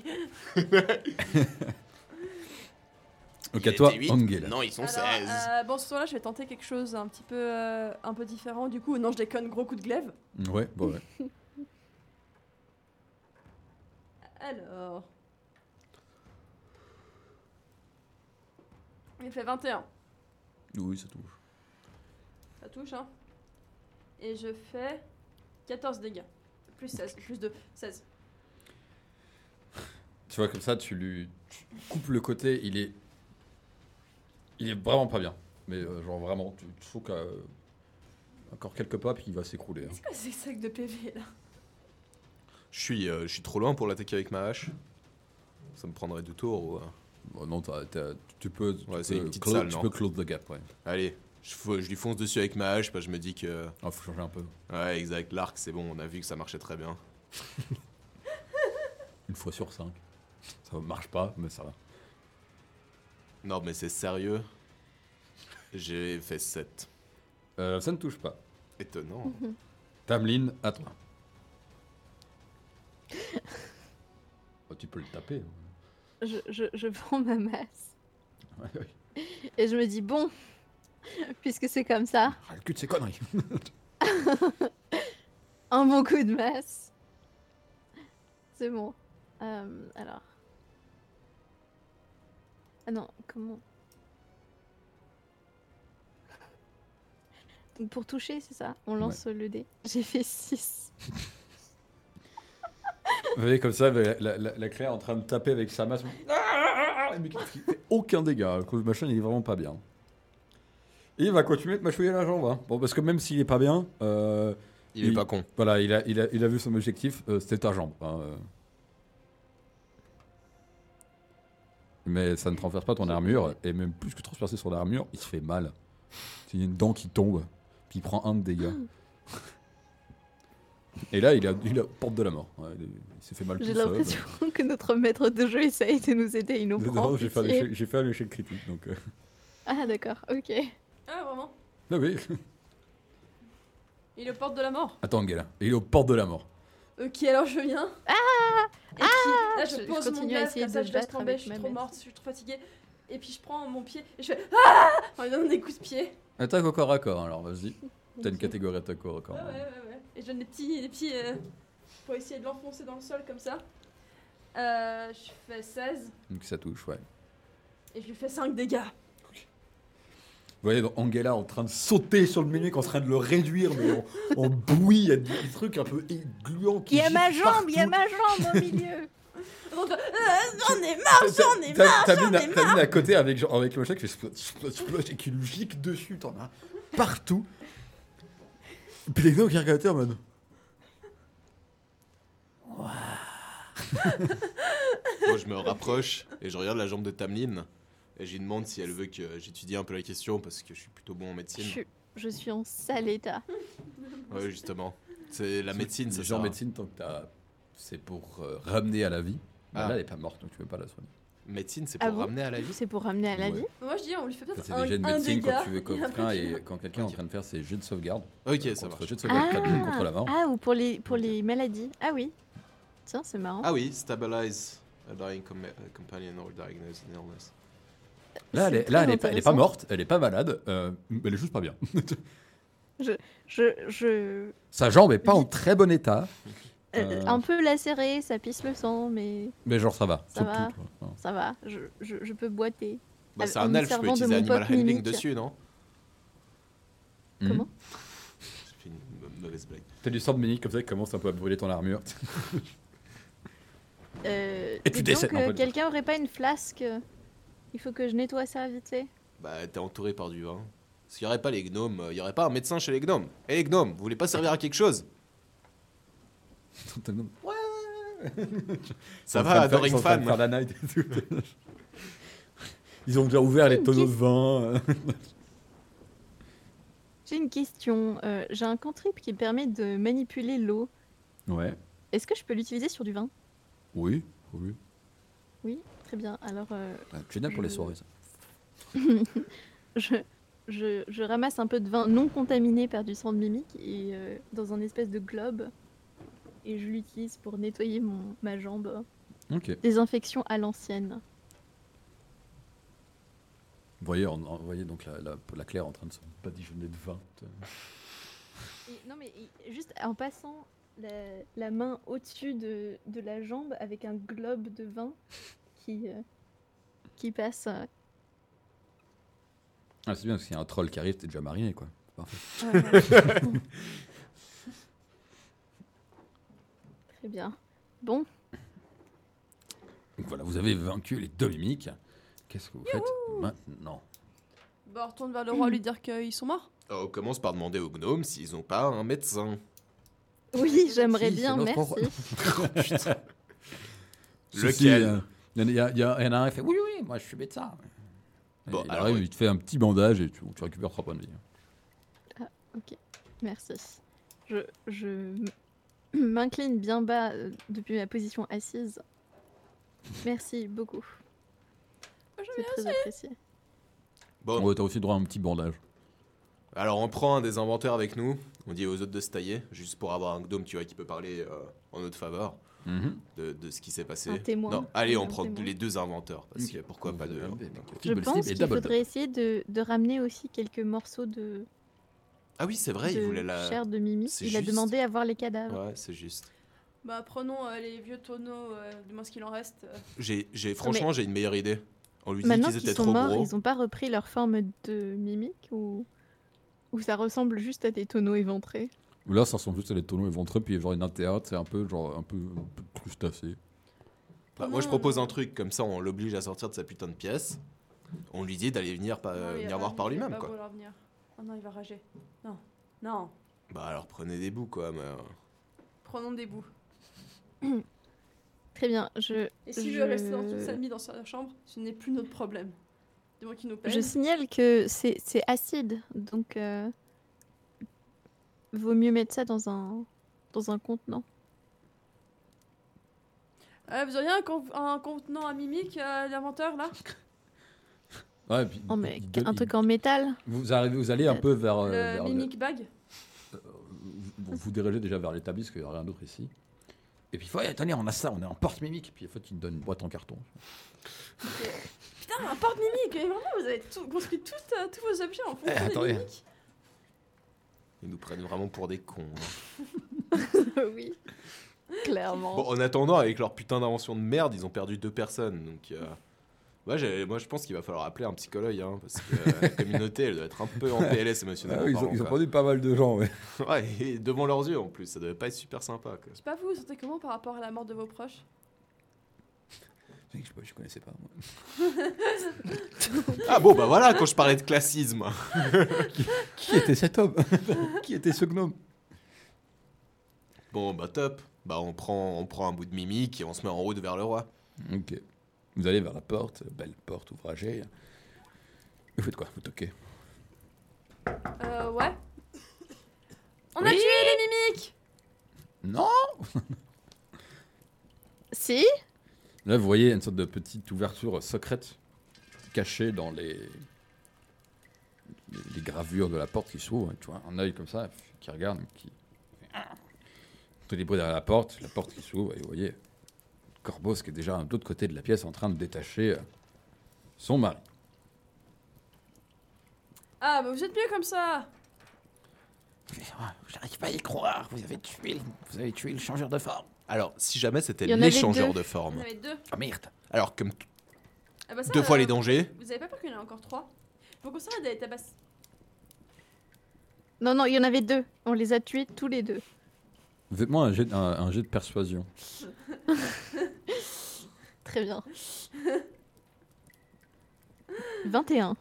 S2: Ok, à toi, Angela.
S1: Non, ils sont
S4: Alors, euh, bon, ce soir-là, je vais tenter quelque chose un petit peu, euh, un peu différent. Du coup, non, je déconne, gros coup de glaive.
S2: Ouais, bon, ouais.
S4: Alors. Il fait 21.
S2: Oui, ça touche.
S4: Ça touche, hein. Et je fais 14 dégâts. Plus 16, plus 2, 16.
S2: Tu vois, comme ça, tu lui tu coupes le côté, il est. Il est vraiment pas bien. Mais euh, genre vraiment, tu tu trouves qu'à. euh, Encore quelques pas, puis il va s'écrouler. hein.
S4: Ah, C'est quoi ces sacs de PV là
S1: Je suis, euh, je suis trop loin pour l'attaquer avec ma hache. Ça me prendrait deux tours ou. euh,
S2: Bon, Bah non, t'as- t'as- tu peux. tu
S1: Ouais, c'est
S2: peux
S1: une petite
S2: clo-
S1: salle,
S2: Tu
S1: non
S2: peux close the gap, ouais.
S1: Allez, je, fo- je lui fonce dessus avec ma hache, parce que je me dis que.
S2: Ah, faut changer un peu.
S1: Ouais, exact, l'arc c'est bon, on a vu que ça marchait très bien.
S2: Une fois sur cinq. Ça marche pas, mais ça va.
S1: Non, mais c'est sérieux. J'ai fait 7.
S2: Euh, ça ne touche pas.
S1: Étonnant.
S2: Tamlin, à toi. Oh, tu peux le taper. hein.
S3: Je, je, je prends ma masse.
S2: Ouais, ouais.
S1: Ah,
S3: Et je me dis, bon, puisque c'est comme ça,
S5: Ah, le cul de ces conneries.
S3: un bon coup de masse. C'est bon. Euh, alors. Ah non, comment Donc pour toucher, c'est ça On lance le dé. J'ai fait 6.
S2: Vous voyez comme ça, la, la- la- la Claire en train de taper avec sa masse. Ah, Mais qui qui fait aucun dégât. Le coup de machin, il est vraiment pas bien. Et il va continuer de mâchouiller la jambe. hein. Bon, parce que même s'il est pas bien, euh,
S1: Il est
S2: Il-
S1: pas con.
S2: voilà, il a, il, a, il a vu son objectif, euh, c'était ta jambe. hein, euh. Mais ça ne transperce pas ton armure, et même plus que transpercer son armure, il se fait mal. Il y a une dent qui tombe, puis il prend un de dégâts. Et là, il a, il a porte de la mort. ouais, il est- il s'est fait mal tout
S3: J'ai
S2: seul.
S3: l'impression que notre maître de jeu essaye de nous aider. Il nous
S2: Non,
S3: prend.
S2: bah. non, j'ai fait, un
S3: pitié.
S2: échec- j'ai fait un échec critique, donc... euh.
S3: Ah d'accord, ok.
S4: Ah, vraiment
S2: Ah oui,
S4: Il est aux portes de la mort.
S2: attends, Gala, il est aux portes de la mort.
S4: Ok, alors je viens. Ah Là, je,
S3: Ah Je- je
S4: pose mon
S3: continue à
S4: glaive,
S3: essayer
S4: comme ça,
S3: de
S4: je laisse
S3: battre
S4: tomber,
S3: avec
S4: je suis
S3: ma
S4: trop
S3: bête.
S4: morte, je suis trop fatiguée. Et puis je prends mon pied et je fais Ah En lui donnant des coups de pied.
S2: Attaque au corps à corps, alors vas-y. T'as une catégorie attaque au corps à corps. hein.
S4: Ouais, ouais, ouais, ouais. Et je donne des petits. Des petits euh, pour essayer de l'enfoncer dans le sol comme ça. Euh, je fais 16
S2: Donc ça touche, ouais.
S4: et je lui fais 5 dégâts.
S11: voyez donc Angela en train de sauter sur le ménuc, en train de le réduire, mais en, en bouillie, il y a des des trucs un peu gluants qui
S8: Il y a ma
S11: giclent
S8: jambe, il y a
S11: partout.
S8: ma jambe au milieu.
S4: euh, J'en ai marre, j'en ai
S11: T'as-
S4: marre,
S11: t'as mis na- T'as mis à côté avec, genre- avec le chat qui fait splosh, splosh, splosh et qui lui gicle dessus, t'en as partout. Puis les gnomes qui regardent en mode.
S1: Moi, je me rapproche et je regarde la jambe de Tamlin. Et je lui demande si elle veut que j'étudie un peu la question parce que je suis plutôt bon en
S3: Je,
S1: médecine.
S3: suis- je suis en sale état.
S1: Ouais, justement. C'est la médecine, c'est
S2: Genre
S1: ça.
S2: médecine, tant que t'as. C'est pour euh, ramener à la vie. Bah
S1: Ah.
S2: Là, elle est pas morte, donc tu peux pas la soigner.
S1: Médecine, c'est pour
S3: Ah bon
S1: ramener à la vie.
S3: C'est pour ramener à la
S2: Ouais.
S3: vie.
S4: Moi je dis, on lui fait peut-être
S2: C'est
S4: un,
S2: des jets de
S4: un
S2: médecine
S4: dégât.
S2: quand tu veux
S4: Il y a un
S2: contraint
S4: peu de-
S2: et quand quelqu'un est en train de faire ses jets de sauvegarde.
S1: Ok,
S2: euh,
S1: ça
S2: contre-
S1: marche.
S2: Jets de sauvegarde quatre- contre la mort.
S3: Ah, ou pour les, pour
S2: Ok.
S3: les maladies. Ah oui. Tiens, c'est marrant.
S1: Ah oui, stabilize a dying com- a companion or diagnose an illness.
S2: Là, elle
S3: C'est
S2: est, là,
S3: très
S2: elle est, pas, elle est pas
S3: intéressant.
S2: morte, elle est pas malade, euh, elle est juste pas bien.
S3: Je, je,
S2: Sa jambe est pas en très bon état,
S3: euh,
S2: Euh.
S3: Un peu lacéré, ça pisse le sang, mais
S2: mais genre ça va.
S3: Ça
S2: C'est
S3: va.
S2: tout, quoi.
S3: ça va. Je, je, je peux boiter.
S1: Bah,
S3: Ah,
S1: c'est
S3: en
S1: un
S3: me
S1: elfe, je peux
S3: servant de
S1: utiliser
S3: mon
S1: animal
S3: pote
S1: handling
S3: mimique.
S1: dessus, non
S2: Mhm.
S3: Comment
S1: J'ai fait une mau- mauvaise blague.
S2: T'as du sort de ménique comme ça qui commence un peu à brûler ton armure.
S3: Euh,
S2: Et tu
S3: dites
S2: décèdes, non,
S3: donc,
S2: pas du
S3: euh,
S2: tout.
S3: quelqu'un aurait pas une flasque euh, Il faut que je nettoie ça vite fait.
S1: Bah, t'es entouré par du vin. S'il y aurait pas les gnomes, euh, il y aurait pas un médecin chez les gnomes. Eh les gnomes, vous voulez pas servir à quelque chose
S2: Ton nom-
S1: Ça
S11: Ils sont en train
S1: va,
S11: de faire- ils
S1: adoring
S11: sont en train de
S1: fan.
S11: faire la night et tout. Ils ont déjà ouvert les tonneaux de vin.
S3: J'ai une question. Euh, J'ai un cantrip qui permet de manipuler l'eau.
S2: Ouais,
S3: Est-ce que je peux l'utiliser sur du vin
S2: oui, oui.
S3: Oui, très bien. Alors, euh,
S2: Ah, Génial pour les soirées. ça.
S3: je, je, je ramasse un peu de vin non contaminé par du sang de mimique et euh, dans un espèce de globe. Et je l'utilise pour nettoyer mon, ma jambe.
S2: Ok.
S3: Désinfection à l'ancienne.
S2: Vous voyez, on- on- vous voyez donc la, la, la Claire en train de se badigeonner de vin.
S3: Et- non mais et- juste en passant la, la main au-dessus de, de la jambe avec un globe de vin qui, euh, qui passe. euh,
S2: Ah, c'est bien parce qu'il y a un troll qui arrive, t'es déjà marié quoi.
S3: très bien. Bon,
S2: Donc voilà, vous avez vaincu les deux mimiques. Qu'est-ce que vous faites maintenant
S9: Bah, on retourne vers le roi lui dire qu'ils sont morts.
S1: Euh, On commence par demander aux gnomes s'ils ont pas un médecin.
S3: oui, j'aimerais
S2: Si, c'est
S3: bien,
S2: notre
S3: merci.
S2: rôle.
S1: Lequel
S2: Il euh, y, en a- il y en a il y en a un qui fait Oui, oui, moi je suis médecin.
S1: Bon,
S2: Bon, il
S1: alors,
S2: arrive,
S1: oui.
S2: il te fait un petit bandage et tu, tu récupères 3 points de vie.
S3: Merci. Je, je m- m'incline bien bas euh, depuis ma position assise. Merci beaucoup. C'est très apprécié.
S1: Bon,
S2: Ouais, T'as aussi droit à un petit bandage.
S1: alors on prend un des inventaires avec nous. On dit aux autres de se tailler, juste pour avoir un gnome, tu vois, qui peut parler euh, en notre faveur
S2: Mm-hmm.
S1: de, de ce qui s'est passé.
S3: Un témoin.
S1: Non, allez, on
S3: Un
S1: prend
S3: témoin.
S1: les deux inventeurs, parce que pourquoi
S2: Vous
S1: pas
S2: avez
S1: deux
S2: un
S1: hein.
S2: bébé, donc,
S3: Je
S2: double
S3: pense
S2: cible et
S3: qu'il
S2: double
S3: faudrait essayer de, de ramener aussi quelques morceaux de,
S1: Ah oui, c'est vrai, il
S3: de
S1: voulait la...
S3: chair de Mimi.
S1: c'est
S3: Il a
S1: juste.
S3: demandé à voir les cadavres.
S1: Ouais, c'est juste.
S4: Bah, prenons euh, les vieux tonneaux, euh, du moins ce qu'il en reste. euh,
S1: J'ai, j'ai- franchement, j'ai une meilleure idée. On lui dit
S3: Maintenant
S1: qu'ils
S3: qu'ils
S1: étaient
S3: sont
S1: trop
S3: morts,
S1: gros.
S3: ils n'ont pas repris leur forme de mimique ou, ou ça ressemble juste à des tonneaux éventrés
S2: double. Là, ça ressemble juste à des tonneaux éventrés, puis genre une intérieure, c'est un peu genre un peu, un peu crustacé.
S1: Bah, moi, je propose un truc, comme ça, on l'oblige à sortir de sa putain de pièce. On lui dit d'aller venir,
S2: Euh,
S1: par-
S4: non, il va
S1: venir
S4: pas-
S1: voir par
S4: il va
S1: lui-même,
S4: pas
S1: quoi.
S4: vouloir venir. Oh non, il va rager. Non, non,
S1: Bah alors, prenez des bouts, quoi. mais, euh,
S4: prenons des bouts.
S3: Très bien, je,
S4: Et s'il
S3: Je-
S4: veut rester dans toute sa nuit dans sa chambre, ce n'est plus notre problème. Du moins qu'il nous paye.
S3: je signale que c'est c'est acide, donc euh, vaut mieux mettre ça dans un, dans un contenant.
S4: Euh, vous auriez un, con- un contenant à mimique, euh, l'inventeur, là
S2: Ouais, et puis,
S3: Oh mais
S2: il-
S3: un
S2: il-
S3: truc en métal
S2: Vous, arrivez, vous allez un peu vers. euh,
S4: Le
S2: vers le-
S4: mimique bag
S2: euh, vous, vous dirigez déjà vers l'établi, parce qu'il n'y a rien d'autre ici. Et puis il faut, Ouais, attendez, on a ça, on est en porte-mimique. Puis en fait, il me donne une boîte en carton.
S4: Putain, un porte-mimique mais Vraiment, vous avez tout- construit tout, euh, tous vos objets en
S1: Eh,
S4: fonction
S2: attendez.
S4: des mimiques
S1: Ils nous prennent vraiment pour des cons. hein.
S3: oui, clairement.
S4: Oh.
S1: Bon, en attendant, avec leur putain d'invention de merde, ils ont perdu deux personnes, donc... euh, Moi, j'ai- moi, je pense qu'il va falloir appeler un psychologue, hein, parce que la communauté, elle doit être un peu en PLS émotionnellement.
S2: Ah ils, ont,
S1: parlant,
S2: ils ont
S1: quoi.
S2: perdu pas mal de gens, ouais.
S1: Ouais, et devant leurs yeux en plus, ça devait pas être super sympa. Quoi.
S4: Je sais pas, vous vous sentez comment par rapport à la mort de vos proches
S2: Je, sais pas, je connaissais pas. moi.
S1: Ah bon, bah voilà, quand je parlais de classisme.
S2: Qui était cet homme Qui était ce gnome
S1: Bon, bah top. Bah on prend, on prend un bout de mimique et on se met en route vers le roi.
S2: Ok. Vous allez vers la porte, belle porte ouvragée. Vous faites quoi Vous toquez.
S4: Euh, ouais. On a tué les mimiques
S2: Non
S3: Si
S2: Là, vous voyez une sorte de petite ouverture secrète cachée dans les, les- les gravures de la porte qui s'ouvre. Tu vois, un œil comme ça qui regarde, qui. Tout dépôt derrière la porte, la porte qui s'ouvre, et vous voyez Corbos qui est déjà de l'autre côté de la pièce en train de détacher euh, son mari.
S4: Ah, bah vous êtes mieux comme ça
S12: J'arrive pas à y croire. Vous avez tué, le- vous avez tué le changeur de forme.
S1: Alors, si jamais c'était
S3: Il y en avait
S1: l'échangeur
S3: deux.
S1: de
S4: On
S1: forme.
S4: avait deux.
S12: Ah merde.
S1: Alors, comme t-
S4: Ah bah ça,
S1: deux fois
S4: euh,
S1: les dangers,
S4: Vous avez pas peur qu'il y en ait encore trois Faut qu'on s'arrête d'aller tabasser.
S3: Non, non, il y en avait deux. On les a tués tous les deux.
S2: Faites-moi un jet, un, un jet de persuasion.
S3: Très bien. 21.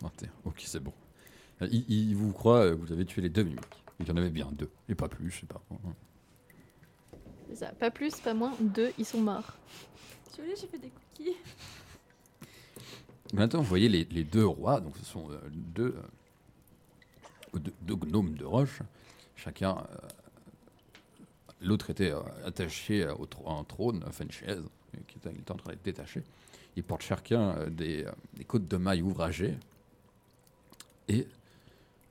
S2: 21. Ok, c'est bon. Euh, Il, il vous croit euh, que vous avez tué les deux mimiques. Il y en avait bien deux, et pas plus, je sais pas.
S3: C'est ça. Pas plus, pas moins. Deux, ils sont morts.
S4: Désolée, j'ai fait des cookies.
S2: Maintenant, vous voyez les, les deux rois, donc ce sont euh, deux, euh, deux, deux gnomes de roche. Chacun, euh, l'autre était euh, attaché à, au tr- à un trône, enfin une chaise, euh, qui était, il était en train d'être détaché. Ils portent chacun euh, des, euh, des côtes de mailles ouvragées et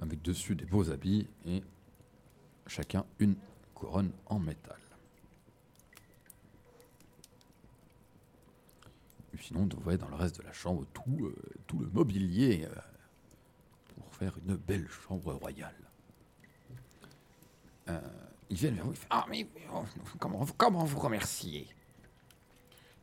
S2: avec dessus des beaux habits et chacun une couronne en métal. Et Sinon, on voyait dans le reste de la chambre tout, euh, tout le mobilier euh, pour faire une belle chambre royale. Euh, ils viennent vers vous, ils font,
S12: Ah mais oh, comment, comment vous remercier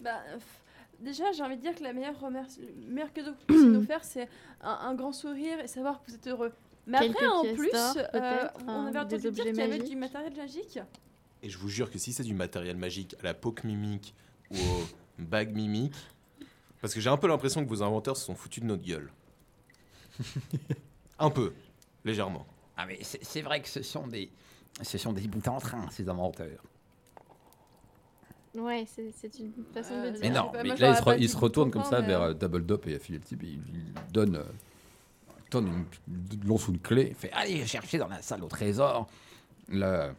S4: Bah, euh, f- déjà, j'ai envie de dire que la meilleure, remercie- le meilleur cadeau que vous puissiez nous faire, c'est un, un grand sourire et savoir que vous êtes heureux. Mais après,
S3: Quelques
S4: en
S3: pièces
S4: plus,
S3: d'or,
S4: euh,
S3: peut-être,
S4: on avait
S3: un-
S4: entendu dire
S3: des objets
S4: qu'il y avait du
S3: magiques.
S4: matériel magique.
S1: et je vous jure que si c'est du matériel magique à la poke mimique ou aux bagues mimiques, parce que j'ai un peu l'impression que vos inventeurs se sont foutus de notre gueule. un peu, légèrement.
S12: Ah mais c'est c'est vrai que ce sont des, ce sont des bouts en train ces inventeurs.
S13: Ouais, c'est c'est une façon
S4: Euh,
S13: de
S4: Mais
S13: dire.
S3: Bah,
S4: non, mais là, il se re- il se retourne comme ça vers, euh,
S2: Double Dop et Affiliate Tip, il, donne, euh, une, lance une clé.
S12: Il fait allez chercher dans la salle au trésor le,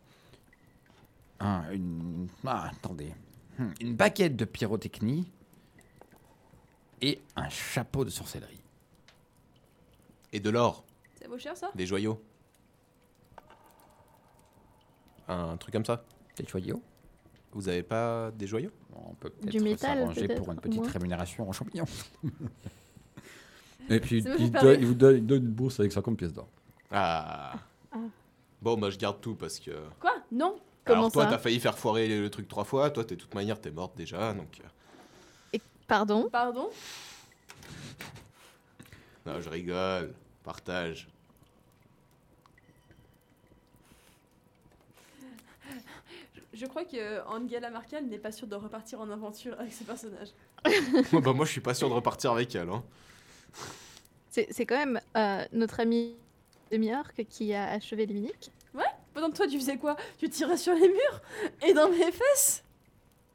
S12: un- une, ah, attendez, Hmm, une baguette de pyrotechnie et un chapeau de sorcellerie.
S1: Et de l'or,
S4: Ça vaut cher, ça
S1: des joyaux. Un truc comme ça.
S12: Des joyaux.
S1: Vous avez pas des joyaux
S12: On peut
S3: Du
S12: peut-être
S3: métal,
S12: s'arranger
S3: peut-être,
S12: pour une
S3: au
S12: petite
S3: moins.
S12: rémunération en champignons.
S2: Et puis,
S4: Ça me fait
S2: il,
S4: pas
S2: donne-
S4: rire.
S2: il vous donne, il donne une bourse avec 50 pièces d'or.
S1: Ah. Bon, bah je garde tout parce que.
S4: Quoi Non
S3: Comment
S1: Alors toi,
S3: ça
S1: t'as failli faire foirer le, le truc trois fois. Toi, t'es de toute manière, t'es morte déjà. Donc, euh,
S3: Pardon
S4: Pardon
S1: non, je rigole. Partage.
S4: Je crois que euh, Angela Merkel n'est pas sûre de repartir en aventure avec ce personnage.
S1: Ouais, bah moi, je suis pas sûr de repartir avec elle. Hein.
S3: C'est c'est quand même euh, notre ami demi-orc qui a achevé les mimiques.
S4: Pendant que toi, tu faisais quoi Tu tirais sur les murs Et dans mes fesses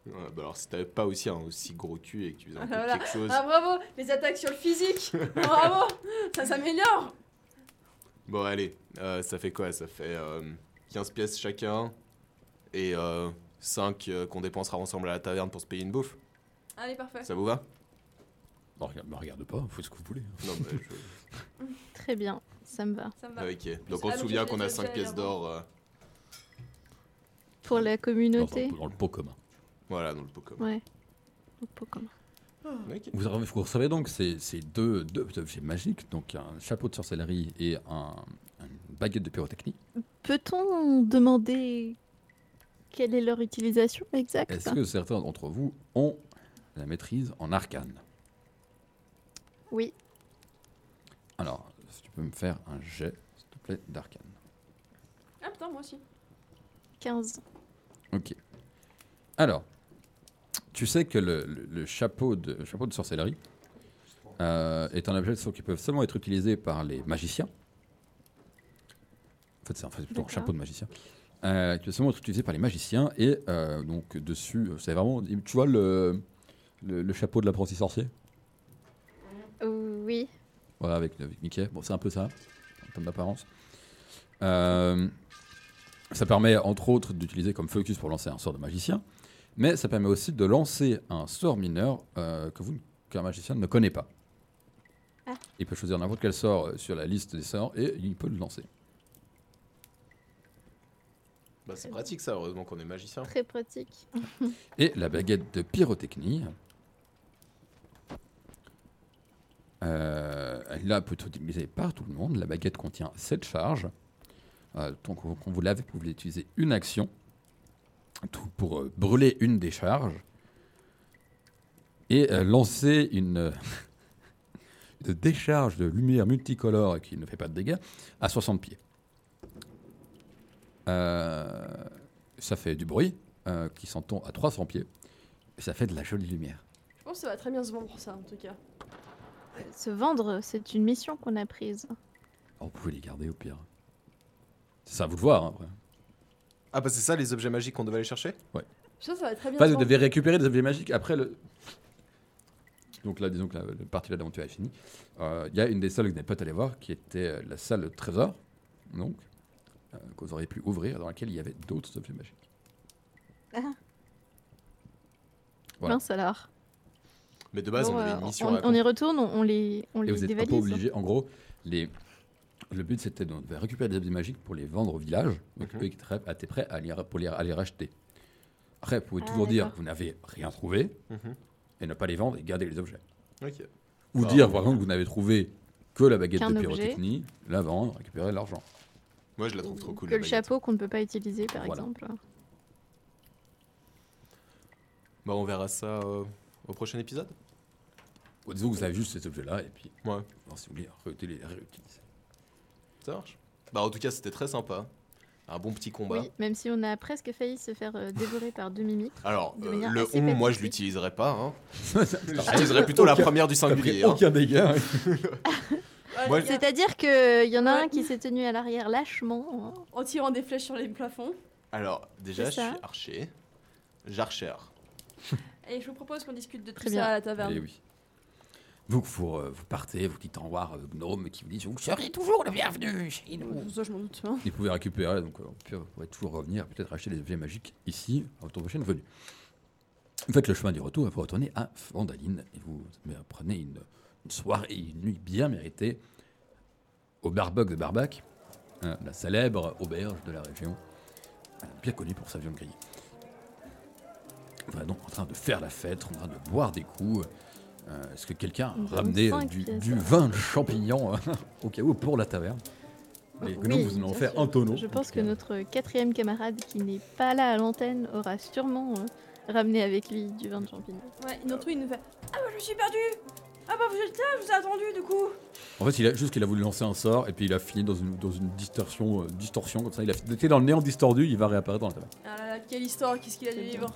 S1: Ouais, bah alors, si t'avais pas aussi un aussi gros cul et que tu faisais un peu
S4: Voilà.
S1: quelque chose.
S4: Ah, bravo Les attaques sur le physique Bravo Ça s'améliore
S1: Bon, allez. euh, ça fait quoi Ça fait euh, 15 pièces chacun et 5 qu'on dépensera ensemble à la taverne pour se payer une bouffe.
S4: Allez, parfait.
S1: Ça vous va
S2: Ne regarde, me regarde pas, vous faites ce que vous voulez.
S1: Non, bah, je-
S3: Très bien, ça me va.
S4: Ça me va.
S3: Bah,
S1: Ok. Donc on
S4: Ah,
S1: se
S4: donc
S1: souvient
S4: j'ai
S1: qu'on a
S4: déjà
S1: 5 pièces
S4: avant.
S1: d'or.
S3: hein.
S1: euh,
S3: Pour la
S2: Dans,
S3: communauté.
S2: dans- dans le pot commun.
S1: voilà, dans le pot commun.
S3: Ouais. Au pot commun.
S1: Ok.
S2: Vous, avez- vous recevez donc ces, ces deux, deux objets magiques, donc un chapeau de sorcellerie et un, une baguette de pyrotechnie.
S3: Peut-on demander quelle est leur utilisation exacte
S2: Est-ce que certains d'entre vous ont la maîtrise en arcane.
S3: Oui.
S2: Alors, si tu peux me faire un jet, s'il te plaît, d'arcane.
S9: Ah putain, moi aussi.
S3: 15.
S2: Ok. Alors, tu sais que le, le- le chapeau, de, le chapeau de sorcellerie euh, est un objet de sorts qui peut seulement être utilisé par les magiciens. En fait, c'est en fait, plutôt un
S3: D'accord.
S2: chapeau de magicien. Euh, qui peut seulement être utilisé par les magiciens. Et euh, donc, dessus, c'est vraiment. Tu vois le, le, le chapeau de l'apprenti sorcier
S3: Euh, Oui.
S2: Voilà, avec, avec Mickey. Bon, c'est un peu ça, en termes d'apparence. Euh, ça permet, entre autres, d'utiliser comme focus pour lancer un sort de magicien, mais ça permet aussi de lancer un sort mineur euh, que vous, qu'un magicien ne connaît pas.
S3: Ah.
S2: Il peut choisir n'importe quel sort euh, sur la liste des sorts et il peut le lancer.
S1: Bah, c'est pratique ça, heureusement qu'on est magicien.
S3: Très pratique.
S2: Et la baguette de pyrotechnie. Euh, elle là peut être utilisée par tout le monde. La baguette contient 7 charges. Euh, donc, on on vous l'avez, vous pouvez utiliser une action tout pour euh, brûler une des charges et euh, lancer une, euh, une décharge de lumière multicolore qui ne fait pas de dégâts à 60 pieds. Euh, ça fait du bruit euh, qui s'entend à 300 pieds. Et ça fait de la jolie lumière.
S9: Je pense que ça va très bien se vendre ça en tout cas.
S3: Euh, Se vendre, c'est une mission qu'on a prise.
S2: Alors, Oh, vous pouvez les garder au pire. C'est ça, à vous le voir hein, après.
S1: Ah bah c'est ça les objets magiques qu'on devait aller chercher
S9: Je pense que ça va très bien
S2: Enfin,
S9: se
S2: vous
S9: vendre.
S2: devez récupérer des objets magiques après le. Donc là, disons que la, la partie de l'aventure est finie. Euh, Il y a une des salles que vous n'êtes pas allé voir, qui était euh, la salle trésor, donc, euh, que vous auriez pu ouvrir, dans laquelle il y avait d'autres objets magiques. Voilà.
S3: Mince alors.
S1: Mais de base,
S3: Bon,
S1: on avait
S3: euh,
S1: une mission
S3: on-
S1: à
S3: on y retourne, on, on les, on
S2: Et
S3: les
S2: vous n'êtes pas
S3: dévalise.
S2: obligé, en gros, les... le but c'était de de récupérer des objets magiques pour les vendre au village, donc
S1: Mhm.
S2: eux qui étaient prêts- étaient prêts à les, ra- pour les- à les racheter. Après, vous pouvez
S3: Ah,
S2: toujours dire
S3: d'accord.
S2: vous n'avez rien trouvé
S1: Mhm.
S2: et ne pas les vendre et garder les objets.
S1: Ok.
S2: Ou
S1: Ah.
S2: dire, par exemple, que vous n'avez trouvé que la baguette
S3: Qu'un
S2: de
S3: objet.
S2: pyrotechnie, la vendre, récupérer l'argent.
S1: Moi, je la trouve trop cool.
S3: hein. Que
S1: la
S3: le
S1: baguette.
S3: chapeau qu'on ne peut pas utiliser, par
S2: Voilà.
S3: exemple.
S1: Bah, on verra ça euh, au prochain épisode.
S2: Ou disons que vous avez juste ces objets-là et puis,
S1: Ouais.
S2: alors, si vous voulez, réuti- les réutiliser.
S1: Ça marche Bah, en tout cas, c'était très sympa. Un bon petit combat.
S3: Oui, même si on a presque failli se faire euh, dévorer par deux mimiques.
S1: Alors,
S3: De
S1: euh,
S3: manière
S1: le
S3: assez
S1: on, moi, je
S3: pathétique.
S1: l'utiliserai pas. Hein. J'utiliserai plutôt la
S2: Aucun-
S1: première du
S2: T'as pris
S1: singulier. hein.
S2: aucun dégât. hein.
S9: Ouais,
S1: Moi,
S9: les gars,
S3: C'est-à-dire qu'il y en a
S9: Ouais.
S3: un qui s'est tenu à l'arrière lâchement. hein.
S9: En tirant des flèches sur les plafonds.
S1: Alors, déjà, je
S3: C'est ça.
S1: suis archer. J'archère.
S9: Et je vous propose qu'on discute de tout
S3: Très
S9: ça
S3: bien.
S9: à la taverne.
S2: Eh oui. Donc, vous, euh, vous partez, vous dites au revoir à Gnome qui vous dit Vous serez toujours le bienvenu chez nous.
S9: Ça, je m'en doute. hein.
S2: Vous pouvez récupérer, donc euh, au pire, vous pourrez toujours revenir, peut-être acheter des objets magiques ici, à votre prochaine venue. Vous faites le chemin du retour, vous retournez à Vandaline et vous euh, prenez une, une soirée, une nuit bien méritée au Barbuck de Barbac, euh, la célèbre auberge de la région, euh, bien connue pour sa viande grillée. Voilà donc en train de faire la fête, en train de boire des coups. Euh, Est-ce que quelqu'un
S3: Nous
S2: a
S3: avons
S2: ramené euh,
S3: cinq
S2: du,
S3: pièces.
S2: du vin de champignon euh, au cas où pour la taverne Les
S3: Oh,
S2: gnomes
S3: oui,
S2: vous en ont
S3: bien
S2: fait
S3: sûr.
S2: un tonneau. euh,
S3: Je
S2: en
S3: pense
S2: tout
S3: que
S2: cas.
S3: notre quatrième camarade qui n'est pas là à l'antenne aura sûrement euh, ramené avec lui du vin de champignon.
S9: Ouais, une autre, il nous fait Ah bah, je me suis perdu Ah bah, vous êtes là, je vous ai attendu du coup
S2: En fait, il a juste qu'il a voulu lancer un sort et puis il a fini dans une, dans une distorsion, euh, distorsion comme ça. Il a il était dans le néant distordu, il va réapparaître dans la table.
S9: Ah là là, quelle histoire, qu'est-ce qu'il a dû
S3: C'est bien.
S9: vivre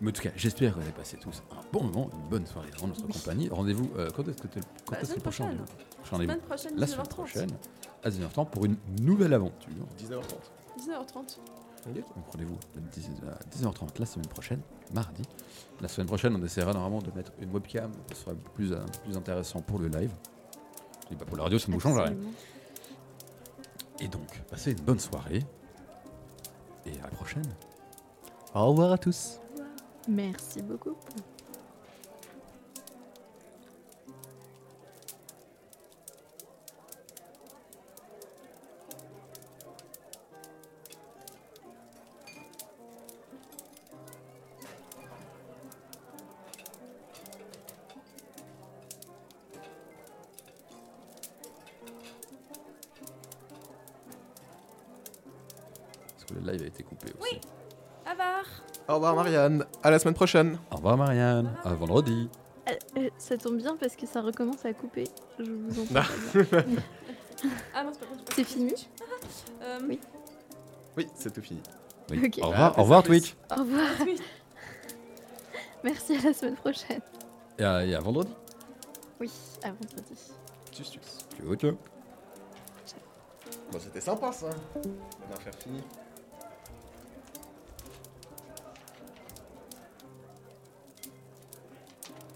S2: Mais en tout cas, j'espère que vous avez passé tous un bon moment, une bonne soirée dans notre compagnie. Rendez-vous euh, quand est-ce que t'es- quand
S9: Bah,
S2: est-ce que le
S9: semaine
S2: prochain
S9: prochaine.
S2: rendez-vous Prochain rendez-vous
S9: Semaine prochaine,
S2: la semaine
S9: 19h30.
S2: prochaine à 19h30 pour une nouvelle aventure.
S1: 19h30.
S9: 19h30.
S2: Donc rendez-vous euh, à 19h30 la semaine prochaine, mardi. La semaine prochaine, on essaiera normalement de mettre une webcam, ce sera plus, euh, plus intéressant pour le live. Je dis pas pour la radio, ça ne vous change rien.
S3: Absolument.
S2: Et donc, passez une bonne soirée. Et à la prochaine. Au revoir à tous.
S3: Merci beaucoup.
S2: Parce que le live a été coupé aussi.
S9: Ah
S4: avare.
S1: Au revoir Marianne, à la semaine prochaine.
S2: Au revoir Marianne, à vendredi.
S3: Euh, euh, ça tombe bien parce que ça recommence à couper. Je vous en
S1: Ah.
S2: Bah.
S3: prie.
S4: Ah non, c'est pas contre-
S3: C'est fini
S4: Euh,
S3: Oui.
S1: Oui, c'est tout fini.
S2: Oui.
S3: Ok.
S2: Au revoir, au revoir Twitch.
S3: Au revoir. Merci, à la semaine prochaine.
S2: Et à, et à vendredi.
S3: Oui, à vendredi.
S1: Tchuss, tchuss.
S2: Ciao, ciao.
S1: Bah, Bon, c'était sympa ça. On va faire fini.